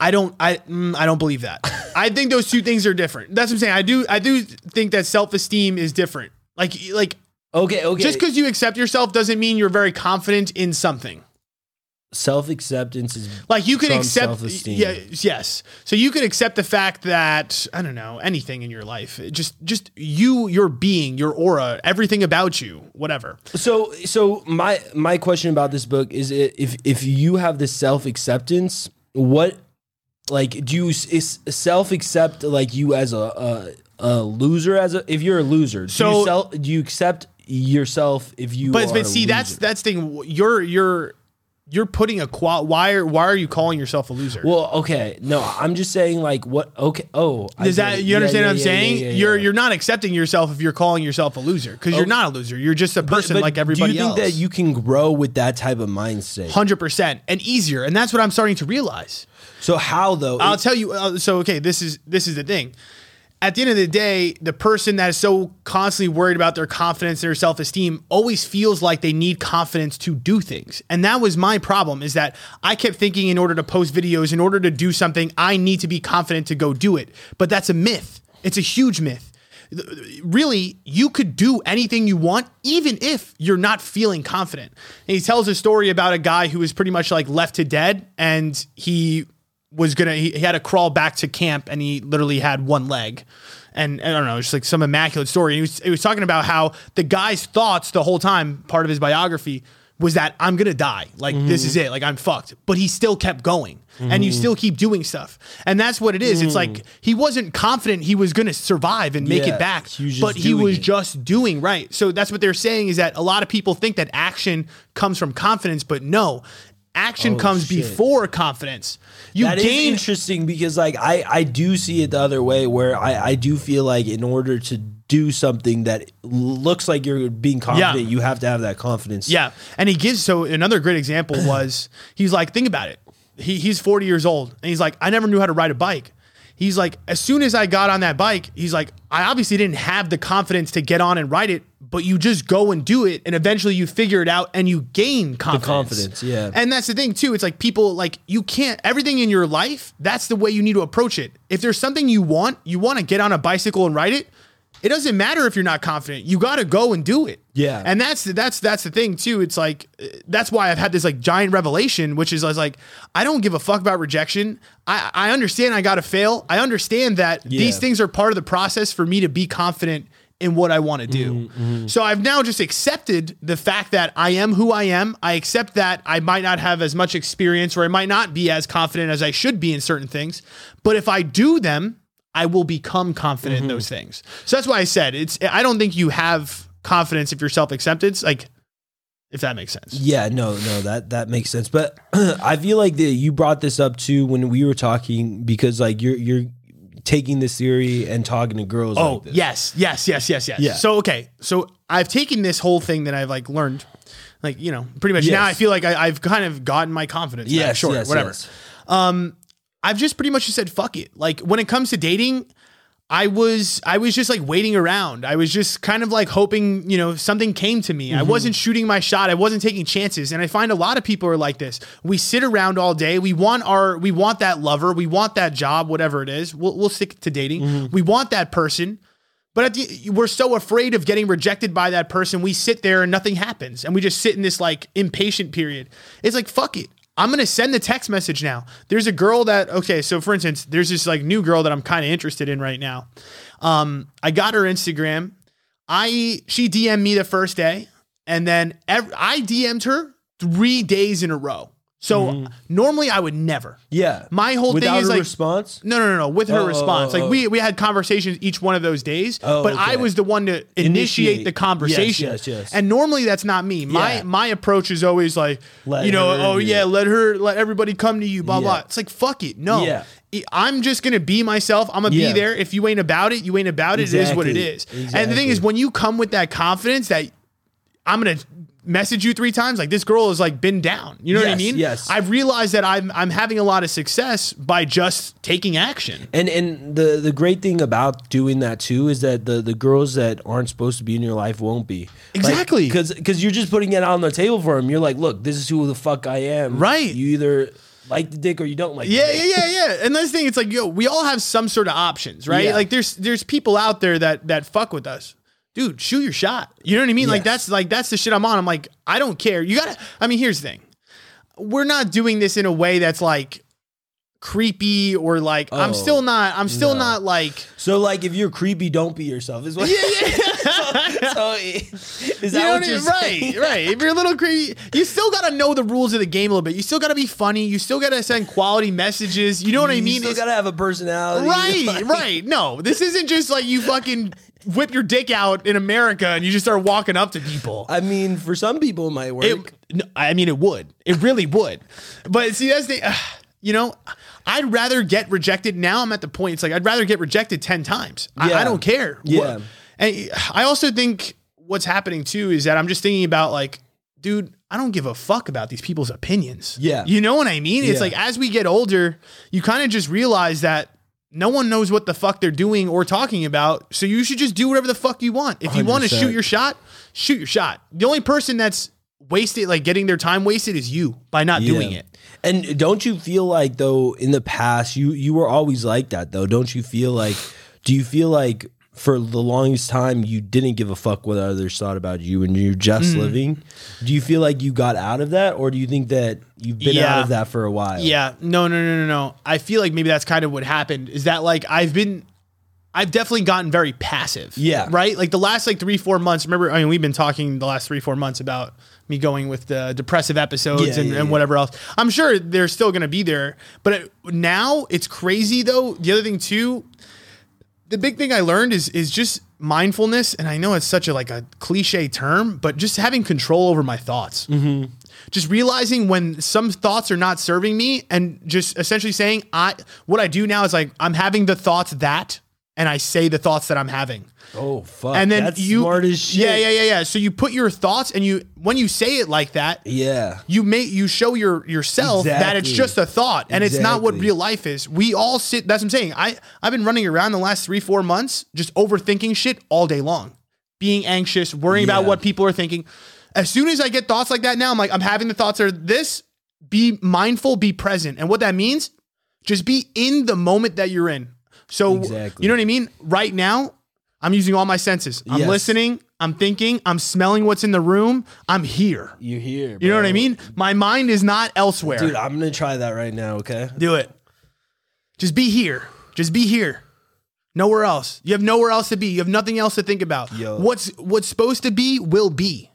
Speaker 1: I don't. I mm, I don't believe that. I think those two things are different. That's what I'm saying. I do. I do think that self-esteem is different. Like like
Speaker 2: Okay. Okay.
Speaker 1: just because you accept yourself doesn't mean you're very confident in something.
Speaker 2: self acceptance is
Speaker 1: Like you could
Speaker 2: From
Speaker 1: accept,
Speaker 2: self-esteem.
Speaker 1: yeah, yes. So you could accept the fact that I don't know anything in your life. It Just, just you, your being, your aura, everything about you, whatever.
Speaker 2: So so my my question about this book is i- if if you have this self acceptance, what like do you s- is self accept like you as a, a a loser as a if you're a loser? Do
Speaker 1: So-
Speaker 2: you sel- do you accept yourself if you?
Speaker 1: But,
Speaker 2: are
Speaker 1: but
Speaker 2: a
Speaker 1: see, that's
Speaker 2: loser?
Speaker 1: that's thing. You're you're you're putting a qual. Why are why are you calling yourself a loser?
Speaker 2: well okay. No, I'm just saying like what okay. Oh, I
Speaker 1: Does
Speaker 2: get
Speaker 1: that
Speaker 2: it.
Speaker 1: you
Speaker 2: Yeah,
Speaker 1: understand
Speaker 2: yeah,
Speaker 1: what I'm
Speaker 2: yeah,
Speaker 1: saying?
Speaker 2: yeah, yeah,
Speaker 1: You're
Speaker 2: yeah. Oh.
Speaker 1: you're not accepting yourself if you're calling yourself a loser because you're not a loser. You're just a person like everybody
Speaker 2: Do you think
Speaker 1: else.
Speaker 2: that you can grow with that type of mindset?
Speaker 1: hundred percent and easier, and that's what I'm starting to realize.
Speaker 2: So how though?
Speaker 1: I'll tell you. Uh, so okay, this is this is the thing. At the end of the day, the person that is so constantly worried about their confidence and their self esteem always feels like they need confidence to do things. And that was my problem is that I kept thinking in order to post videos, in order to do something, I need to be confident to go do it. But that's a myth. It's a huge myth. Really, you could do anything you want, even if you're not feeling confident. And he tells a story about a guy who was pretty much like left to dead and he was gonna he, he had to crawl back to camp and he literally had one leg and i don't know it's just like some immaculate story he was, he was talking about how the guy's thoughts the whole time part of his biography was that i'm gonna die like this is it like i'm fucked but he still kept going and you still keep doing stuff and that's what it is. it's like he wasn't confident he was gonna survive and make
Speaker 2: Yeah,
Speaker 1: it back
Speaker 2: he was just
Speaker 1: but he
Speaker 2: doing
Speaker 1: was
Speaker 2: it.
Speaker 1: just doing right so that's what they're saying is that a lot of people think that action comes from confidence but no action comes
Speaker 2: Oh, shit.
Speaker 1: before confidence you
Speaker 2: That is
Speaker 1: gain
Speaker 2: interesting because like I I do see it the other way where I I do feel like in order to do something that looks like you're being confident, you have to have that confidence.
Speaker 1: Yeah. And he gives so another great example was he's like, think about it. He, he's 40 years old and he's like, I never knew how to ride a bike. He's like, as soon as I got on that bike, he's like, I obviously didn't have the confidence to get on and ride it, but you just go and do it. And eventually you figure it out and you gain confidence.
Speaker 2: confidence, yeah.
Speaker 1: And that's the thing too. It's like people like you can't everything in your life, that's the way you need to approach it. If there's something you want, you want to get on a bicycle and ride it, it doesn't matter if you're not confident. You got to go and do it.
Speaker 2: Yeah.
Speaker 1: And that's that's that's the thing too. It's like uh, that's why I've had this like giant revelation, which is I was like, I don't give a fuck about rejection. I I understand I gotta fail. I understand that these things are part of the process for me to be confident in what I want to do. So I've now just accepted the fact that I am who I am. I accept that I might not have as much experience or I might not be as confident as I should be in certain things. But if I do them, I will become confident in those things. So that's why I said it's. I don't think you have confidence if you're self acceptance. Like, if that makes sense.
Speaker 2: Yeah, no, no, that that makes sense. But I feel like that you brought this up too when we were talking because like you're you're taking this theory and talking to girls.
Speaker 1: Oh
Speaker 2: like this.
Speaker 1: yes, yes, yes, yes, yes.
Speaker 2: Yeah.
Speaker 1: So okay, so I've taken this whole thing that I've like learned, like you know, pretty much now
Speaker 2: Yes.
Speaker 1: I feel like I, I've kind of gotten my confidence.
Speaker 2: yes,
Speaker 1: Yes, sure,
Speaker 2: yes,
Speaker 1: whatever.
Speaker 2: yes.
Speaker 1: I've just pretty much just said fuck it. Like when it comes to dating, I was I was just like waiting around. I was just kind of like hoping, you know, something came to
Speaker 2: Mm-hmm.
Speaker 1: me. I wasn't shooting my shot. I wasn't taking chances. And I find a lot of people are like this. We sit around all day. We want our we want that lover. We want that job, whatever it is. We'll we'll stick to dating.
Speaker 2: Mm-hmm.
Speaker 1: We want that person. But at the, we're so afraid of getting rejected by that person. We sit there and nothing happens. And we just sit in this like impatient period. It's like, fuck it. I'm going to send the text message now. There's a girl that, okay, so for instance, there's this like new girl that I'm kind of interested in right now. Um, I got her Instagram. I, she DM'd me the first day. And then ev- I DM'd her three days in a row. So normally I would never.
Speaker 2: Yeah.
Speaker 1: My whole
Speaker 2: Without
Speaker 1: thing is
Speaker 2: a
Speaker 1: like
Speaker 2: response.
Speaker 1: no, no, no, no. With her
Speaker 2: Oh,
Speaker 1: response,
Speaker 2: oh,
Speaker 1: like
Speaker 2: oh.
Speaker 1: we we had conversations each one of those days,
Speaker 2: Oh,
Speaker 1: but I
Speaker 2: okay.
Speaker 1: was the one to initiate,
Speaker 2: Initiate.
Speaker 1: the conversation.
Speaker 2: Yes, yes, yes.
Speaker 1: And normally that's not me. My
Speaker 2: Yeah.
Speaker 1: my approach is always like,
Speaker 2: Let
Speaker 1: you know,
Speaker 2: her
Speaker 1: oh
Speaker 2: do
Speaker 1: yeah,
Speaker 2: it.
Speaker 1: let her, let everybody come to you, blah
Speaker 2: Yeah.
Speaker 1: blah. It's like fuck it, no.
Speaker 2: Yeah.
Speaker 1: I- I'm just gonna be myself. I'm gonna
Speaker 2: Yeah.
Speaker 1: be there. If you ain't about it, you ain't about it. It is what it
Speaker 2: Exactly.
Speaker 1: is. And the thing is,
Speaker 2: Exactly.
Speaker 1: when you come with that confidence that I'm gonna message you three times, like this girl has like been down. You know what I
Speaker 2: Yes,
Speaker 1: mean?
Speaker 2: yes.
Speaker 1: I've realized that I'm I'm having a lot of success by just taking action.
Speaker 2: And and the the great thing about doing that too is that the the girls that aren't supposed to be in your life won't be
Speaker 1: Exactly.
Speaker 2: because because you're just putting it on the table for them. You're like, look, this is who the fuck I am.
Speaker 1: Right.
Speaker 2: You either like the dick or you don't like. the
Speaker 1: Yeah,
Speaker 2: dick.
Speaker 1: yeah, yeah, yeah. And that's the thing, it's like, yo, we all have some sort of options, right?
Speaker 2: Yeah.
Speaker 1: Like there's there's people out there that that fuck with us. Dude, shoot your shot. You know what I mean? Like
Speaker 2: Yes.
Speaker 1: that's like that's the shit I'm on. I'm like, I don't care. You gotta I mean, here's the thing. We're not doing this in a way that's like creepy or like I'm
Speaker 2: Oh,
Speaker 1: still not I'm still not like
Speaker 2: So like, if you're creepy, don't be yourself. Is what. Yeah, yeah. so, is
Speaker 1: You
Speaker 2: that
Speaker 1: know
Speaker 2: what
Speaker 1: what I
Speaker 2: you're
Speaker 1: mean?
Speaker 2: saying?
Speaker 1: right, right. If you're a little creepy, you still got to know the rules of the game a little bit. You still got to be funny. You still got to send quality messages. You know what I mean?
Speaker 2: You still
Speaker 1: It's-
Speaker 2: gotta have a personality.
Speaker 1: right,
Speaker 2: Like,
Speaker 1: right. No, this isn't just like you fucking whip your dick out in America and you just start walking up to people.
Speaker 2: I mean, for some people, it might work.
Speaker 1: It, no, I mean, it would. It really would. But see, that's the, uh, you know, I'd rather get rejected. Now I'm at the point, it's like, I'd rather get rejected 10 times. I, I
Speaker 2: Yeah.
Speaker 1: don't care. Wha-
Speaker 2: Yeah.
Speaker 1: And I also think what's happening too is that I'm just thinking about like, dude, I don't give a fuck about these people's opinions.
Speaker 2: Yeah.
Speaker 1: You know what I mean? It's
Speaker 2: Yeah.
Speaker 1: like, as we get older, you kind of just realize that no one knows what the fuck they're doing or talking about. So you should just do whatever the fuck you want. If you want to
Speaker 2: 100%.
Speaker 1: shoot your shot, shoot your shot. The only person that's wasted, like getting their time wasted, is you by not doing
Speaker 2: Yeah.
Speaker 1: it.
Speaker 2: And don't you feel like though in the past you you were always like that though? Don't you feel like do you feel like for the longest time you didn't give a fuck what others thought about you and you're
Speaker 1: Mm.
Speaker 2: just living? Do you feel like you got out of that or do you think that you've been
Speaker 1: Yeah.
Speaker 2: out of that for a while?
Speaker 1: Yeah. No, no, no, no, no. I feel like maybe that's kind of what happened is that like I've been, I've definitely gotten very passive.
Speaker 2: Yeah.
Speaker 1: Right. Like the last like three, four months, remember, I mean, we've been talking the last three, four months about me going with the depressive episodes
Speaker 2: Yeah,
Speaker 1: and,
Speaker 2: yeah,
Speaker 1: and
Speaker 2: yeah.
Speaker 1: whatever else. I'm sure they're still going to be there. But it, now it's crazy though. The other thing too, the big thing I learned is is just mindfulness, and I know it's such a like a cliche term, but just having control over my thoughts.
Speaker 2: Mm-hmm.
Speaker 1: Just realizing when some thoughts are not serving me, and just essentially saying, I what I do now is like I'm having the thoughts that, and I say the thoughts that I'm having
Speaker 2: Oh fuck.
Speaker 1: and then
Speaker 2: That's
Speaker 1: you
Speaker 2: smart as shit.
Speaker 1: Yeah, yeah, yeah, yeah. So you put your thoughts and you when you say it like that,
Speaker 2: Yeah.
Speaker 1: you may you show your yourself that it's
Speaker 2: Exactly.
Speaker 1: just a thought and it's not what
Speaker 2: Exactly.
Speaker 1: real life is. We all sit that's what I'm saying. I I've been running around the last 3-4 months just overthinking shit all day long. Being anxious, worrying about
Speaker 2: Yeah.
Speaker 1: what people are thinking. As soon as I get thoughts like that now, I'm like I'm having the thoughts are this be mindful, be present. And what that means, just be in the moment that you're in. So
Speaker 2: Exactly.
Speaker 1: you know what I mean? Right now, I'm using all my senses. I'm
Speaker 2: Yes.
Speaker 1: listening, I'm thinking, I'm smelling what's in the room, I'm here.
Speaker 2: You hear.
Speaker 1: You know what I
Speaker 2: bro.
Speaker 1: mean? My mind is not elsewhere.
Speaker 2: Dude, I'm gonna try that right now, okay?
Speaker 1: Do it. Just be here. Just be here. Nowhere else. You have nowhere else to be. You have nothing else to think about.
Speaker 2: Yo.
Speaker 1: What's what's supposed to be will be.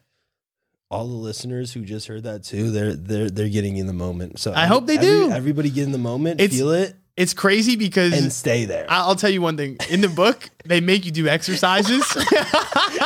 Speaker 2: all the listeners who just heard that too, they're they're they're getting in the moment. So
Speaker 1: I hope they do.
Speaker 2: Everybody get in the moment,
Speaker 1: It's-
Speaker 2: feel it,
Speaker 1: It's crazy because
Speaker 2: and stay there.
Speaker 1: I- I'll tell you one thing. In the book, they make you do exercises.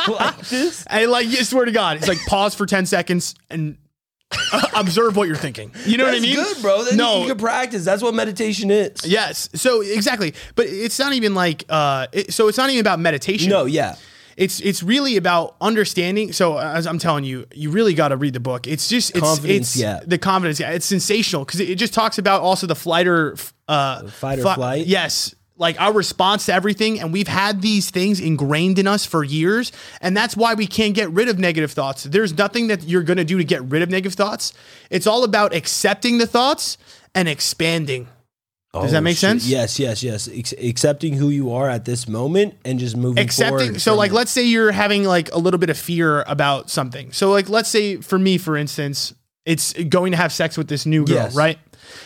Speaker 2: like this.
Speaker 1: and like, you swear to God, it's like pause for ten seconds and uh, observe what you're thinking. You know
Speaker 2: That's
Speaker 1: what I mean?
Speaker 2: good, bro. Then
Speaker 1: no,
Speaker 2: you can practice. That's what meditation is.
Speaker 1: yes. So exactly, but it's not even like. Uh, it, so it's not even about meditation.
Speaker 2: No, yeah.
Speaker 1: it's it's really about understanding. So as I'm telling you, you really got to read the book. It's just it's
Speaker 2: Confidence
Speaker 1: it's
Speaker 2: gap.
Speaker 1: the confidence. Yeah, it's sensational because it, it just talks about also the flight or uh,
Speaker 2: Fight or
Speaker 1: fi-
Speaker 2: flight?
Speaker 1: Yes. Like our response to everything, and we've had these things ingrained in us for years, and that's why we can't get rid of negative thoughts. There's nothing that you're gonna do to get rid of negative thoughts. It's all about accepting the thoughts and expanding. Does
Speaker 2: Oh,
Speaker 1: that make sense?
Speaker 2: Yes, yes, yes. Ex- accepting who you are at this moment and just moving
Speaker 1: accepting
Speaker 2: forward
Speaker 1: so
Speaker 2: from
Speaker 1: like
Speaker 2: it.
Speaker 1: let's say you're having like a little bit of fear about something so like let's say for me for instance it's going to have sex with this new girl
Speaker 2: Yes.
Speaker 1: right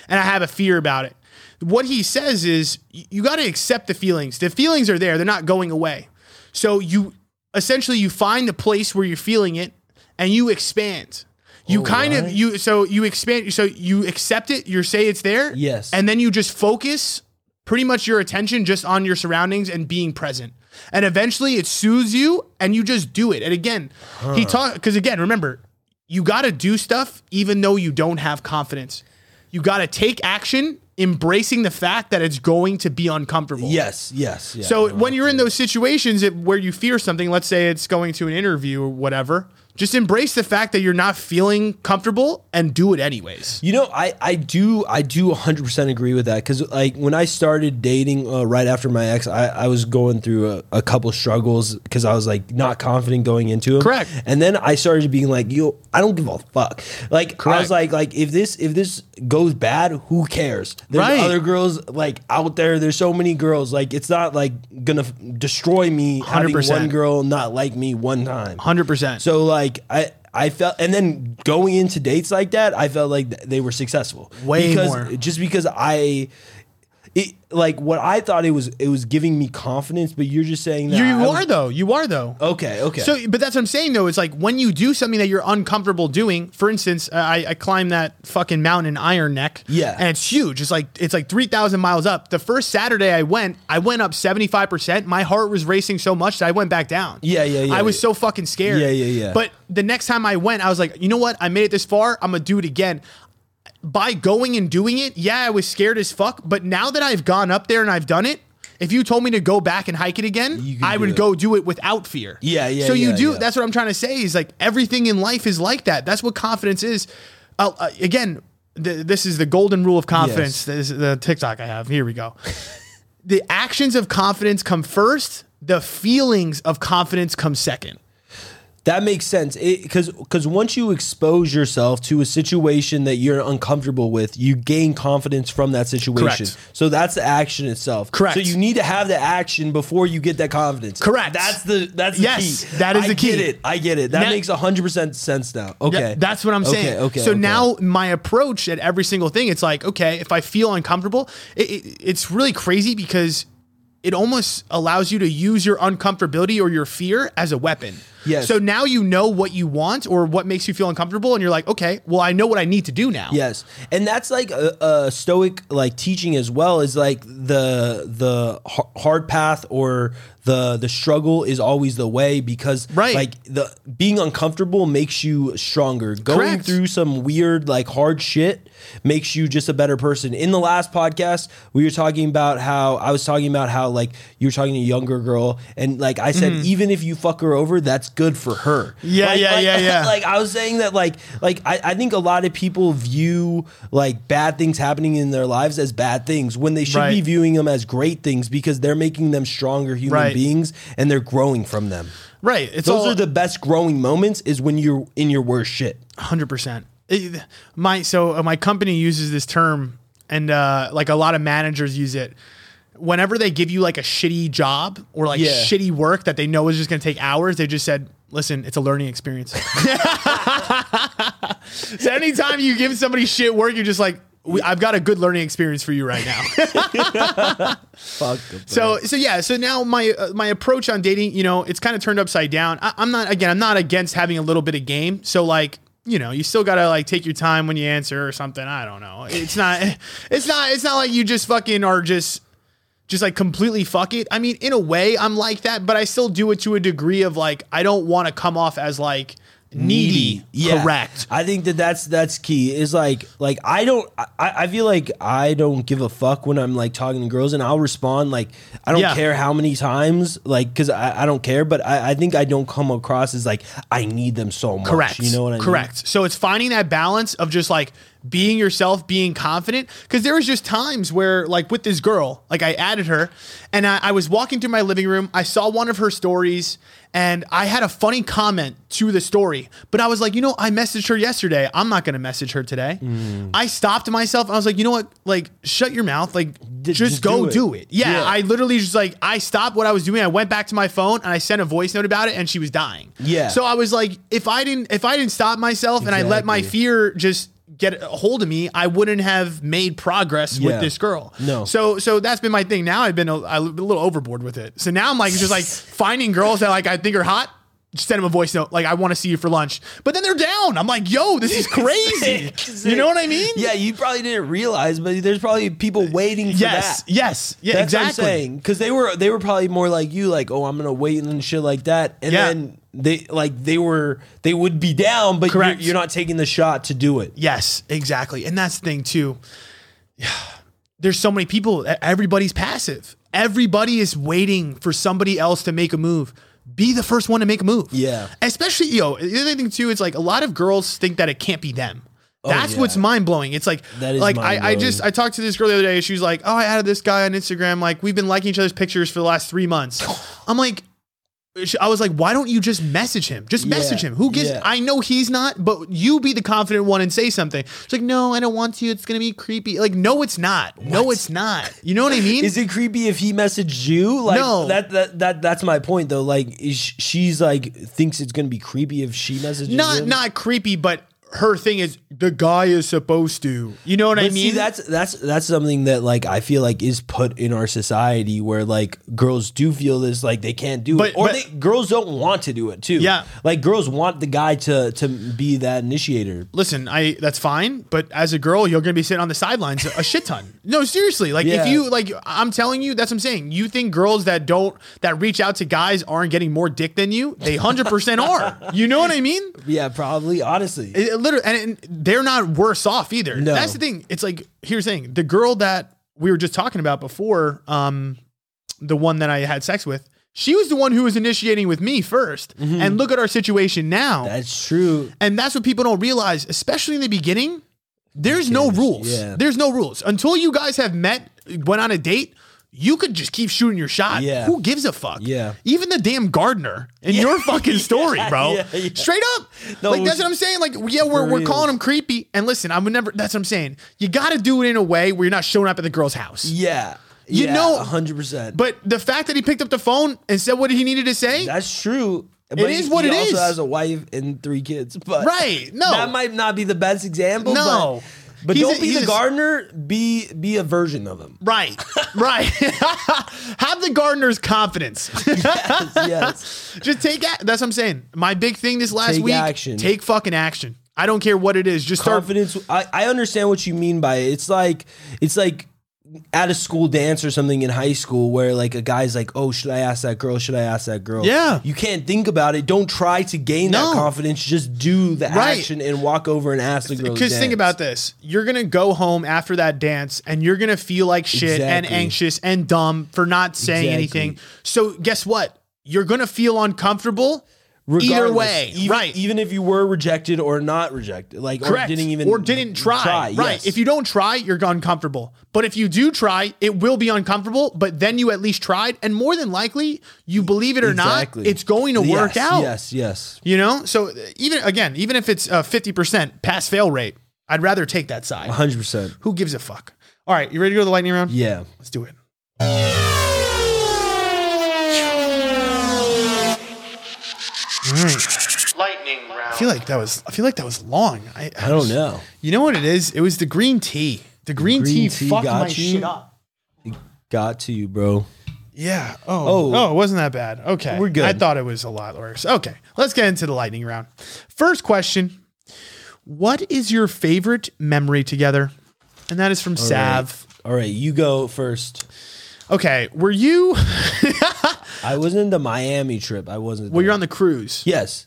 Speaker 1: and i have a fear about it what he says is y- you got to accept the feelings the feelings are there they're not going away so you essentially you find the place where you're feeling it and you expand you
Speaker 2: Oh,
Speaker 1: kind of you so you expand so you accept it you say it's there
Speaker 2: Yes.
Speaker 1: and then you just focus pretty much your attention just on your surroundings and being present. And eventually it soothes you and you just do it. And again, he taught, because again, remember, you got to do stuff even though you don't have confidence. You got to take action, embracing the fact that it's going to be uncomfortable.
Speaker 2: Yes, yes. yeah.
Speaker 1: So when you're in those situations that- where you fear something, let's say it's going to an interview or whatever, just embrace the fact that you're not feeling comfortable and do it anyways.
Speaker 2: You know, I, I do I do 100% agree with that because like when I started dating uh, right after my ex, I, I was going through a, a couple struggles because I was like not confident going into it.
Speaker 1: Correct.
Speaker 2: And then I started being like, yo, I don't give a fuck. Like I
Speaker 1: Correct.
Speaker 2: was like like if this if this goes bad, who cares? There's
Speaker 1: Right.
Speaker 2: other girls like out there. There's so many girls. Like it's not like gonna f- destroy me. having
Speaker 1: 100%.
Speaker 2: One girl not like me one time.
Speaker 1: 100%.
Speaker 2: So like I I felt and then going into dates like that, I felt like th- they were successful.
Speaker 1: Way
Speaker 2: because,
Speaker 1: more.
Speaker 2: just because I it like what I thought it was it was giving me confidence, but you're just saying that
Speaker 1: you
Speaker 2: I Oh,
Speaker 1: you
Speaker 2: was-
Speaker 1: are, though. You are, though.
Speaker 2: Okay, okay.
Speaker 1: So, but that's what I'm saying though. It's like when you do something that you're uncomfortable doing. For instance, uh, I, I climbed that fucking mountain, Iron Neck.
Speaker 2: Yeah.
Speaker 1: and it's huge. It's like it's like three thousand miles up. The first Saturday I went, I went up seventy five percent. My heart was racing so much that I went back down.
Speaker 2: Yeah, yeah, yeah,
Speaker 1: I was
Speaker 2: yeah.
Speaker 1: so fucking scared.
Speaker 2: Yeah, yeah, yeah.
Speaker 1: But the next time I went, I was like, you know what? I made it this far. I'm gonna do it again. By going and doing it, yeah, I was scared as fuck. But now that I've gone up there and I've done it, if you told me to go back and hike it
Speaker 2: You
Speaker 1: again,
Speaker 2: could
Speaker 1: I
Speaker 2: do
Speaker 1: would
Speaker 2: it.
Speaker 1: go do it without fear.
Speaker 2: Yeah, yeah,
Speaker 1: So you
Speaker 2: yeah,
Speaker 1: do.
Speaker 2: yeah.
Speaker 1: That's what I'm trying to say. Is like everything in life is like that. That's what confidence is. Uh, uh, again, th- this is the golden rule of confidence. This is the TikTok I have. Here we go. the actions of confidence come first. The feelings of confidence come second.
Speaker 2: That makes sense. Because because once you expose yourself to a situation that you're uncomfortable with, you gain confidence from that situation.
Speaker 1: Correct.
Speaker 2: So that's the action itself.
Speaker 1: Correct.
Speaker 2: So you need to have the action before you get that confidence.
Speaker 1: Correct.
Speaker 2: That's the that's the
Speaker 1: Yes,
Speaker 2: key.
Speaker 1: that is
Speaker 2: I
Speaker 1: the key.
Speaker 2: Get it. I get it. That
Speaker 1: Now-
Speaker 2: makes hundred percent sense now. Okay.
Speaker 1: Yeah, that's what I'm saying.
Speaker 2: Okay. okay
Speaker 1: So
Speaker 2: okay.
Speaker 1: now my approach at every single thing, it's like, okay, if I feel uncomfortable, it, it, it's really crazy because it almost allows you to use your uncomfortability or your fear as a weapon.
Speaker 2: Yes.
Speaker 1: So now you know what you want or what makes you feel uncomfortable, and you're like, okay, well, I know what I need to do now.
Speaker 2: Yes, and that's like a, a stoic like teaching as well is like the the har- hard path or the the struggle is always the way because
Speaker 1: Right.
Speaker 2: like the being uncomfortable makes you stronger. Going
Speaker 1: Correct.
Speaker 2: through some weird like hard shit makes you just a better person. In the last podcast, we were talking about how I was talking about how like you were talking to a younger girl and like I said even if you fuck her over, that's good for her.
Speaker 1: Mm-hmm. Yeah,
Speaker 2: Like-
Speaker 1: yeah,
Speaker 2: like-
Speaker 1: yeah, yeah.
Speaker 2: like I was saying that like like I, I think a lot of people view like bad things happening in their lives as bad things when they should be
Speaker 1: Right.
Speaker 2: viewing them as great things because they're making them stronger human
Speaker 1: Right.
Speaker 2: beings and they're growing from them.
Speaker 1: Right. It's
Speaker 2: Those
Speaker 1: all,
Speaker 2: are the best growing moments is when you're in your worst shit.
Speaker 1: hundred percent. My so uh, my company uses this term, and uh, like a lot of managers use it. Whenever they give you like a shitty job or like
Speaker 2: Yeah.
Speaker 1: shitty work that they know is just going to take hours, they just said, "Listen, it's a learning experience." so anytime you give somebody shit work, you're just like, we, "I've got a good learning experience for you right now."
Speaker 2: Fuck.
Speaker 1: So so yeah. So now my uh, my approach on dating, you know, it's kind of turned upside down. I, I'm not again. I'm not against having a little bit of game. So like you know, you still gotta like take your time when you answer or something. I don't know. It's not. It's not. It's not like you just fucking are just. Just like completely fuck it. I mean, in a way, I'm like that, but I still do it to a degree of like I don't want to come off as like needy.
Speaker 2: Yeah.
Speaker 1: Correct.
Speaker 2: I think that that's that's key. Is like like I don't I, I feel like I don't give a fuck when I'm like talking to girls and I'll respond like I don't
Speaker 1: Yeah.
Speaker 2: care how many times like because I, I don't care, but I, I think I don't come across as like I need them so much.
Speaker 1: Correct.
Speaker 2: You know what I mean?
Speaker 1: Correct. So it's finding that balance of just like being yourself, being confident. Cause there was just times where like with this girl, like I added her and I, I was walking through my living room. I saw one of her stories and I had a funny comment to the story, but I was like, you know, I messaged her yesterday. I'm not going to message her today.
Speaker 2: Mm.
Speaker 1: I stopped myself. I was like, you know what? Like shut your mouth. Like just,
Speaker 2: just
Speaker 1: go
Speaker 2: do it.
Speaker 1: do it. Yeah,
Speaker 2: Yeah.
Speaker 1: I literally just like, I stopped what I was doing. I went back to my phone and I sent a voice note about it and she was dying.
Speaker 2: Yeah.
Speaker 1: So I was like, if I didn't, if I didn't stop myself and I let my
Speaker 2: Exactly.
Speaker 1: fear just get a hold of me, I wouldn't have made progress with
Speaker 2: Yeah.
Speaker 1: this girl.
Speaker 2: No.
Speaker 1: So, so that's been my thing. Now I've been a, a little overboard with it. So now I'm like, just like finding girls that like I think are hot. Just send them a voice note. Like I want to see you for lunch, but then they're down. I'm like, yo, this is crazy. you know what I mean?
Speaker 2: Yeah, you probably didn't realize, but there's probably people waiting for
Speaker 1: Yes.
Speaker 2: that.
Speaker 1: Yes. Yeah.
Speaker 2: That's
Speaker 1: exactly.
Speaker 2: what I'm saying. Because they were they were probably more like you, like, oh, I'm gonna wait and shit like that. And
Speaker 1: Yeah.
Speaker 2: then they like they were they would be down, but you're,
Speaker 1: Correct.
Speaker 2: you're not taking the shot to do it.
Speaker 1: Yes, exactly. And that's the thing too. There's so many people, e, everybody's passive. Everybody is waiting for somebody else to make a move. Be the first one to make a move.
Speaker 2: Yeah.
Speaker 1: Especially, yo, the other thing too, it's like a lot of girls think that it can't be them. That's
Speaker 2: Oh, yeah.
Speaker 1: what's mind blowing. It's like,
Speaker 2: That is
Speaker 1: like I, I
Speaker 2: mind-blowing.
Speaker 1: just I talked to this girl the other day. She was like, "Oh, I added this guy on Instagram. Like we've been liking each other's pictures for the last three months." I'm like, she- I was like, why don't you just message him? Just message him. Who gives?
Speaker 2: yeah.
Speaker 1: I know he's not, but you be the confident one and say something. She's like, no, I don't want to. It's gonna be creepy. Like, no, it's not. No, it's not. You know what I mean?
Speaker 2: Is it creepy if he messaged you? Like
Speaker 1: No.
Speaker 2: that, that that that's my point though. Like is, sh- she's like thinks it's gonna be creepy if she messages
Speaker 1: not
Speaker 2: him.
Speaker 1: not creepy, but her thing is the guy is supposed to. You know what I
Speaker 2: But
Speaker 1: mean?
Speaker 2: see, that's that's that's something that like I feel like is put in our society where like girls do feel this like they can't do
Speaker 1: But-
Speaker 2: it, or
Speaker 1: but-
Speaker 2: they, girls don't want to do it too.
Speaker 1: Yeah.
Speaker 2: like girls want the guy to to be that initiator.
Speaker 1: listen, I that's fine, but as a girl, you're gonna be sitting on the sidelines a shit ton. No, seriously, like
Speaker 2: Yeah.
Speaker 1: if you like, I'm telling you, that's what I'm saying. You think girls that don't that reach out to guys aren't getting more dick than you? They hundred percent are. You know what I mean?
Speaker 2: Yeah, probably. Honestly,
Speaker 1: It, it literally, and, and they're not worse off either.
Speaker 2: No.
Speaker 1: That's the thing. It's like here's the thing: the girl that we were just talking about before, um, the one that I had sex with. She was the one who was initiating with me 1st And look at our situation now.
Speaker 2: Mm-hmm. that's true.
Speaker 1: And that's what people don't realize, especially in the beginning. There's no rules.
Speaker 2: yeah.
Speaker 1: There's no rules. Until you guys have met, went on a date, you could just keep shooting your shot.
Speaker 2: Yeah.
Speaker 1: Who gives a fuck?
Speaker 2: Yeah.
Speaker 1: Even the damn gardener in your fucking story, bro.
Speaker 2: yeah, yeah.
Speaker 1: Straight up.
Speaker 2: No,
Speaker 1: like
Speaker 2: it
Speaker 1: that's
Speaker 2: was-
Speaker 1: what I'm saying. Like, yeah, we're,
Speaker 2: For
Speaker 1: we're
Speaker 2: real.
Speaker 1: calling him creepy. And listen, I would never that's what I'm saying. You gotta do it in a way where you're not showing up at the girl's house.
Speaker 2: Yeah,
Speaker 1: You know-
Speaker 2: hundred percent.
Speaker 1: But the fact that he picked up the phone and said what he needed to say,
Speaker 2: that's true. But
Speaker 1: is what
Speaker 2: he
Speaker 1: it
Speaker 2: also
Speaker 1: is.
Speaker 2: has a wife and three kids. But
Speaker 1: Right, no.
Speaker 2: that might not be the best example.
Speaker 1: No.
Speaker 2: but, but
Speaker 1: He's
Speaker 2: don't
Speaker 1: a-
Speaker 2: be
Speaker 1: he's
Speaker 2: the
Speaker 1: a-
Speaker 2: gardener. Be be a version of him.
Speaker 1: right, right. Have the gardener's confidence.
Speaker 2: yes.
Speaker 1: just take a- that's what I'm saying. My big thing this last
Speaker 2: Take
Speaker 1: week
Speaker 2: action.
Speaker 1: take fucking action. I don't care what it is. Just start
Speaker 2: confidence I, I understand what you mean by it it's like it's like at a school dance or something in high school where like a guy's like oh should i ask that girl should i ask that girl
Speaker 1: Yeah.
Speaker 2: you can't think about it don't try to gain
Speaker 1: No.
Speaker 2: that confidence just do the
Speaker 1: Right.
Speaker 2: action and walk over and ask the girl to
Speaker 1: because think
Speaker 2: dance.
Speaker 1: about this. You're gonna go home after that dance and you're gonna feel like shit and
Speaker 2: Exactly.
Speaker 1: anxious and dumb for not saying
Speaker 2: Exactly.
Speaker 1: anything. So guess what? You're gonna feel uncomfortable either
Speaker 2: Regardless,
Speaker 1: way.
Speaker 2: even,
Speaker 1: right.
Speaker 2: even if you were rejected or not rejected like
Speaker 1: Correct.
Speaker 2: or didn't even
Speaker 1: or didn't try. right.
Speaker 2: yes.
Speaker 1: If you don't try, you're uncomfortable. But if you do try, it will be uncomfortable. But then you at least tried, and more than likely, you believe it or
Speaker 2: Exactly.
Speaker 1: not, it's going to work
Speaker 2: Yes,
Speaker 1: out.
Speaker 2: yes yes
Speaker 1: You know, so uh, even again, even if it's fifty percent pass fail rate, I'd rather take that side.
Speaker 2: 100%
Speaker 1: Who gives a fuck? All right, you ready to go to the lightning round?
Speaker 2: yeah
Speaker 1: let's do it.
Speaker 4: Lightning round.
Speaker 1: I feel like that was. I feel like that was long. I,
Speaker 2: i don't know
Speaker 1: You know what it is? It was the green tea. The green, tea,
Speaker 2: green tea
Speaker 1: fucked
Speaker 2: got
Speaker 1: my
Speaker 2: you?
Speaker 1: shit up.
Speaker 2: got to you bro
Speaker 1: Yeah. Oh.
Speaker 2: Oh.
Speaker 1: Oh, it wasn't that bad. Okay.
Speaker 2: We're good.
Speaker 1: I thought it was a lot worse. Okay. Let's get into the lightning round. First question. What is your favorite memory together? And that is from Sav.
Speaker 2: All right, you go first.
Speaker 1: Okay, were you?
Speaker 2: I was in the Miami trip. I wasn't.
Speaker 1: Well, you're on the cruise.
Speaker 2: Yes.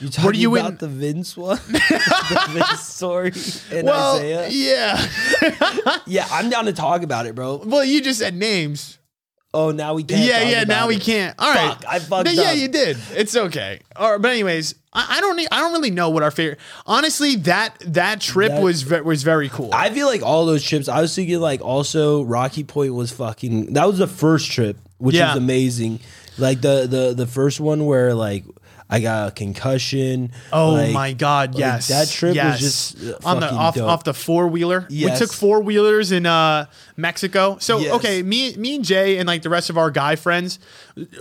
Speaker 2: You talking
Speaker 1: you
Speaker 2: about
Speaker 1: in-
Speaker 2: the Vince one? the Vince story and
Speaker 1: Well,
Speaker 2: Isaiah?
Speaker 1: yeah.
Speaker 2: Yeah, I'm down to talk about it, bro.
Speaker 1: Well, you just said names.
Speaker 2: Oh, now we can't.
Speaker 1: yeah,
Speaker 2: talk
Speaker 1: yeah.
Speaker 2: about
Speaker 1: Now we
Speaker 2: it.
Speaker 1: can't. All right.
Speaker 2: Fuck, I fucked
Speaker 1: Yeah,
Speaker 2: up.
Speaker 1: you did. It's okay. All right, but anyways, I, I don't. Need, I don't really know what our favorite. Honestly, that that trip
Speaker 2: That-
Speaker 1: was ve- was very cool.
Speaker 2: I feel like all those trips. I was thinking like also Rocky Point was fucking. That was the first trip, which
Speaker 1: Yeah.
Speaker 2: was amazing. Like the the the first one where like I got a concussion.
Speaker 1: oh
Speaker 2: like-
Speaker 1: my god,
Speaker 2: like,
Speaker 1: yes.
Speaker 2: that trip was
Speaker 1: yes.
Speaker 2: just, uh,
Speaker 1: on the
Speaker 2: fucking
Speaker 1: off
Speaker 2: dope.
Speaker 1: off the four wheeler.
Speaker 2: Yes.
Speaker 1: We took four wheelers in uh Mexico. So
Speaker 2: Yes.
Speaker 1: okay, me me and Jay and like the rest of our guy friends,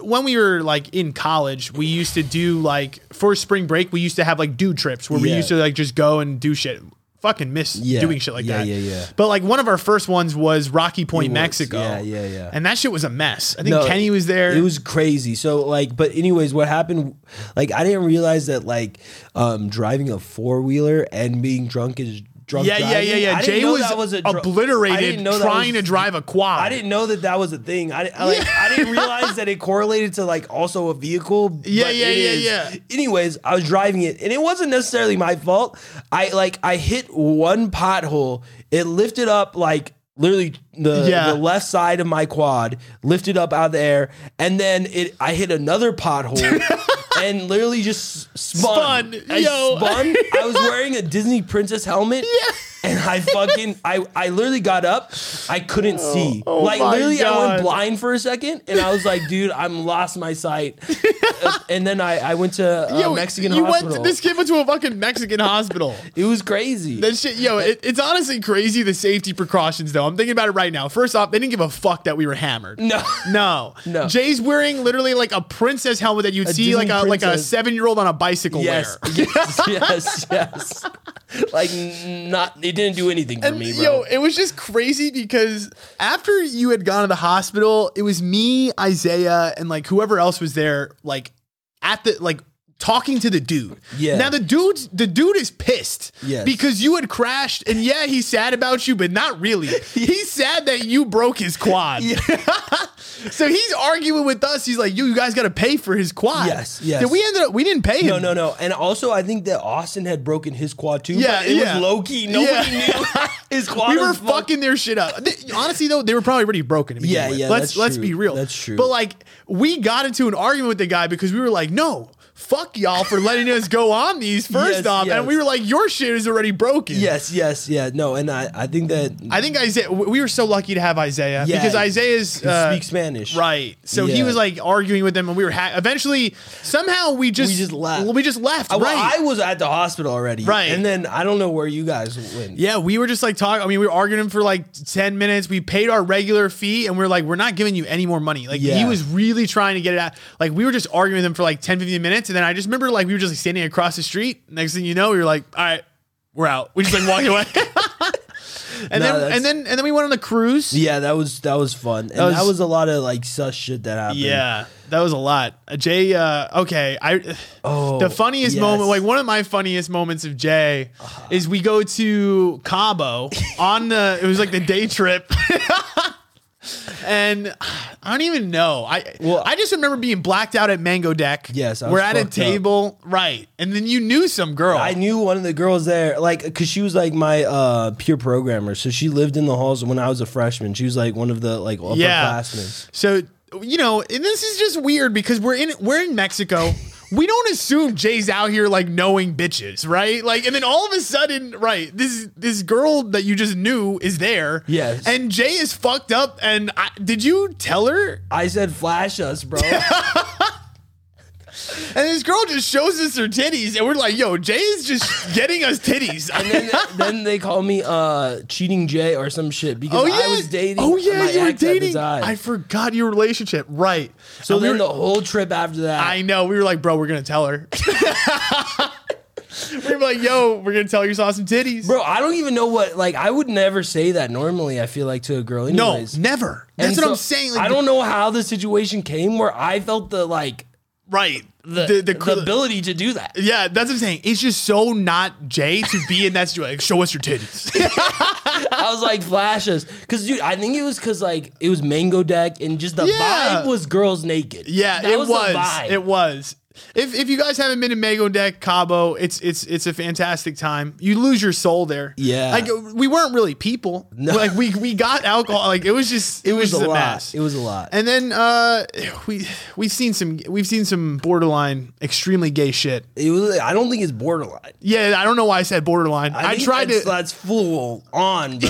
Speaker 1: when we were like in college, we used to do like for spring break, we used to have like dude trips where we
Speaker 2: Yeah.
Speaker 1: used to like just go and do shit. Fucking miss
Speaker 2: Yeah.
Speaker 1: doing shit like
Speaker 2: Yeah,
Speaker 1: that.
Speaker 2: yeah, yeah.
Speaker 1: But like one of our first ones was Rocky Point,
Speaker 2: was.
Speaker 1: Mexico.
Speaker 2: Yeah, yeah, yeah.
Speaker 1: And that shit was a mess. I think
Speaker 2: No,
Speaker 1: Kenny was there.
Speaker 2: It was crazy. So like, but anyways, what happened? Like, I didn't realize that like um driving a four wheeler and being drunk is drunk.
Speaker 1: yeah, yeah,
Speaker 2: driving.
Speaker 1: yeah, yeah.
Speaker 2: I didn't
Speaker 1: Jay
Speaker 2: know
Speaker 1: was
Speaker 2: that was a dr- I
Speaker 1: obliterated
Speaker 2: didn't know that
Speaker 1: trying
Speaker 2: was-
Speaker 1: to drive a quad.
Speaker 2: I didn't know that that was a thing. I, I, like, I didn't realize that it correlated to like also a vehicle.
Speaker 1: Yeah,
Speaker 2: but
Speaker 1: yeah,
Speaker 2: it
Speaker 1: yeah,
Speaker 2: is.
Speaker 1: yeah.
Speaker 2: Anyways, I was driving it, and it wasn't necessarily my fault. I like I hit one pothole. It lifted up like literally the,
Speaker 1: Yeah.
Speaker 2: the left side of my quad, lifted up out of the air, and then it I hit another pothole. And literally just s- spun.
Speaker 1: Spun,
Speaker 2: I
Speaker 1: yo.
Speaker 2: spun. I was wearing a Disney princess helmet. And I fucking I I literally got up. I couldn't see. like
Speaker 1: Oh, my
Speaker 2: literally I
Speaker 1: God.
Speaker 2: went blind for a second and I was like, dude, I'm lost my sight. Uh, and then I I went to uh,
Speaker 1: Yo,
Speaker 2: Mexican
Speaker 1: you
Speaker 2: hospital.
Speaker 1: Went, this kid went to a fucking Mexican hospital.
Speaker 2: it was crazy.
Speaker 1: That shit, yo, it, it's honestly crazy the safety precautions though. I'm thinking about it right now. First off, they didn't give a fuck that we were hammered.
Speaker 2: No.
Speaker 1: no,
Speaker 2: No.
Speaker 1: Jay's wearing literally like a princess helmet that you'd see
Speaker 2: Disney
Speaker 1: like a like a
Speaker 2: princess.
Speaker 1: seven year old on a bicycle
Speaker 2: yes,
Speaker 1: wear.
Speaker 2: yes, yes, yes. Like n- not it didn't do anything for
Speaker 1: And,
Speaker 2: me, bro.
Speaker 1: yo, it was just crazy because after you had gone to the hospital, it was me, Isaiah, and like whoever else was there, like at the like talking to the dude.
Speaker 2: Yeah.
Speaker 1: Now the dude, the dude is pissed.
Speaker 2: Yes.
Speaker 1: Because you had crashed, and yeah, he's sad about you, but not really. He's sad that you broke his quad. so he's arguing with us. He's like, "You, you guys got to pay for his quad."
Speaker 2: Yes, yes.
Speaker 1: Then we ended up we didn't pay him.
Speaker 2: no, no, no. And also, I think that Austin had broken his quad too.
Speaker 1: Yeah,
Speaker 2: but it
Speaker 1: yeah.
Speaker 2: was low key. Nobody
Speaker 1: Yeah.
Speaker 2: knew his quad.
Speaker 1: we were
Speaker 2: was fucked
Speaker 1: fucking their shit up. They- honestly, though, they were probably already broken. To begin
Speaker 2: Yeah,
Speaker 1: with.
Speaker 2: yeah,
Speaker 1: Let's
Speaker 2: that's
Speaker 1: let's
Speaker 2: true.
Speaker 1: be real.
Speaker 2: That's true.
Speaker 1: But like, we got into an argument with the guy because we were like, no. Fuck y'all for letting us go on these first
Speaker 2: Yes,
Speaker 1: off, and
Speaker 2: yes.
Speaker 1: we were like, "Your shit is already broken."
Speaker 2: Yes, yes, yeah. No, and I, I think that
Speaker 1: I think Isaiah. We were so lucky to have Isaiah
Speaker 2: Yeah,
Speaker 1: because Isaiah's
Speaker 2: he
Speaker 1: uh,
Speaker 2: speaks Spanish.
Speaker 1: right? So he
Speaker 2: Yeah.
Speaker 1: was like arguing with them, and we were ha- eventually somehow we just
Speaker 2: just left.
Speaker 1: We just left.
Speaker 2: I, well,
Speaker 1: right?
Speaker 2: I was at the hospital already.
Speaker 1: Right.
Speaker 2: And then I don't know where you guys went.
Speaker 1: Yeah, we were just like talking. I mean, we were arguing for like 10 minutes. We paid our regular fee and we are like, we're not giving you any more money. Like, he
Speaker 2: Yeah.
Speaker 1: was really trying to get it out. Like, we were just arguing with him for like 10, 15 minutes. And then I just remember like we were just like standing across the street. Next thing you know, we were like, all right, we're out. We just like walked away. and
Speaker 2: Nah,
Speaker 1: then,
Speaker 2: that's-
Speaker 1: and then, and then we went on the cruise.
Speaker 2: Yeah, that was that was fun. And that
Speaker 1: was-
Speaker 2: was, a lot of like sus shit that happened.
Speaker 1: Yeah, that was a lot. Uh, Jay, uh, okay, I.
Speaker 2: Oh,
Speaker 1: the funniest
Speaker 2: yes.
Speaker 1: moment, like one of my funniest moments of Jay, is we go to Cabo on the. It was like the day trip. And I don't even know. I
Speaker 2: Well-
Speaker 1: I just remember being blacked out at Mango Deck.
Speaker 2: Yes, I was
Speaker 1: we're at a
Speaker 2: fucked up.
Speaker 1: table, right? And then you knew some girl.
Speaker 2: I knew one of the girls there, like, because she was like my uh, peer programmer. So she lived in the halls when I was a freshman. She was like one of the like upperclassmen.
Speaker 1: yeah.
Speaker 2: classmen.
Speaker 1: So you know, and this is just weird because we're in we're in Mexico. we don't assume Jay's out here like knowing bitches, right? Like, and then all of a sudden, right? This this girl that you just knew is there.
Speaker 2: Yes.
Speaker 1: And Jay is fucked up. And I, did you tell her?
Speaker 2: I said, flash us, bro.
Speaker 1: And this girl just shows us her titties, and we're like, "Yo, Jay is just getting us titties."
Speaker 2: then, then they call me uh, Cheating Jay or some shit because
Speaker 1: oh yeah.
Speaker 2: I was dating.
Speaker 1: oh yeah,
Speaker 2: my
Speaker 1: you were
Speaker 2: ex at the
Speaker 1: dating.
Speaker 2: time.
Speaker 1: I forgot your relationship. Right.
Speaker 2: so
Speaker 1: And we
Speaker 2: then
Speaker 1: were-
Speaker 2: the whole trip after that,
Speaker 1: I know. We were like, bro, we're gonna tell her. we were like, yo, we're gonna tell her you saw some titties.
Speaker 2: Bro, I don't even know what like I would never say that normally, I feel like to a girl
Speaker 1: no,
Speaker 2: anyways.
Speaker 1: never.
Speaker 2: And
Speaker 1: That's what
Speaker 2: so,
Speaker 1: I'm saying. Like,
Speaker 2: I don't know how the situation came where I felt the like
Speaker 1: right.
Speaker 3: the, the, ability to do that.
Speaker 1: yeah, that's what I'm saying. It's just so not Jay to be in that situation. Like, show us your titties.
Speaker 3: I was like flashes, cause dude, I think it was cause like it was Mango Deck and just the
Speaker 1: Yeah.
Speaker 3: vibe was girls naked.
Speaker 1: yeah,
Speaker 3: That
Speaker 1: it was.
Speaker 3: the vibe.
Speaker 1: It was. If, if you guys haven't been in Mago Deck Cabo, it's it's it's a fantastic time. You lose your soul there.
Speaker 2: Yeah.
Speaker 1: like we weren't really people. Like we we got alcohol. Like it was just it, was,
Speaker 2: a
Speaker 1: just a,
Speaker 2: lot.
Speaker 1: mess.
Speaker 2: It was a lot.
Speaker 1: And then uh, we we've seen some we've seen some borderline extremely gay shit.
Speaker 2: It was, I don't think it's borderline.
Speaker 1: Yeah, I don't know why I said borderline. I,
Speaker 2: think
Speaker 1: tried
Speaker 2: that's,
Speaker 1: to.
Speaker 2: That's full on, bro.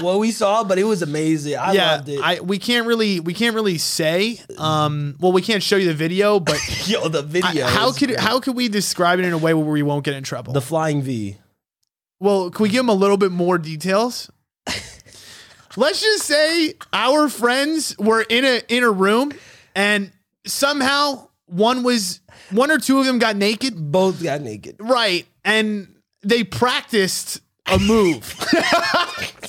Speaker 2: what we saw, but it was amazing. I
Speaker 1: yeah,
Speaker 2: loved it.
Speaker 1: I we can't really we can't really say. Um, well, we can't show you the video, but
Speaker 2: Yo, the
Speaker 1: I-
Speaker 2: video.
Speaker 1: how
Speaker 2: is-
Speaker 1: could how could we describe it in a way where we won't get in trouble?
Speaker 2: the flying V?
Speaker 1: well, can we give them a little bit more details? Let's just say our friends were in a in a room, and somehow one was one or two of them got naked.
Speaker 2: Both got naked.
Speaker 1: Right. And they practiced a move.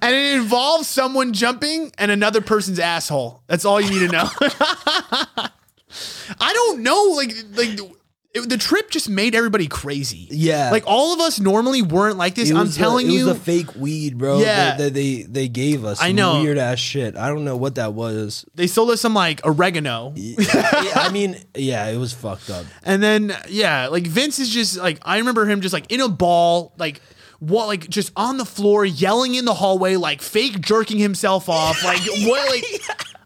Speaker 1: and it involves someone jumping and another person's asshole. That's all you need to know. I don't know like like it, the trip just made everybody crazy.
Speaker 2: Yeah.
Speaker 1: Like all of us normally weren't like this.
Speaker 2: It
Speaker 1: I'm
Speaker 2: was the-
Speaker 1: telling
Speaker 2: it
Speaker 1: you.
Speaker 2: was the fake weed, bro.
Speaker 1: Yeah.
Speaker 2: that, that they they gave us.
Speaker 1: I
Speaker 2: Some
Speaker 1: know.
Speaker 2: weird ass shit. I don't know what that was.
Speaker 1: they sold us some like oregano.
Speaker 2: I I mean, yeah, it was fucked up.
Speaker 1: And then yeah, like Vince is just like I remember him just like in a ball, like what like just on the floor yelling in the hallway, like fake jerking himself off. Like what like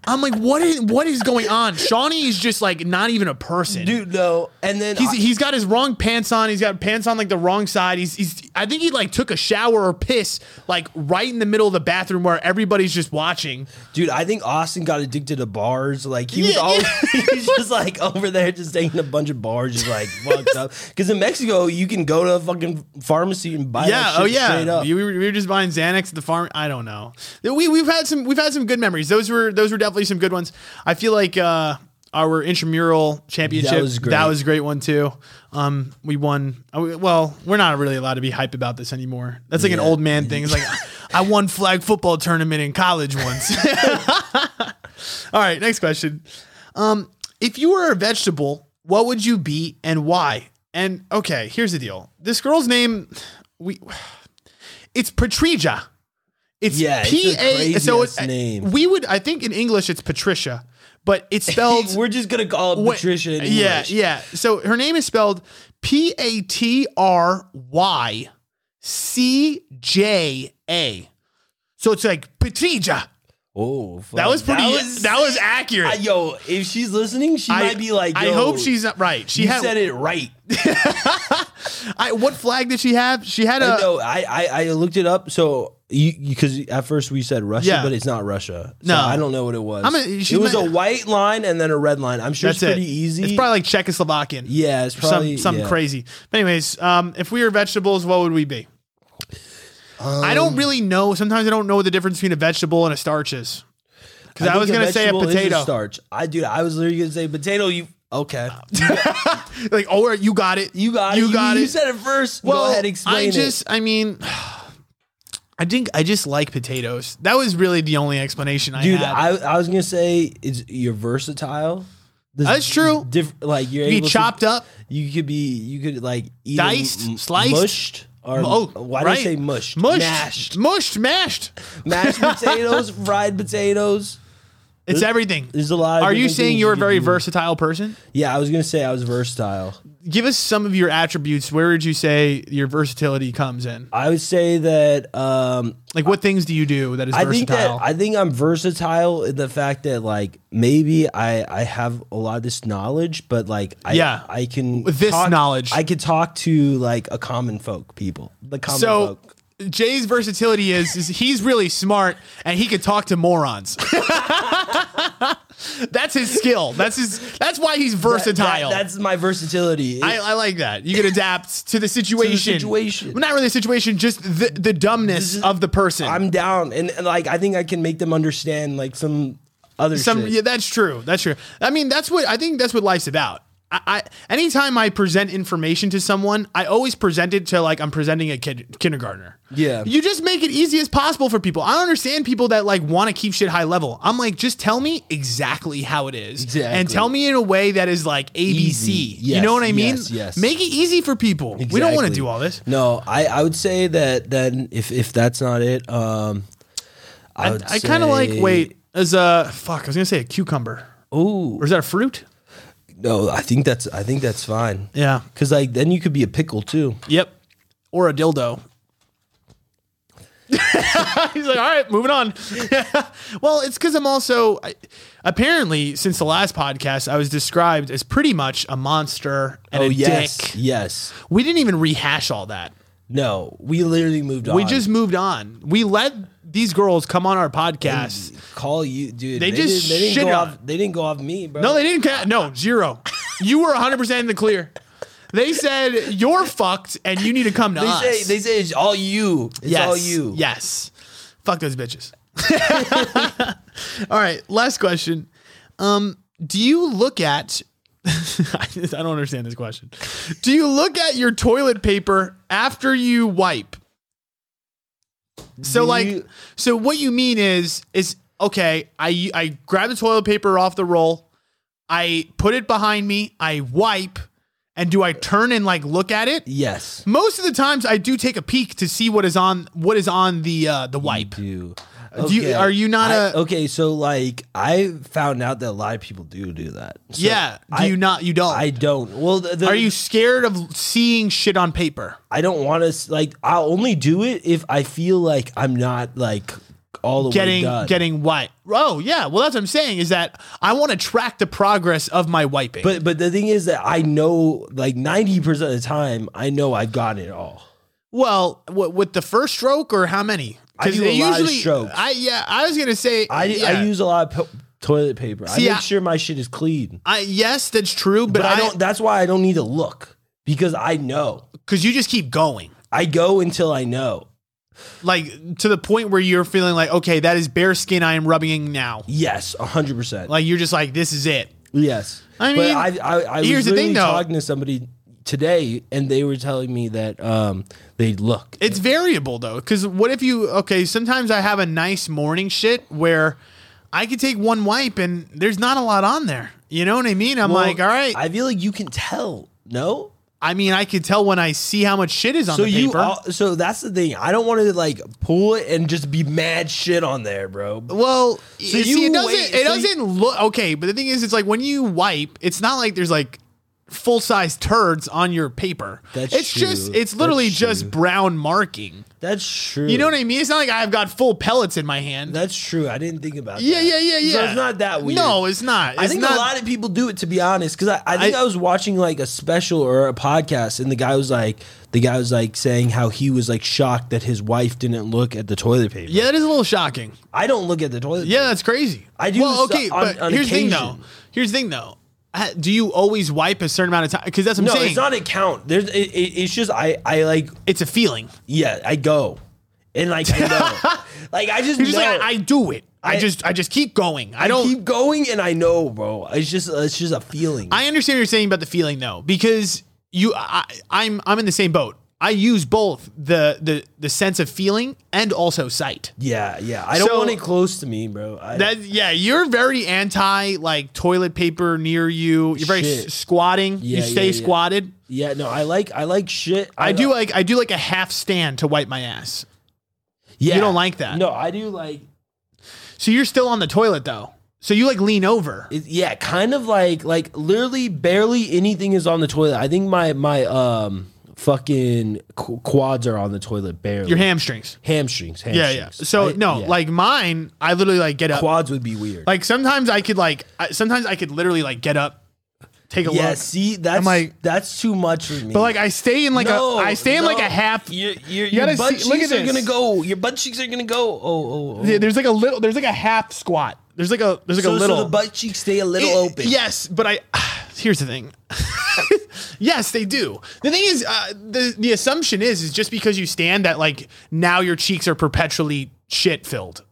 Speaker 1: I'm like, what is what is going on? Shawnee is just like not even a person.
Speaker 2: Dude, no. And then
Speaker 1: He's,
Speaker 2: I-
Speaker 1: he's got his wrong pants on. He's got pants on like the wrong side. He's, he's I think he like took a shower or piss like right in the middle of the bathroom where everybody's just watching.
Speaker 2: dude, I think Austin got addicted to bars. Like he was
Speaker 1: Yeah,
Speaker 2: always he was just like over there just taking a bunch of bars, just like fucked up. Because in Mexico, you can go to a fucking pharmacy and buy that
Speaker 1: yeah.
Speaker 2: shit
Speaker 1: oh
Speaker 2: straight
Speaker 1: yeah.
Speaker 2: up.
Speaker 1: We were, we were just buying Xanax at the farm. I don't know. We we've had some we've had some good memories. Those were those were definitely some good ones. I feel like uh, our intramural championship
Speaker 2: That was great.
Speaker 1: was a great one too. Um, we won. uh, we- Well, we're not really allowed to be hype about this anymore. That's like an old man thing. It's like I won flag football tournament in college once. All right, next question. Um, if you were a vegetable, what would you be and why? And okay, here's the deal. This girl's name, we, it's Patricia. It's
Speaker 2: Yeah, it's
Speaker 1: P
Speaker 2: the
Speaker 1: A. So uh,
Speaker 2: craziest name.
Speaker 1: we would, I think, in English it's Patricia, but it's spelled.
Speaker 2: We're just gonna call it
Speaker 1: Wait,
Speaker 2: Patricia. in
Speaker 1: Yeah,
Speaker 2: English.
Speaker 1: yeah. So her name is spelled P A T R Y C J A. So it's like Patricia.
Speaker 2: Oh, fuck.
Speaker 1: That was pretty. That was,
Speaker 2: was-
Speaker 1: accurate.
Speaker 2: I- yo, if she's listening, she might be like,
Speaker 1: I
Speaker 2: yo,
Speaker 1: hope she's not right. She
Speaker 2: you
Speaker 1: had.
Speaker 2: said it right.
Speaker 1: I, what flag did she have? She had a.
Speaker 2: no, I, I I looked it up. So you because at first we said Russia,
Speaker 1: Yeah.
Speaker 2: but it's not Russia. So
Speaker 1: No.
Speaker 2: I don't know what it was.
Speaker 1: I'm a- she
Speaker 2: it was
Speaker 1: might-
Speaker 2: a white line and then a red line. I'm sure
Speaker 1: that's
Speaker 2: it's pretty
Speaker 1: it.
Speaker 2: easy.
Speaker 1: It's probably like Czechoslovakian.
Speaker 2: yeah, it's
Speaker 1: Some
Speaker 2: probably
Speaker 1: something
Speaker 2: yeah.
Speaker 1: crazy. But anyways, um, if we were vegetables, what would we be? I don't
Speaker 2: Um,
Speaker 1: really know. Sometimes I don't know the difference between a vegetable and a starch is. Because I,
Speaker 2: think
Speaker 1: was gonna say a
Speaker 2: vegetable is
Speaker 1: potato.
Speaker 2: starch. I dude, I was literally gonna say potato. You okay?
Speaker 1: like, oh, you got it.
Speaker 2: You got it.
Speaker 1: You got
Speaker 2: You,
Speaker 1: it.
Speaker 2: said it first. Go ahead, explain
Speaker 1: I just, I mean, I think I just like potatoes. That was really the only explanation I
Speaker 2: it. dude.
Speaker 1: had.
Speaker 2: I, I was gonna say it's you're versatile. This-
Speaker 1: That's true.
Speaker 2: Diff, like you're
Speaker 1: be
Speaker 2: able to-
Speaker 1: chopped up.
Speaker 2: You could be you could like eat 'em
Speaker 1: Diced,
Speaker 2: m-
Speaker 1: sliced?
Speaker 2: mushed, or
Speaker 1: Oh,
Speaker 2: why
Speaker 1: right.
Speaker 2: do I say mushed?
Speaker 1: Mushed,
Speaker 2: mashed,
Speaker 1: mushed, mashed.
Speaker 2: mashed potatoes, fried potatoes.
Speaker 1: It's everything.
Speaker 2: There's a lot. Of
Speaker 1: Are you
Speaker 2: different
Speaker 1: saying
Speaker 2: things
Speaker 1: you're a
Speaker 2: could
Speaker 1: very
Speaker 2: do.
Speaker 1: versatile person?
Speaker 2: Yeah, I was gonna say I was versatile.
Speaker 1: Give us some of your attributes. Where would you say your versatility comes in?
Speaker 2: I would say that um,
Speaker 1: Like, what things do you do that is
Speaker 2: I think that
Speaker 1: versatile?
Speaker 2: I think I'm versatile in the fact that like maybe I I have a lot of this knowledge, but like I
Speaker 1: Yeah.
Speaker 2: I can
Speaker 1: With this
Speaker 2: talk-
Speaker 1: knowledge.
Speaker 2: I could talk to like a common folk people, the common
Speaker 1: so,
Speaker 2: folk.
Speaker 1: Jay's versatility is, is he's really smart and he can talk to morons. that's his skill. That's his. That's why he's versatile.
Speaker 2: That- that's my versatility.
Speaker 1: I, I like that. You can adapt to the situation.
Speaker 2: situation.
Speaker 1: Well, not really the situation, just the, the dumbness of the person.
Speaker 2: I'm down, and, and, like I think I can make them understand like some other
Speaker 1: Some
Speaker 2: shit.
Speaker 1: yeah, that's true. That's true. I mean, that's what I think. That's what life's about. I, I anytime I present information to someone, I always present it to like I'm presenting a kid, kindergartner.
Speaker 2: Yeah.
Speaker 1: You just make it easy as possible for people. I understand people that like want to keep shit high level. I'm like, just tell me exactly how it is. And
Speaker 2: Exactly.
Speaker 1: tell me in a way that is like ABC.
Speaker 2: Easy.
Speaker 1: you know
Speaker 2: Yes,
Speaker 1: what I mean?
Speaker 2: yes, yes.
Speaker 1: Make it easy for people. We don't want to
Speaker 2: Exactly.
Speaker 1: do all this.
Speaker 2: No, I, I would say that then if if that's not it, um, I
Speaker 1: I,
Speaker 2: would
Speaker 1: I kind of like
Speaker 2: say-
Speaker 1: wait as a fuck. I was gonna say a cucumber.
Speaker 2: Ooh,
Speaker 1: Or is that a fruit?
Speaker 2: no, I think that's I think that's fine.
Speaker 1: Yeah.
Speaker 2: Cause like then you could be a pickle too.
Speaker 1: Yep. Or a dildo. He's like, all right, moving on. well, it's because I'm also I, apparently since the last podcast, I was described as pretty much a monster and a
Speaker 2: Oh, yes,
Speaker 1: dick.
Speaker 2: yes.
Speaker 1: We didn't even rehash all that.
Speaker 2: No, we literally moved on.
Speaker 1: We just moved on. We let these girls come on our podcast.
Speaker 2: call you, dude.
Speaker 1: They just
Speaker 2: didn't, they didn't
Speaker 1: shit
Speaker 2: go
Speaker 1: on
Speaker 2: off. They didn't go off me, bro.
Speaker 1: No, they didn't. Ca- no, zero. you were 100 percent in the clear. They said you're fucked and you need to come to
Speaker 2: They
Speaker 1: us.
Speaker 2: say they say it's all you. It's
Speaker 1: yes.
Speaker 2: all you.
Speaker 1: Yes. Fuck those bitches. all right. Last question. Um, do you look at I don't understand this question. Do you look at your toilet paper after you wipe? So
Speaker 2: Do
Speaker 1: like
Speaker 2: you-
Speaker 1: so what you mean is is okay, I I grab the toilet paper off the roll, I put it behind me, I wipe, and do I turn and like look at it?
Speaker 2: Yes.
Speaker 1: Most of the times, I do take a peek to see what is on what is on the uh, the wipe.
Speaker 2: Do.
Speaker 1: Do you- are you not
Speaker 2: I-
Speaker 1: a-
Speaker 2: okay? So like I found out that a lot of people do do that. So
Speaker 1: yeah, do
Speaker 2: I,
Speaker 1: you not? You don't.
Speaker 2: I don't. Well, the, the-
Speaker 1: Are you scared of seeing shit on paper?
Speaker 2: I don't want to like. I'll only do it if I feel like I'm not like all the way
Speaker 1: Getting
Speaker 2: done.
Speaker 1: getting what? Oh yeah. Well, that's what I'm saying is that I want to track the progress of my wiping.
Speaker 2: But but the thing is that I know like ninety percent of the time I know I've got it all.
Speaker 1: well, w- with the first stroke or how many?
Speaker 2: I do
Speaker 1: they
Speaker 2: a lot of strokes.
Speaker 1: I yeah. I was gonna say
Speaker 2: I,
Speaker 1: yeah.
Speaker 2: I use a lot of po- toilet paper.
Speaker 1: See,
Speaker 2: I make
Speaker 1: I-
Speaker 2: sure my shit is clean.
Speaker 1: I yes, that's true. But,
Speaker 2: But, I, don't. That's why I don't need to look because I know.
Speaker 1: because you just keep going.
Speaker 2: I go until I know.
Speaker 1: Like to the point where you're feeling like, okay, that is bare skin I am rubbing now.
Speaker 2: Yes, hundred percent.
Speaker 1: Like you're just like, this is it.
Speaker 2: Yes.
Speaker 1: I
Speaker 2: but
Speaker 1: mean,
Speaker 2: I, I, I
Speaker 1: here's
Speaker 2: was
Speaker 1: the thing,
Speaker 2: literally
Speaker 1: though.
Speaker 2: talking to somebody today, and they were telling me that um, they look.
Speaker 1: It's variable though, because what if you? Okay, sometimes I have a nice morning shit where I could take one wipe and there's not a lot on there. You know what I mean? I'm
Speaker 2: Well,
Speaker 1: like, all right. I,
Speaker 2: I feel like you can tell. No.
Speaker 1: mean, I could tell when I see how much shit is on
Speaker 2: So
Speaker 1: the
Speaker 2: you.
Speaker 1: paper.
Speaker 2: all- so that's the thing. I don't want to like pull it and just be mad shit on there, bro.
Speaker 1: well, you see,
Speaker 2: you
Speaker 1: it doesn't.
Speaker 2: wait-
Speaker 1: it
Speaker 2: so you-
Speaker 1: doesn't look okay. But the thing is, it's like when you wipe, it's not like there's like full size turds on your paper.
Speaker 2: That's
Speaker 1: it's
Speaker 2: true.
Speaker 1: just it's literally
Speaker 2: That's
Speaker 1: just
Speaker 2: true.
Speaker 1: brown marking.
Speaker 2: That's true.
Speaker 1: You know what I mean? It's not like I've got full pellets in my hand.
Speaker 2: That's true. I didn't think about
Speaker 1: yeah,
Speaker 2: that.
Speaker 1: yeah, yeah, yeah.
Speaker 2: So it's not that weird.
Speaker 1: No, it's not.
Speaker 2: I
Speaker 1: It's
Speaker 2: think
Speaker 1: not-
Speaker 2: a lot of people do it to be honest, because I, I think
Speaker 1: I-
Speaker 2: I, was watching like a special or a podcast, and the guy was like, the guy was like saying how he was like shocked that his wife didn't look at the toilet paper.
Speaker 1: Yeah, that is a little shocking.
Speaker 2: I don't look at the toilet.
Speaker 1: Yeah,
Speaker 2: paper.
Speaker 1: that's crazy.
Speaker 2: I do
Speaker 1: Well,
Speaker 2: this
Speaker 1: okay,
Speaker 2: on-
Speaker 1: but
Speaker 2: on
Speaker 1: here's the thing
Speaker 2: occasion.
Speaker 1: though. Here's the thing though. Ha- Do you always wipe a certain amount of time? Because that's what I'm
Speaker 2: no,
Speaker 1: saying.
Speaker 2: it's not a count. There's, it, it, it's just I, I like,
Speaker 1: It's a feeling.
Speaker 2: yeah, I go, and like I know, like I just,
Speaker 1: You're just
Speaker 2: know.
Speaker 1: like I, I do it. I,
Speaker 2: I-
Speaker 1: just I just keep going. I,
Speaker 2: I
Speaker 1: don't.
Speaker 2: keep going, and I know, bro. It's just, it's just a feeling.
Speaker 1: I understand what you're saying about the feeling though, because you I, I'm I'm in the same boat. I use both the the the sense of feeling and also sight.
Speaker 2: yeah, yeah. I don't
Speaker 1: So-
Speaker 2: want it close to me, bro. I,
Speaker 1: That yeah, you're very anti like toilet paper near you. You're very
Speaker 2: Shit.
Speaker 1: s- squatting. you
Speaker 2: Yeah, yeah,
Speaker 1: stay
Speaker 2: yeah.
Speaker 1: squatted.
Speaker 2: yeah, no, I like, I like shit.
Speaker 1: I do
Speaker 2: like-
Speaker 1: like I do like a half stand to wipe my ass.
Speaker 2: yeah.
Speaker 1: You don't like that.
Speaker 2: No, I do like
Speaker 1: So you're still on the toilet though. So you like lean over.
Speaker 2: It- yeah, kind of like like literally barely anything is on the toilet. I think my my um fucking qu- quads are on the toilet barely.
Speaker 1: Your hamstrings.
Speaker 2: hamstrings,
Speaker 1: Yeah,
Speaker 2: hamstrings.
Speaker 1: yeah. So
Speaker 2: I-
Speaker 1: no,
Speaker 2: yeah.
Speaker 1: like mine, I literally like get up.
Speaker 2: quads would be weird.
Speaker 1: Like sometimes I could like I, sometimes I could literally like get up, take a
Speaker 2: yeah,
Speaker 1: look.
Speaker 2: see, that's
Speaker 1: like-
Speaker 2: that's too much for me.
Speaker 1: But like I stay in like
Speaker 2: No,
Speaker 1: a I stay in like
Speaker 2: no.
Speaker 1: a half.
Speaker 2: your your,
Speaker 1: gotta
Speaker 2: your butt
Speaker 1: see-
Speaker 2: cheeks
Speaker 1: look at
Speaker 2: are
Speaker 1: this.
Speaker 2: gonna go. Your butt cheeks are gonna go. Oh, oh, oh.
Speaker 1: Yeah, There's like a little. There's like a half squat. There's like a there's like
Speaker 2: so,
Speaker 1: a
Speaker 2: so
Speaker 1: little.
Speaker 2: the butt cheeks stay a little
Speaker 1: It-
Speaker 2: open.
Speaker 1: Yes, but I. Here's the thing. yes, they do. The thing is, uh, the the assumption is is just because you stand that like now your cheeks are perpetually shit filled.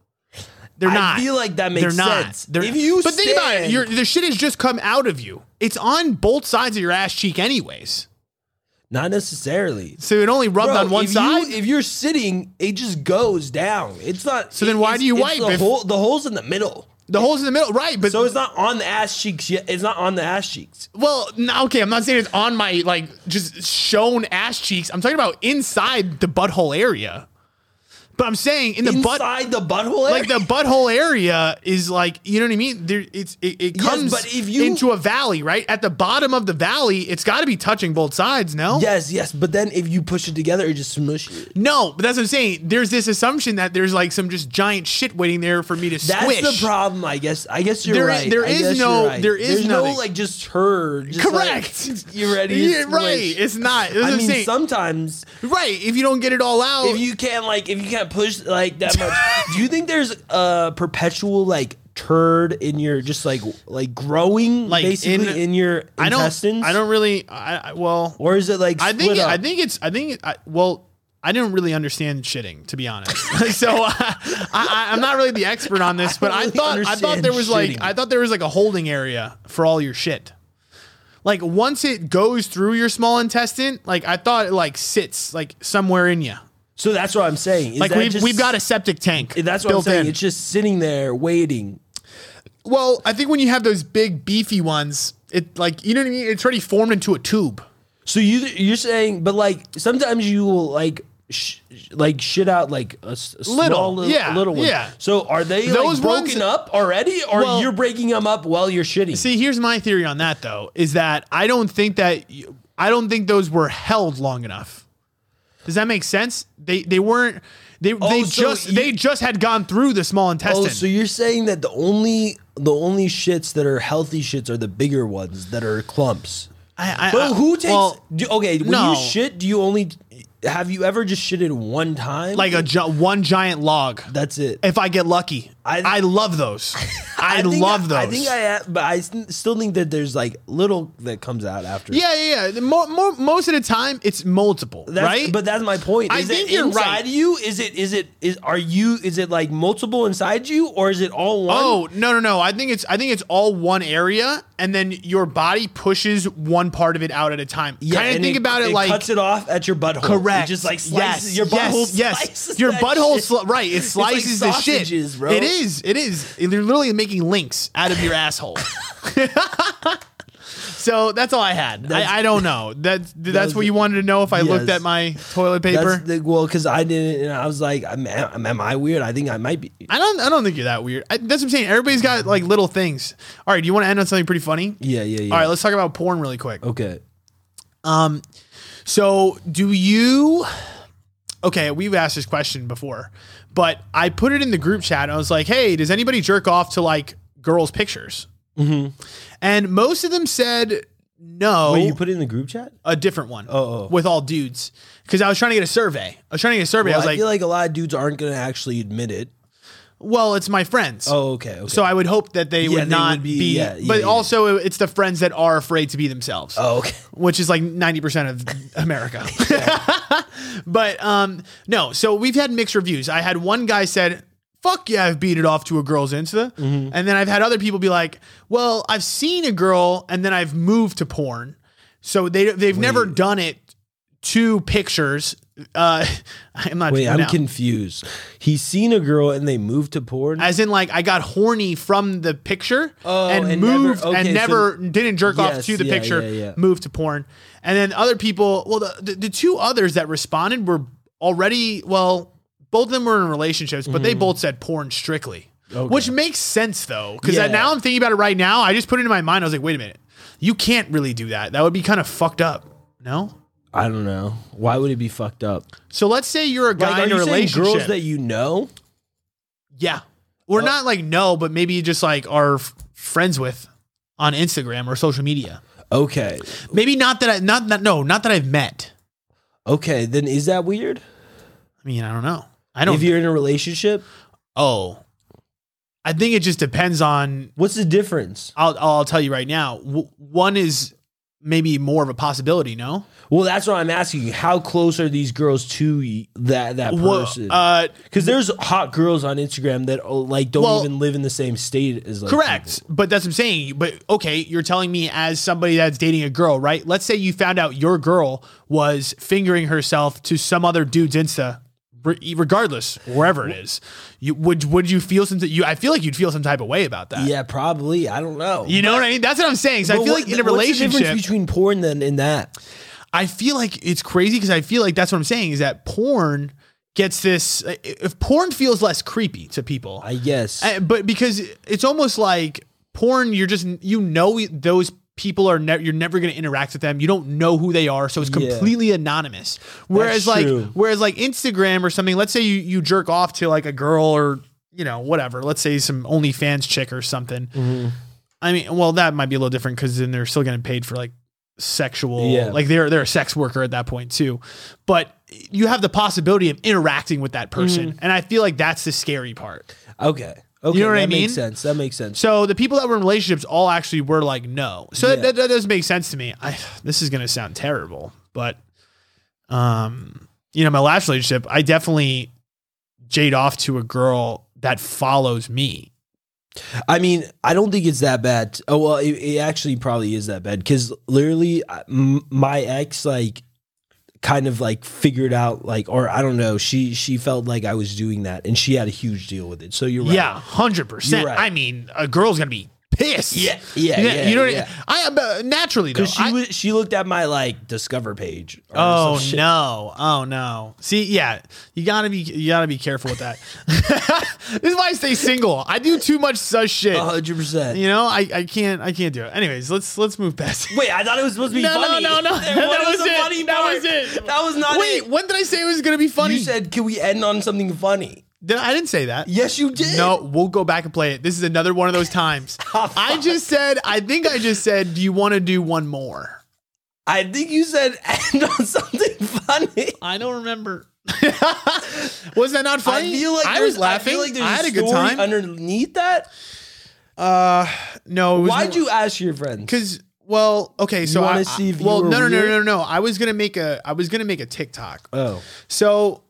Speaker 1: They're
Speaker 2: I
Speaker 1: not.
Speaker 2: feel like that makes
Speaker 1: They're not.
Speaker 2: sense.
Speaker 1: They're,
Speaker 2: If you
Speaker 1: but think about it,
Speaker 2: stand-
Speaker 1: your the shit has just come out of you. It's on both sides of your ass cheek, anyways.
Speaker 2: Not necessarily.
Speaker 1: So it only rubbed
Speaker 2: Bro,
Speaker 1: on one
Speaker 2: if you-
Speaker 1: side.
Speaker 2: if you're sitting, it just goes down. It's not.
Speaker 1: So then
Speaker 2: it-
Speaker 1: why
Speaker 2: it's-
Speaker 1: do you
Speaker 2: it's
Speaker 1: wipe
Speaker 2: The,
Speaker 1: if-
Speaker 2: hole, the hole's in the middle,
Speaker 1: the hole's in the middle, right? But
Speaker 2: so it's not on the ass cheeks yet. It's not on the ass cheeks.
Speaker 1: well, no, okay. I'm not saying it's on my like just shown ass cheeks. I'm talking about inside the butthole area. But I'm saying in the butt,
Speaker 2: Inside the butthole,
Speaker 1: like the butthole area is like you know what I mean. There, it's it, it
Speaker 2: Yes,
Speaker 1: comes
Speaker 2: but if you-
Speaker 1: into a valley, right? At the bottom of the valley, it's got to be touching both sides. No,
Speaker 2: yes, yes. But then if you push it together, it just smushes. it.
Speaker 1: no. But that's what I'm saying. There's this assumption that there's like some just giant shit waiting there for me to
Speaker 2: That's
Speaker 1: squish.
Speaker 2: the problem, I guess. I guess you're
Speaker 1: There-
Speaker 2: right.
Speaker 1: there
Speaker 2: I
Speaker 1: is
Speaker 2: guess you're
Speaker 1: no-
Speaker 2: right.
Speaker 1: there is
Speaker 2: There's no
Speaker 1: nothing.
Speaker 2: like just her. Just
Speaker 1: Correct.
Speaker 2: Like, you ready? to
Speaker 1: Yeah, right.
Speaker 2: squish.
Speaker 1: It's not. That's what
Speaker 2: I
Speaker 1: I'm
Speaker 2: mean,
Speaker 1: saying.
Speaker 2: sometimes
Speaker 1: right. If you don't get it all out,
Speaker 2: if you can't like if you can't push like that much do you think there's a perpetual like turd in your just like like growing
Speaker 1: Like,
Speaker 2: basically
Speaker 1: in-
Speaker 2: in, your
Speaker 1: I don't.
Speaker 2: intestines
Speaker 1: I don't really. I, I well.
Speaker 2: or is it like
Speaker 1: I think
Speaker 2: split up?
Speaker 1: I think it's I think I, well I didn't really understand shitting to be honest, so uh, I, I, I'm not really the expert on this. But I,
Speaker 2: really
Speaker 1: thought I thought
Speaker 2: understand
Speaker 1: there was like
Speaker 2: shitting.
Speaker 1: I thought there was like a holding area for all your shit. Like once it goes through your small intestine, like I thought it like sits like somewhere in you.
Speaker 2: so that's what i'm saying Is
Speaker 1: Like
Speaker 2: that
Speaker 1: we've
Speaker 2: just-
Speaker 1: we've got a septic tank.
Speaker 2: that's what i'm
Speaker 1: built
Speaker 2: saying
Speaker 1: in.
Speaker 2: it's just sitting there waiting
Speaker 1: well, I think when you have those big beefy ones, it like you know what I mean. It's already formed into a tube.
Speaker 2: so you you're saying but like sometimes you will like sh- like shit out like a, s- a
Speaker 1: Little,
Speaker 2: small little,
Speaker 1: yeah,
Speaker 2: little one
Speaker 1: yeah.
Speaker 2: so are they
Speaker 1: Those
Speaker 2: like
Speaker 1: ones-
Speaker 2: broken up already or
Speaker 1: Well-
Speaker 2: you're breaking them up while you're shitting
Speaker 1: See, here's my theory on that though: is that I don't think that you- I don't think those were held long enough. Does that make sense? They they weren't. They they
Speaker 2: Oh, so
Speaker 1: just
Speaker 2: you-
Speaker 1: they just had gone through the small intestine.
Speaker 2: Oh, so you're saying that the only the only shits that are healthy shits are the bigger ones that are clumps.
Speaker 1: I, I-
Speaker 2: But
Speaker 1: I-
Speaker 2: who takes?
Speaker 1: Uh, well,
Speaker 2: do, okay, when
Speaker 1: no.
Speaker 2: you shit, do you only have you ever just shitted one time?
Speaker 1: like a gi- one giant log?
Speaker 2: that's it.
Speaker 1: If I get lucky, I,
Speaker 2: I-
Speaker 1: love those. I,
Speaker 2: think
Speaker 1: love those.
Speaker 2: I think I, have- but I s- still think that there's like little that comes out after.
Speaker 1: yeah, yeah, yeah. The Mo, mo, most of the time, it's multiple,
Speaker 2: That's,
Speaker 1: right?
Speaker 2: But that's my point.
Speaker 1: I
Speaker 2: Is
Speaker 1: think
Speaker 2: it
Speaker 1: you're
Speaker 2: inside
Speaker 1: right.
Speaker 2: you? Is it is it is are you is it like multiple inside you or is it all one?
Speaker 1: Oh no no no! I think it's I think it's all one area, and then your body pushes one part of it out at a time. kind of
Speaker 2: and
Speaker 1: think about it, like
Speaker 2: cuts it off at your butthole.
Speaker 1: correct.
Speaker 2: It just like slices your butthole.
Speaker 1: Yes, yes.
Speaker 2: slices
Speaker 1: your
Speaker 2: that
Speaker 1: butthole.
Speaker 2: shit.
Speaker 1: Sli- right, it
Speaker 2: like
Speaker 1: slices the
Speaker 2: sausages,
Speaker 1: shit.
Speaker 2: bro.
Speaker 1: It is. It is. They're literally making links out of your asshole. So that's all I had.
Speaker 2: That's-
Speaker 1: I, I don't know. That's that's
Speaker 2: was-
Speaker 1: what you wanted to know if I looked
Speaker 2: yes.
Speaker 1: at my toilet paper.
Speaker 2: That's the, well, because I didn't, and I was like, am, am, am I weird? I think I might be.
Speaker 1: I don't. I don't think you're that weird. I, that's what I'm saying. Everybody's got like little things. All right. Do you want to end on something pretty funny?
Speaker 2: Yeah, yeah, yeah.
Speaker 1: All right. Let's talk about porn really quick.
Speaker 2: okay.
Speaker 1: So, do you? Okay, we've asked this question before, but I put it in the group chat. And I was like, "Hey, does anybody jerk off to like girls' pictures?" Mm-hmm. And most of them said no.
Speaker 2: Wait, you put it in the group chat?
Speaker 1: a different one
Speaker 2: Oh, oh.
Speaker 1: with all dudes because I was trying to get a survey. I was trying to get a survey.
Speaker 2: Well, I,
Speaker 1: I was like,
Speaker 2: feel like a lot of dudes aren't going to actually admit it.
Speaker 1: "Well, it's my friends."
Speaker 2: Oh, okay. okay.
Speaker 1: So I would hope that they
Speaker 2: Yeah,
Speaker 1: would
Speaker 2: they
Speaker 1: not
Speaker 2: would
Speaker 1: be,
Speaker 2: be- yeah, yeah,
Speaker 1: but
Speaker 2: yeah.
Speaker 1: also it's the friends that are afraid to be themselves.
Speaker 2: oh, okay.
Speaker 1: which is like 90% of America. but um no, so we've had mixed reviews. I had one guy said, "Fuck yeah, I've beat it off to a girl's Insta."
Speaker 2: Mm-hmm.
Speaker 1: And then I've had other people be like, "Well, I've seen a girl and then I've moved to porn." So they they've never done it to pictures. Uh I'm not
Speaker 2: Wait, I'm
Speaker 1: no.
Speaker 2: confused. He's seen a girl and they moved to porn.
Speaker 1: as in like I got horny from the picture
Speaker 2: Oh,
Speaker 1: and,
Speaker 2: and never-
Speaker 1: moved
Speaker 2: okay,
Speaker 1: and
Speaker 2: so-
Speaker 1: never didn't jerk off
Speaker 2: Yes,
Speaker 1: to the
Speaker 2: yeah,
Speaker 1: picture,
Speaker 2: yeah, yeah.
Speaker 1: moved to porn. And then other people, well, the, the, the two others that responded were already, well, both of them were in relationships, but they
Speaker 2: Mm-hmm.
Speaker 1: both said porn strictly, which makes sense though. Cause
Speaker 2: Yeah.
Speaker 1: now I'm thinking about it right now. I just put it in my mind. I was like, wait a minute, you can't really do that. That would be kind of fucked up. No.
Speaker 2: I don't know. Why would it be fucked up?
Speaker 1: So let's say you're a guy
Speaker 2: Like, are
Speaker 1: in a
Speaker 2: you saying
Speaker 1: relationship.
Speaker 2: girls that you know?
Speaker 1: Yeah. Or not like no, but maybe just like are f- friends with on Instagram or social media.
Speaker 2: Okay.
Speaker 1: Maybe not that I not that no, not that I've met.
Speaker 2: Okay. Then is that weird?
Speaker 1: I mean, I don't know. I don't
Speaker 2: if you're in a relationship,
Speaker 1: Oh. I think it just depends on
Speaker 2: what's the difference?
Speaker 1: I'll I'll tell you right now. W- one is maybe more of a possibility. No,
Speaker 2: Well, that's what I'm asking you. How close are these girls to y- that that
Speaker 1: Well,
Speaker 2: person?
Speaker 1: uh,
Speaker 2: Because there's hot girls on Instagram that oh, like don't
Speaker 1: Well-
Speaker 2: even live in the same state as like
Speaker 1: correct. But that's what I'm saying. But okay, you're telling me as somebody that's dating a girl, right? Let's say you found out your girl was fingering herself to some other dude's Insta. re- Regardless, wherever it is, you, would would you feel some? You, I feel like you'd feel some type of way about that.
Speaker 2: people. Yeah, probably. I don't know.
Speaker 1: You know what I mean? That's what I'm saying. So I
Speaker 2: But
Speaker 1: feel
Speaker 2: what-
Speaker 1: like in a
Speaker 2: what's the
Speaker 1: relationship,
Speaker 2: difference between porn then and that.
Speaker 1: I feel like it's crazy because I feel like that's what I'm saying is that porn gets this. If porn feels less creepy to people,
Speaker 2: I guess.
Speaker 1: I- but because it's almost like porn, you're just you know those people are never you're never going to interact with them. You don't know who they are, so it's
Speaker 2: Yeah.
Speaker 1: completely anonymous. Whereas like
Speaker 2: true.
Speaker 1: whereas like Instagram or something, let's say you you jerk off to like a girl or you know whatever. Let's say some OnlyFans chick or something.
Speaker 2: Mm-hmm.
Speaker 1: I mean, well, that might be a little different because then they're still getting paid for like sexual,
Speaker 2: Yeah.
Speaker 1: like they're they're a sex worker at that point too. But you have the possibility of interacting with that person,
Speaker 2: Mm-hmm.
Speaker 1: and I feel like that's the scary part.
Speaker 2: okay. Okay.
Speaker 1: know what
Speaker 2: that
Speaker 1: I mean?
Speaker 2: Makes sense. That makes sense.
Speaker 1: So the people that were in relationships all actually were like no. So
Speaker 2: Yeah.
Speaker 1: that, that, that does make sense to me. I, this is gonna sound terrible, but um, you know, my last relationship, I definitely jade off to a girl that follows me.
Speaker 2: I mean, I don't think it's that bad. Oh well, it, it actually probably is that bad because literally, I- m- my ex like kind of like figured out like, or I don't know, she she felt like I was doing that, and she had a huge deal with it. So you're right.
Speaker 1: Yeah, hundred percent.
Speaker 2: You're right.
Speaker 1: I mean, a girl's gonna be pissed.
Speaker 2: Yeah, yeah, yeah,
Speaker 1: you know,
Speaker 2: yeah.
Speaker 1: what I, mean? I uh, naturally though.
Speaker 2: because she
Speaker 1: I-
Speaker 2: was she looked at my like discover page. or
Speaker 1: oh
Speaker 2: some shit.
Speaker 1: no, oh no. See, yeah, you gotta be, you gotta be careful with that. this is why I stay single. I do too much such shit.
Speaker 2: A hundred percent.
Speaker 1: You know, I, I can't, I can't do it. Anyways, let's let's move past. it.
Speaker 2: Wait, I thought it was supposed to be
Speaker 1: No, no,
Speaker 2: funny.
Speaker 1: no, no.
Speaker 2: What
Speaker 1: That was
Speaker 2: the
Speaker 1: it.
Speaker 2: funny
Speaker 1: That
Speaker 2: part?
Speaker 1: was it.
Speaker 2: That was not
Speaker 1: Wait,
Speaker 2: it.
Speaker 1: when did I say it was gonna be funny?
Speaker 2: You said, "Can we end on something funny?"
Speaker 1: Did- I didn't say that.
Speaker 2: Yes, you did.
Speaker 1: No, we'll go back and play it. This is another one of those times. I just said, I think I just said, do you want to do one more?
Speaker 2: I think you said end on something funny.
Speaker 1: I don't remember. was that not funny?
Speaker 2: I feel like
Speaker 1: I
Speaker 2: there's-
Speaker 1: was laughing. I,
Speaker 2: feel like there's
Speaker 1: had a good
Speaker 2: story
Speaker 1: time. Uh,
Speaker 2: underneath that.
Speaker 1: no, it was
Speaker 2: Why'd you ask your friends?
Speaker 1: Because well, okay, so
Speaker 2: wanna
Speaker 1: I,
Speaker 2: see if you
Speaker 1: well,
Speaker 2: were
Speaker 1: no, no, no,
Speaker 2: weird?
Speaker 1: no, no, no. I was gonna make a, I was gonna make a TikTok.
Speaker 2: Oh,
Speaker 1: So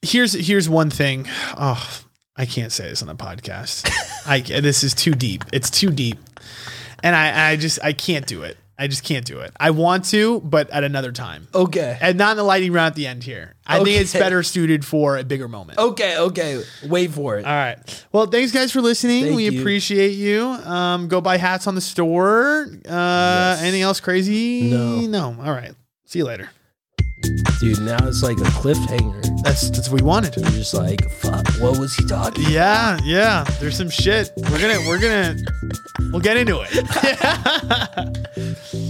Speaker 1: here's here's one thing. Oh, I can't say this on the podcast. I this is too deep. It's too deep, and I I just I can't do it. I just can't do it. I want to, but at another time,
Speaker 2: okay,
Speaker 1: and not in the lightning round at the end here. I think it's
Speaker 2: Okay.
Speaker 1: better suited for a bigger moment.
Speaker 2: okay, okay. Wait for it.
Speaker 1: All right. Well, thanks guys for listening.
Speaker 2: Thank
Speaker 1: we
Speaker 2: you.
Speaker 1: appreciate you. Um, go buy hats on the store. Uh, Anything else crazy?
Speaker 2: No.
Speaker 1: No. All right. See you later.
Speaker 2: Dude, now it's like a cliffhanger.
Speaker 1: That's that's what we wanted.
Speaker 2: You're just like, fuck. What was he talking?
Speaker 1: Yeah, yeah. There's some shit. We're gonna, we're gonna, we'll get into it.